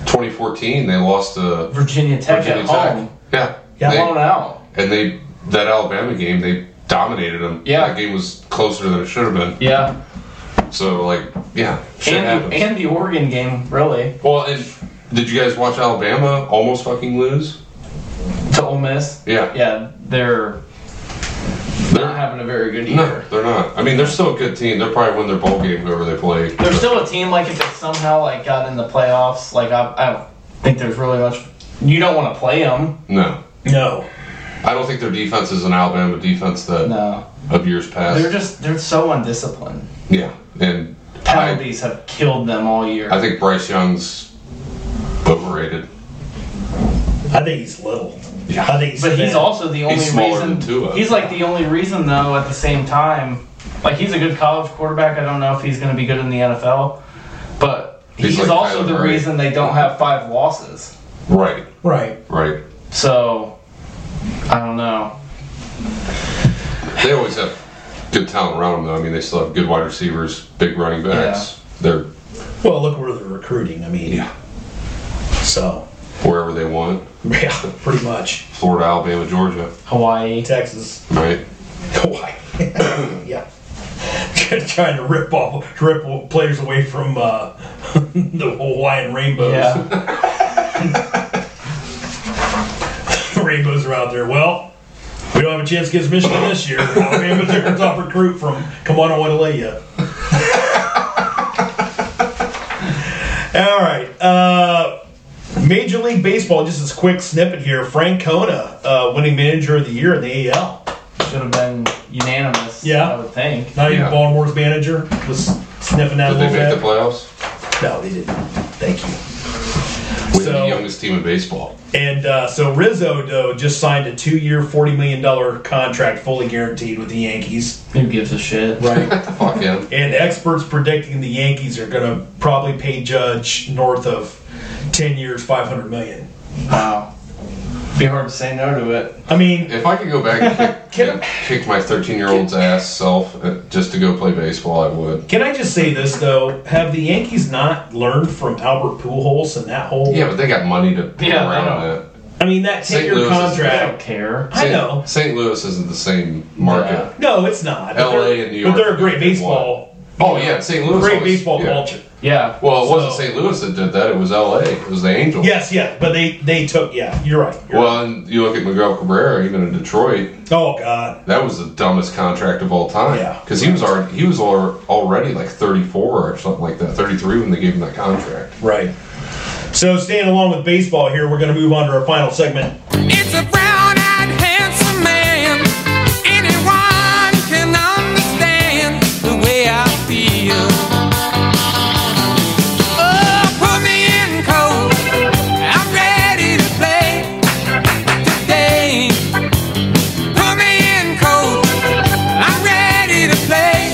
[SPEAKER 4] 2014, they lost to
[SPEAKER 1] Virginia Tech
[SPEAKER 4] Virginia
[SPEAKER 1] at
[SPEAKER 4] Tech.
[SPEAKER 1] home,
[SPEAKER 4] Yeah.
[SPEAKER 2] Yeah.
[SPEAKER 4] They-
[SPEAKER 1] blown out.
[SPEAKER 4] and they that Alabama game they dominated them.
[SPEAKER 1] Yeah.
[SPEAKER 4] That game was closer than it should have been.
[SPEAKER 1] Yeah,
[SPEAKER 4] So like, yeah, shit
[SPEAKER 1] and
[SPEAKER 4] happens.
[SPEAKER 1] and the Oregon game really
[SPEAKER 4] well, and did you guys watch Alabama almost fucking lose?
[SPEAKER 1] to Ole Miss.
[SPEAKER 4] Yeah.
[SPEAKER 1] Yeah, they're not
[SPEAKER 4] They're,
[SPEAKER 1] having a very good year.
[SPEAKER 4] no, they're not. I mean, they're still a good team. They'll probably win their bowl game whoever they play.
[SPEAKER 1] They're still a team. Like if it somehow like got in the playoffs, like I, I don't think there's really much. You don't want to play them.
[SPEAKER 4] No.
[SPEAKER 2] no,
[SPEAKER 4] I don't think their defense is an Alabama defense that
[SPEAKER 1] No,
[SPEAKER 4] of years past.
[SPEAKER 1] they're just they're so undisciplined.
[SPEAKER 4] yeah, and I,
[SPEAKER 1] penalties have killed them all year.
[SPEAKER 4] I think Bryce Young's overrated.
[SPEAKER 2] I think he's little.
[SPEAKER 4] Yeah.
[SPEAKER 2] I think he's
[SPEAKER 1] but he's
[SPEAKER 2] thin.
[SPEAKER 1] also the only
[SPEAKER 4] smaller
[SPEAKER 1] reason.
[SPEAKER 4] than Tua.
[SPEAKER 1] He's like the only reason, though. At the same time, like he's a good college quarterback. I don't know if he's going to be good in the NFL, but
[SPEAKER 4] He's
[SPEAKER 1] he's,
[SPEAKER 4] like
[SPEAKER 1] also
[SPEAKER 4] Kyler
[SPEAKER 1] the
[SPEAKER 4] Murray.
[SPEAKER 1] reason they don't have five losses.
[SPEAKER 4] Right,
[SPEAKER 2] right.
[SPEAKER 4] right.
[SPEAKER 1] So I don't know.
[SPEAKER 4] They always have good talent around them, though. I mean, they still have good wide receivers, big running backs. They're
[SPEAKER 2] Well, look where they're recruiting. I mean,
[SPEAKER 4] yeah,
[SPEAKER 2] so
[SPEAKER 4] wherever they want.
[SPEAKER 2] yeah, pretty much
[SPEAKER 4] Florida, Alabama, Georgia,
[SPEAKER 1] Hawaii.
[SPEAKER 2] Texas,
[SPEAKER 4] right?
[SPEAKER 2] Hawaii. yeah, trying to rip off rip players away from uh, the Hawaiian rainbows.
[SPEAKER 1] Yeah,
[SPEAKER 2] the rainbows are out there. Well, we don't have a chance against Michigan this year. Alabama's their top recruit from Kamano Wanalea. All right. Uh, Major League Baseball, just a quick snippet here. Frank Kona, uh, winning manager of the year in the AL.
[SPEAKER 1] should have been unanimous.
[SPEAKER 2] Yeah.
[SPEAKER 1] I would think.
[SPEAKER 2] Now even
[SPEAKER 4] Yeah.
[SPEAKER 2] Baltimore's manager was sniffing out
[SPEAKER 4] Did
[SPEAKER 2] a
[SPEAKER 4] they
[SPEAKER 2] little
[SPEAKER 4] make the
[SPEAKER 2] bit.
[SPEAKER 4] playoffs?
[SPEAKER 2] no, they didn't. Thank you.
[SPEAKER 4] We have
[SPEAKER 2] So-
[SPEAKER 4] the youngest team in baseball.
[SPEAKER 2] And uh, so Rizzo, though, just signed a two-year, $40 million contract fully guaranteed with the Yankees.
[SPEAKER 1] Who gives a shit?
[SPEAKER 2] Right.
[SPEAKER 4] Fuck him.
[SPEAKER 2] And experts predicting the Yankees are going to probably pay Judge north of 10 years, 500 million.
[SPEAKER 1] Wow. Be hard to say no to it.
[SPEAKER 2] I mean,
[SPEAKER 4] If I could go back and kick, and kick my 13 year old's ass self uh, just to go play baseball, I would.
[SPEAKER 2] can I just say this though? Have the Yankees not learned from Albert Pujols and that whole?
[SPEAKER 4] Yeah, but they got money to pay
[SPEAKER 1] Yeah, I
[SPEAKER 4] around
[SPEAKER 1] know.
[SPEAKER 4] that.
[SPEAKER 2] I mean that
[SPEAKER 4] St.
[SPEAKER 2] ten-year
[SPEAKER 4] Louis is-
[SPEAKER 1] I don't
[SPEAKER 2] contract.
[SPEAKER 1] care.
[SPEAKER 2] I know.
[SPEAKER 4] St. Louis isn't the same market.
[SPEAKER 2] No, it's not. But
[SPEAKER 4] LA
[SPEAKER 2] they're-
[SPEAKER 4] and New York
[SPEAKER 2] But they're a
[SPEAKER 4] are
[SPEAKER 2] great
[SPEAKER 4] different
[SPEAKER 2] baseball.
[SPEAKER 4] Oh, yeah, St. Louis.
[SPEAKER 2] Great
[SPEAKER 4] always-
[SPEAKER 2] baseball
[SPEAKER 4] yeah.
[SPEAKER 2] culture.
[SPEAKER 1] Yeah.
[SPEAKER 4] Well, it wasn't
[SPEAKER 2] So-
[SPEAKER 4] St. Louis that did that. It was L.A. It was the Angels.
[SPEAKER 2] Yes, yeah, but they they took. Yeah, you're right. you're right.
[SPEAKER 4] Well, and you look at Miguel Cabrera, even in Detroit,
[SPEAKER 2] Oh God.
[SPEAKER 4] that was the dumbest contract of all time.
[SPEAKER 2] Yeah.
[SPEAKER 4] because he was already he was al- already like 34 or something like that, 33 when they gave him that contract.
[SPEAKER 2] Right. So staying along with baseball here, we're going to move on to our final segment.
[SPEAKER 5] It's a brown-eyed, handsome man. Anyone can understand the way I feel. Oh, put me in cold. I'm ready to play today. Put me in cold. I'm ready to play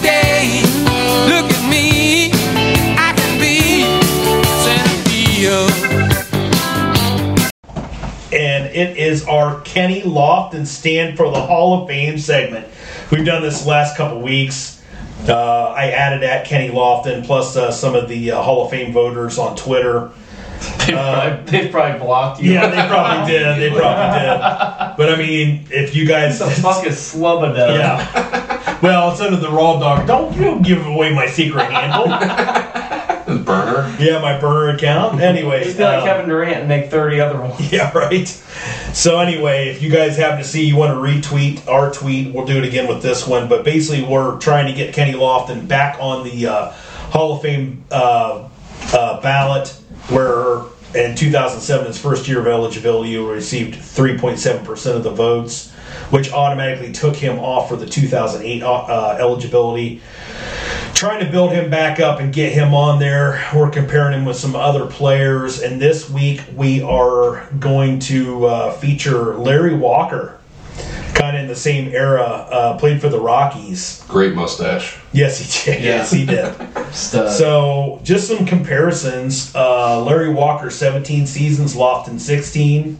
[SPEAKER 5] today. Look at me. I can be.
[SPEAKER 2] star Kenny Lofton stand for the Hall of Fame segment. We've done this the last couple weeks. Uh, I added at Kenny Lofton plus uh, some of the uh, Hall of Fame voters on Twitter.
[SPEAKER 1] They've,
[SPEAKER 4] uh,
[SPEAKER 1] probably, Uh, they've probably blocked you.
[SPEAKER 2] Yeah, they probably did. They probably did. But I mean, if you guys,
[SPEAKER 1] the fuck is Slubada?
[SPEAKER 2] yeah. Well, it's under the raw dog. Don't you don't give away my secret handle.
[SPEAKER 4] Burner.
[SPEAKER 2] yeah, my burner account. Anyway,
[SPEAKER 1] Just be like
[SPEAKER 2] uh,
[SPEAKER 1] Kevin Durant and make 30 other ones.
[SPEAKER 2] Yeah, right. So anyway, if you guys happen to see, you want to retweet our tweet, we'll do it again with this one. But basically, we're trying to get Kenny Lofton back on the uh, Hall of Fame uh, uh, ballot, where in 2007, his first year of eligibility, he received 3.7 percent of the votes, which automatically took him off for the 2008 uh, eligibility trying to build him back up and get him on there. We're comparing him with some other players, and this week we are going to uh, feature Larry Walker, kind of in the same era, uh, played for the Rockies.
[SPEAKER 4] Great mustache.
[SPEAKER 2] Yes, he did.
[SPEAKER 1] Yeah.
[SPEAKER 2] Yes, he did.
[SPEAKER 1] Just, uh,
[SPEAKER 2] So, just some comparisons. Uh, Larry Walker, 17 seasons, Lofton, 16.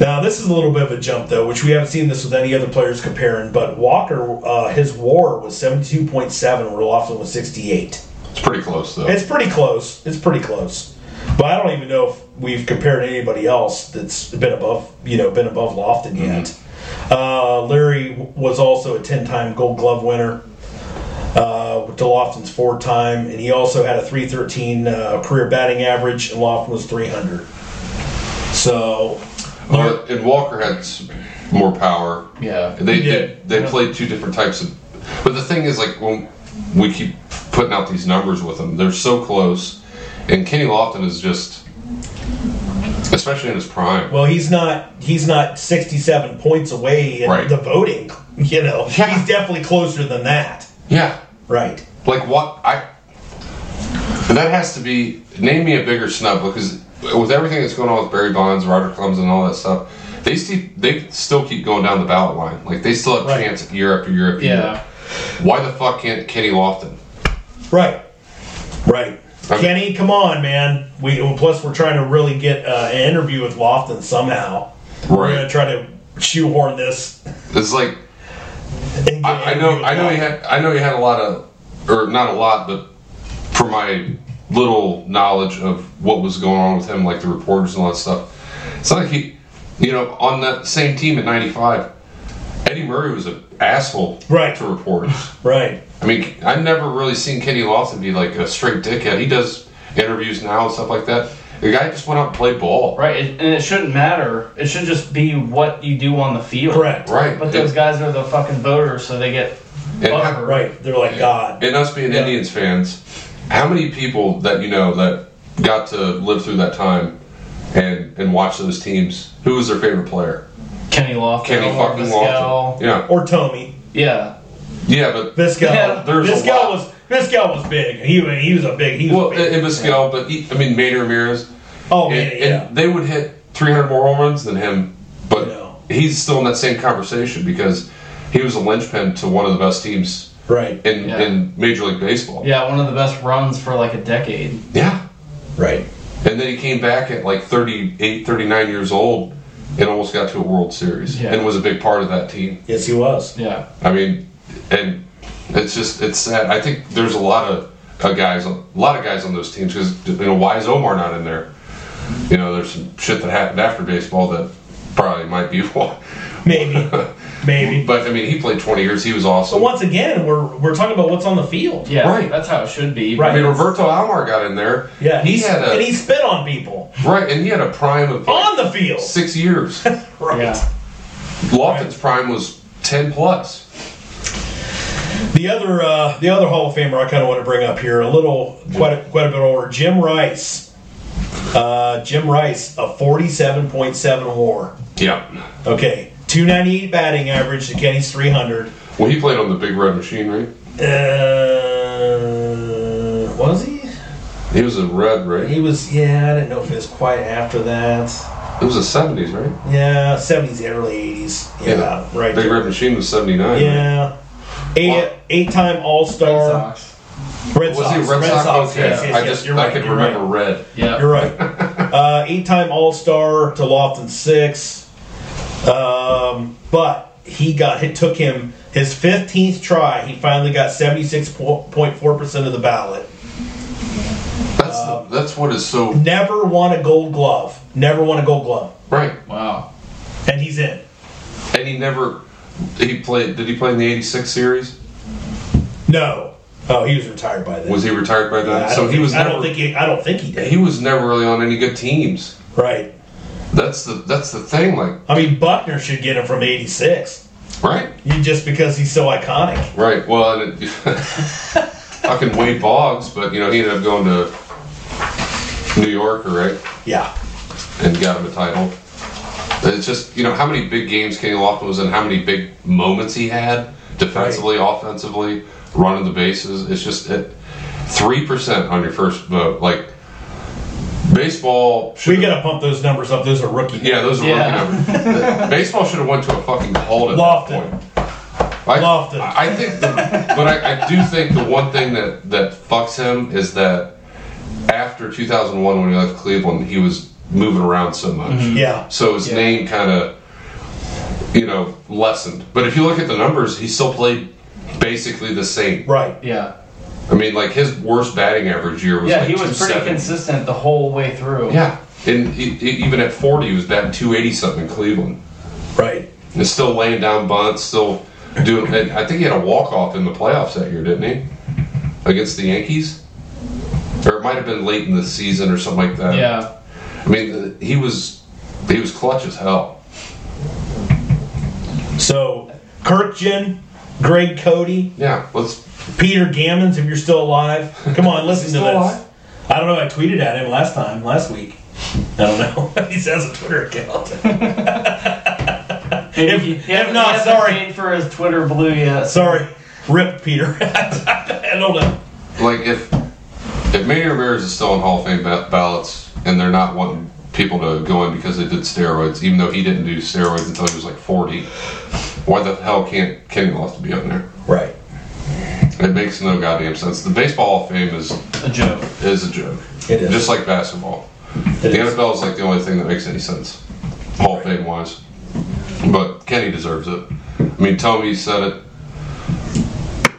[SPEAKER 2] Now, this is a little bit of a jump, though, which we haven't seen this with any other players comparing, but Walker, uh, his war was 72.7, where Lofton was 68.
[SPEAKER 4] It's pretty close though.
[SPEAKER 2] It's pretty close. It's pretty close. But I don't even know if we've compared anybody else that's been above, you know, been above Lofton
[SPEAKER 4] Mm-hmm.
[SPEAKER 2] yet. Uh, Larry w- was also a ten-time Gold Glove winner. Uh, to Lofton's four-time, and he also had a 313 uh, career batting average, and Lofton was 300. So,
[SPEAKER 4] But, and Walker had s- more power.
[SPEAKER 1] yeah.
[SPEAKER 4] They
[SPEAKER 2] Yeah.
[SPEAKER 4] they, they played two different types of. But the thing is, like when we keep putting out these numbers with them, they're so close. And Kenny Lofton is just, especially in his prime.
[SPEAKER 2] well, he's not he's not 67 points away in
[SPEAKER 4] Right.
[SPEAKER 2] the voting. You know,
[SPEAKER 4] Yeah.
[SPEAKER 2] he's definitely closer than that.
[SPEAKER 4] yeah,
[SPEAKER 2] Right.
[SPEAKER 4] like what I. That has to be name me a bigger snub because with everything that's going on with Barry Bonds, Roger Clemens, and all that stuff, they see they still keep going down the ballot line. Like they still have
[SPEAKER 2] Right.
[SPEAKER 4] chance year after year after
[SPEAKER 1] Yeah.
[SPEAKER 4] year. Why the fuck can't Kenny Lofton?
[SPEAKER 2] Right. Right.
[SPEAKER 4] Okay.
[SPEAKER 2] Kenny, come on, man. We well, plus we're trying to really get uh, an interview with Lofton somehow. We're gonna try to shoehorn this.
[SPEAKER 4] It's like
[SPEAKER 2] And get
[SPEAKER 4] I, I
[SPEAKER 2] an
[SPEAKER 4] know
[SPEAKER 2] interview
[SPEAKER 4] I know
[SPEAKER 2] with
[SPEAKER 4] he had I know he had a lot of or not a lot, but for my little knowledge of what was going on with him, like the reporters and all that stuff, it's not like he you know, on that same team at ninety five, Eddie Murray was an asshole
[SPEAKER 2] Right.
[SPEAKER 4] to reporters.
[SPEAKER 2] Lofton. Right.
[SPEAKER 4] I mean I've never really seen Kenny Lawson be like a straight dickhead. He does interviews now and stuff like that. The guy just went out and played ball.
[SPEAKER 1] Right. It, and it shouldn't matter. It should just be what you do on the field.
[SPEAKER 2] Correct.
[SPEAKER 4] Right.
[SPEAKER 1] But those
[SPEAKER 4] And-
[SPEAKER 1] guys are the fucking voters, so they get.
[SPEAKER 4] and-
[SPEAKER 1] butthurt.
[SPEAKER 2] Right. They're like God.
[SPEAKER 4] And us being
[SPEAKER 2] Yeah.
[SPEAKER 4] Indians fans, how many people that you know that got to live through that time and and watch those teams? Who was their favorite player?
[SPEAKER 1] Kenny Lofton.
[SPEAKER 4] Kenny
[SPEAKER 1] Omar
[SPEAKER 4] fucking
[SPEAKER 1] Vizquel.
[SPEAKER 4] Lofton. Yeah,
[SPEAKER 2] Or Tommy.
[SPEAKER 1] Yeah.
[SPEAKER 4] yeah, but
[SPEAKER 2] This
[SPEAKER 1] Yeah,
[SPEAKER 2] guy.
[SPEAKER 4] there's
[SPEAKER 2] this
[SPEAKER 4] a
[SPEAKER 2] guy
[SPEAKER 4] lot.
[SPEAKER 2] was this guy was big. He wa- he was a big. He was
[SPEAKER 4] well,
[SPEAKER 2] big.
[SPEAKER 4] it, it was Gal, but he, I mean, Manny Ramirez.
[SPEAKER 2] oh
[SPEAKER 4] And,
[SPEAKER 2] man, yeah.
[SPEAKER 4] and they would hit 300 more home runs than him, but
[SPEAKER 2] No.
[SPEAKER 4] he's still in that same conversation because he was a linchpin to one of the best teams
[SPEAKER 2] right.
[SPEAKER 4] in,
[SPEAKER 1] Yeah.
[SPEAKER 4] in Major League Baseball.
[SPEAKER 1] Yeah. One of the best runs for like a decade.
[SPEAKER 4] yeah.
[SPEAKER 2] Right.
[SPEAKER 4] And then he came back at like 38, 39 years old and almost got to a World Series
[SPEAKER 1] Yeah.
[SPEAKER 4] and was a big part of that team.
[SPEAKER 2] Yes, he was.
[SPEAKER 1] Yeah.
[SPEAKER 4] I mean, and it's just, it's sad. I think there's a lot of uh, guys, a lot of guys on those teams because, you know, why is Omar not in there? You know, there's some shit that happened after baseball that probably might be why.
[SPEAKER 2] Maybe. Maybe.
[SPEAKER 4] But I mean, he played 20 years. He was awesome.
[SPEAKER 2] But once again, we're we're talking about what's on the field.
[SPEAKER 1] Yeah.
[SPEAKER 4] Right.
[SPEAKER 1] That's how it should be.
[SPEAKER 2] Right.
[SPEAKER 4] I mean, Roberto Alomar got in there.
[SPEAKER 2] Yeah,
[SPEAKER 4] he
[SPEAKER 2] he's-
[SPEAKER 4] had a
[SPEAKER 2] and he Oh! spit on people
[SPEAKER 4] right, and he had a prime of like,
[SPEAKER 2] on the field.
[SPEAKER 4] six years.
[SPEAKER 2] Right.
[SPEAKER 1] Yeah.
[SPEAKER 4] Lofton's prime was 10 plus.
[SPEAKER 2] The other uh, the other Hall of Famer I kind of want to bring up here, a little quite a, quite a bit older, Jim Rice. Uh, Jim Rice, a forty-seven point seven WAR.
[SPEAKER 4] Yeah.
[SPEAKER 2] Okay, two ninety-eight batting average to Kenny's three hundred.
[SPEAKER 4] Well, he played on the Big Red Machine, right?
[SPEAKER 2] Uh, was he?
[SPEAKER 4] He was a red, right?
[SPEAKER 2] He was. Yeah, I didn't know if it was quite after that.
[SPEAKER 4] It was the seventies, right?
[SPEAKER 2] Yeah, seventies, early eighties. Yeah,
[SPEAKER 4] Yeah.
[SPEAKER 2] right.
[SPEAKER 4] Big Red Machine was seventy nine.
[SPEAKER 2] Yeah, eight
[SPEAKER 4] What?
[SPEAKER 2] eight-time All
[SPEAKER 1] Red
[SPEAKER 2] Star.
[SPEAKER 1] Sox.
[SPEAKER 2] Red
[SPEAKER 4] Was he Red, Sox? okay.
[SPEAKER 2] yes, yes,
[SPEAKER 4] I
[SPEAKER 2] yes,
[SPEAKER 4] just
[SPEAKER 2] you're
[SPEAKER 4] I
[SPEAKER 2] right,
[SPEAKER 4] could
[SPEAKER 2] you're
[SPEAKER 4] remember
[SPEAKER 2] right.
[SPEAKER 4] red.
[SPEAKER 1] Yeah.
[SPEAKER 2] You're right. Uh, eight-time All-Star to Lofton six. Um, but he got it took him his 15th try. He finally got 76.4 percent of the ballot.
[SPEAKER 4] That's the, that's what is so
[SPEAKER 2] Never won a Gold Glove. Never won a Gold Glove,
[SPEAKER 4] right.
[SPEAKER 1] Wow.
[SPEAKER 2] and he's in.
[SPEAKER 4] And he never he played. Did he play in the '86 series?
[SPEAKER 2] No, oh, he was retired by then. Uh,
[SPEAKER 4] Was he retired by then?
[SPEAKER 2] I
[SPEAKER 4] so
[SPEAKER 2] don't
[SPEAKER 4] he
[SPEAKER 2] think-
[SPEAKER 4] was.
[SPEAKER 2] I
[SPEAKER 4] Never,
[SPEAKER 2] don't think he. I don't think he did.
[SPEAKER 4] he was never really on any good teams.
[SPEAKER 2] Right.
[SPEAKER 4] That's the that's the thing. Like
[SPEAKER 2] I mean, Buckner should get him from '86.
[SPEAKER 4] right,
[SPEAKER 2] You just because he's so iconic.
[SPEAKER 4] right. Well, and it, fucking Wade Boggs, but you know he ended up going to New York, right,
[SPEAKER 2] Yeah.
[SPEAKER 4] and got him a title. It's just you know how many big games Kenny Lofton was in, how many big moments he had defensively, offensively, running the bases. It's just it three percent on your first vote. Like baseball,
[SPEAKER 2] We
[SPEAKER 4] should
[SPEAKER 2] gotta pump those numbers up. Those are rookie.
[SPEAKER 4] yeah, those are
[SPEAKER 1] Yeah.
[SPEAKER 4] rookie numbers. baseball should have went to a fucking halt at that
[SPEAKER 2] Lofton.
[SPEAKER 4] point. I,
[SPEAKER 2] Lofton.
[SPEAKER 4] I I think, the, but I, I do think the one thing that that fucks him is that after 2001, when he left Cleveland, he was moving around so much.
[SPEAKER 2] Yeah.
[SPEAKER 4] So his
[SPEAKER 2] Yeah.
[SPEAKER 4] name kind of, you know, lessened. But if you look at the numbers, he still played basically the same.
[SPEAKER 2] Right.
[SPEAKER 1] Yeah.
[SPEAKER 4] I mean, like his worst batting average year was
[SPEAKER 1] Yeah,
[SPEAKER 4] like
[SPEAKER 1] he was pretty
[SPEAKER 4] 270.
[SPEAKER 1] consistent the whole way through.
[SPEAKER 4] Yeah, and e- e- even at 40, he was batting 280 something in Cleveland.
[SPEAKER 2] Right.
[SPEAKER 4] And still laying down bunts, still doing. And I think he had a walk off in the playoffs that year, didn't he? Against the Yankees, or it might have been late in the season or something like that.
[SPEAKER 1] Yeah.
[SPEAKER 4] I mean, he was he was clutch as hell.
[SPEAKER 2] So Kirkjian, Greg Cody,
[SPEAKER 4] Yeah, let's.
[SPEAKER 2] Peter Gammons, if you're still alive, come on, listen to
[SPEAKER 4] still
[SPEAKER 2] this.
[SPEAKER 4] alive?
[SPEAKER 2] I don't know. I tweeted at him last time, last week. I don't know. he has a Twitter account.
[SPEAKER 1] Maybe
[SPEAKER 2] If-
[SPEAKER 1] he-
[SPEAKER 2] if
[SPEAKER 1] he hasn't-
[SPEAKER 2] not,
[SPEAKER 1] he hasn't
[SPEAKER 2] sorry.
[SPEAKER 1] paid for his Twitter blue yet.
[SPEAKER 2] Sorry, rip Peter. I don't know.
[SPEAKER 4] like if if Manny Ramirez is still on Hall of Fame ba- ballots and they're not wanting people to go in because they did steroids, even though he didn't do steroids until he was like forty, why the hell can't Kenny Lofton be up there?
[SPEAKER 2] Right.
[SPEAKER 4] It makes no goddamn sense. The baseball Hall of Fame is
[SPEAKER 1] A joke.
[SPEAKER 4] is a joke,
[SPEAKER 2] It is.
[SPEAKER 4] just like basketball.
[SPEAKER 2] It
[SPEAKER 4] The
[SPEAKER 2] is.
[SPEAKER 4] NFL is like the only thing that makes any sense, Hall of Fame wise. But Kenny deserves it. I mean, Tommy said it,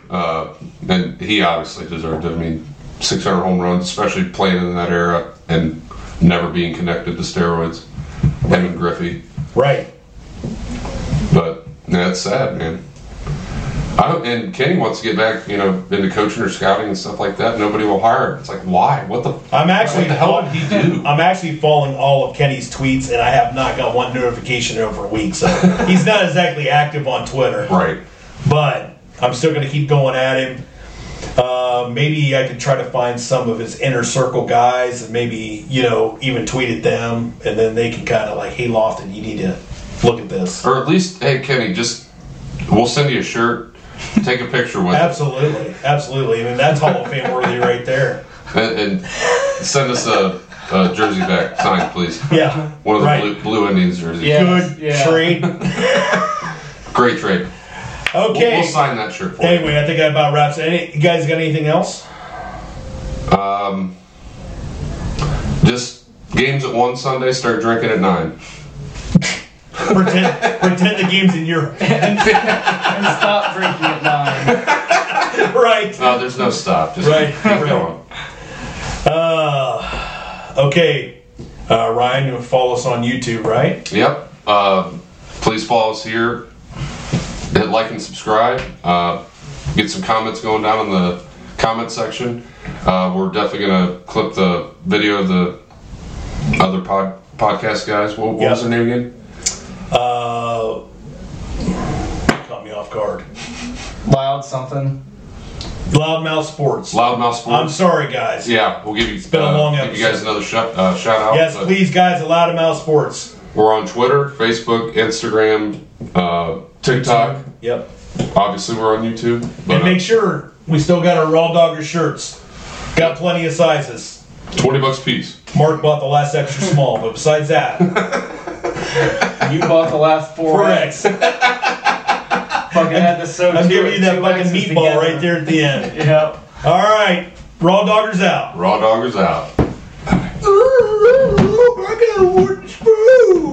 [SPEAKER 4] uh, and he obviously deserved it. I mean, 600 home runs, especially playing in that era and never being connected to steroids. Him and Griffey,
[SPEAKER 2] Right.
[SPEAKER 4] but that's sad, man. I don't, and Kenny wants to get back, you know, into coaching or scouting and stuff like that. Nobody will hire him. It's like, why? What the?
[SPEAKER 2] I'm actually
[SPEAKER 4] What the hell did he do?
[SPEAKER 2] I'm actually following all of Kenny's tweets, and I have not got one notification over a week, so he's not exactly active on Twitter.
[SPEAKER 4] Right.
[SPEAKER 2] But I'm still going to keep going at him. Uh, maybe I could try to find some of his inner circle guys, and maybe you know even tweet at them, and then they can kind of like, "Hey, Lofton, you need to look at this."
[SPEAKER 4] Or at least, hey Kenny, just we'll send you a shirt. Take a picture with it,
[SPEAKER 2] Absolutely, absolutely. I mean, that's Hall of Fame worthy right there.
[SPEAKER 4] and, and send us a, a jersey back signed, please.
[SPEAKER 2] Yeah,
[SPEAKER 4] One of the
[SPEAKER 2] right.
[SPEAKER 4] blue, blue Indians jerseys.
[SPEAKER 1] Yeah.
[SPEAKER 2] Good
[SPEAKER 1] Yeah.
[SPEAKER 2] trade.
[SPEAKER 4] Great trade. We'll,
[SPEAKER 2] Okay.
[SPEAKER 4] we'll sign that shirt for you.
[SPEAKER 2] Anyway, I think that about wraps. it. Any you guys got anything else?
[SPEAKER 4] Just games at one Sunday. Start drinking at nine.
[SPEAKER 2] pretend pretend the game's in Europe.
[SPEAKER 1] And stop drinking at nine.
[SPEAKER 2] right.
[SPEAKER 4] No, Oh, there's no stop. Just
[SPEAKER 2] Right.
[SPEAKER 4] keep going.
[SPEAKER 2] Uh, okay. Uh, Ryan, you follow us on YouTube, right?
[SPEAKER 4] Yep. Uh, please follow us here. Hit like and subscribe. Uh, get some comments going down in the comment section. Uh, we're definitely gonna clip the video of the other pod, podcast guys. What, what was
[SPEAKER 2] Yeah.
[SPEAKER 4] their name again?
[SPEAKER 2] Uh, caught me off guard.
[SPEAKER 1] Loud something.
[SPEAKER 2] Loudmouth Sports.
[SPEAKER 4] Loudmouth
[SPEAKER 2] I'm
[SPEAKER 4] Sports.
[SPEAKER 2] sorry, guys.
[SPEAKER 4] yeah, we'll give you. It's
[SPEAKER 2] been a long
[SPEAKER 4] Give you guys
[SPEAKER 2] episode.
[SPEAKER 4] another shout uh, shout out.
[SPEAKER 2] Yes,
[SPEAKER 4] But
[SPEAKER 2] please, guys, at Loudmouth Sports.
[SPEAKER 4] We're on Twitter, Facebook, Instagram, uh, TikTok.
[SPEAKER 2] Yep.
[SPEAKER 4] Obviously, we're on YouTube. But
[SPEAKER 2] And
[SPEAKER 4] uh,
[SPEAKER 2] make sure we still got our Raw Dogger shirts. Got plenty of sizes.
[SPEAKER 4] twenty bucks a piece.
[SPEAKER 2] Mark bought the last extra small, but besides that,
[SPEAKER 1] You bought the last four.
[SPEAKER 2] 4X.
[SPEAKER 1] Fucking had to sew
[SPEAKER 2] I'm
[SPEAKER 1] two-
[SPEAKER 2] giving you that
[SPEAKER 1] two
[SPEAKER 2] fucking
[SPEAKER 1] X's
[SPEAKER 2] meatball
[SPEAKER 1] together.
[SPEAKER 2] right there at the end.
[SPEAKER 1] Yep.
[SPEAKER 2] All right, Raw Doggers out.
[SPEAKER 4] Raw Doggers out.
[SPEAKER 2] Ooh, I got a wooden spoon.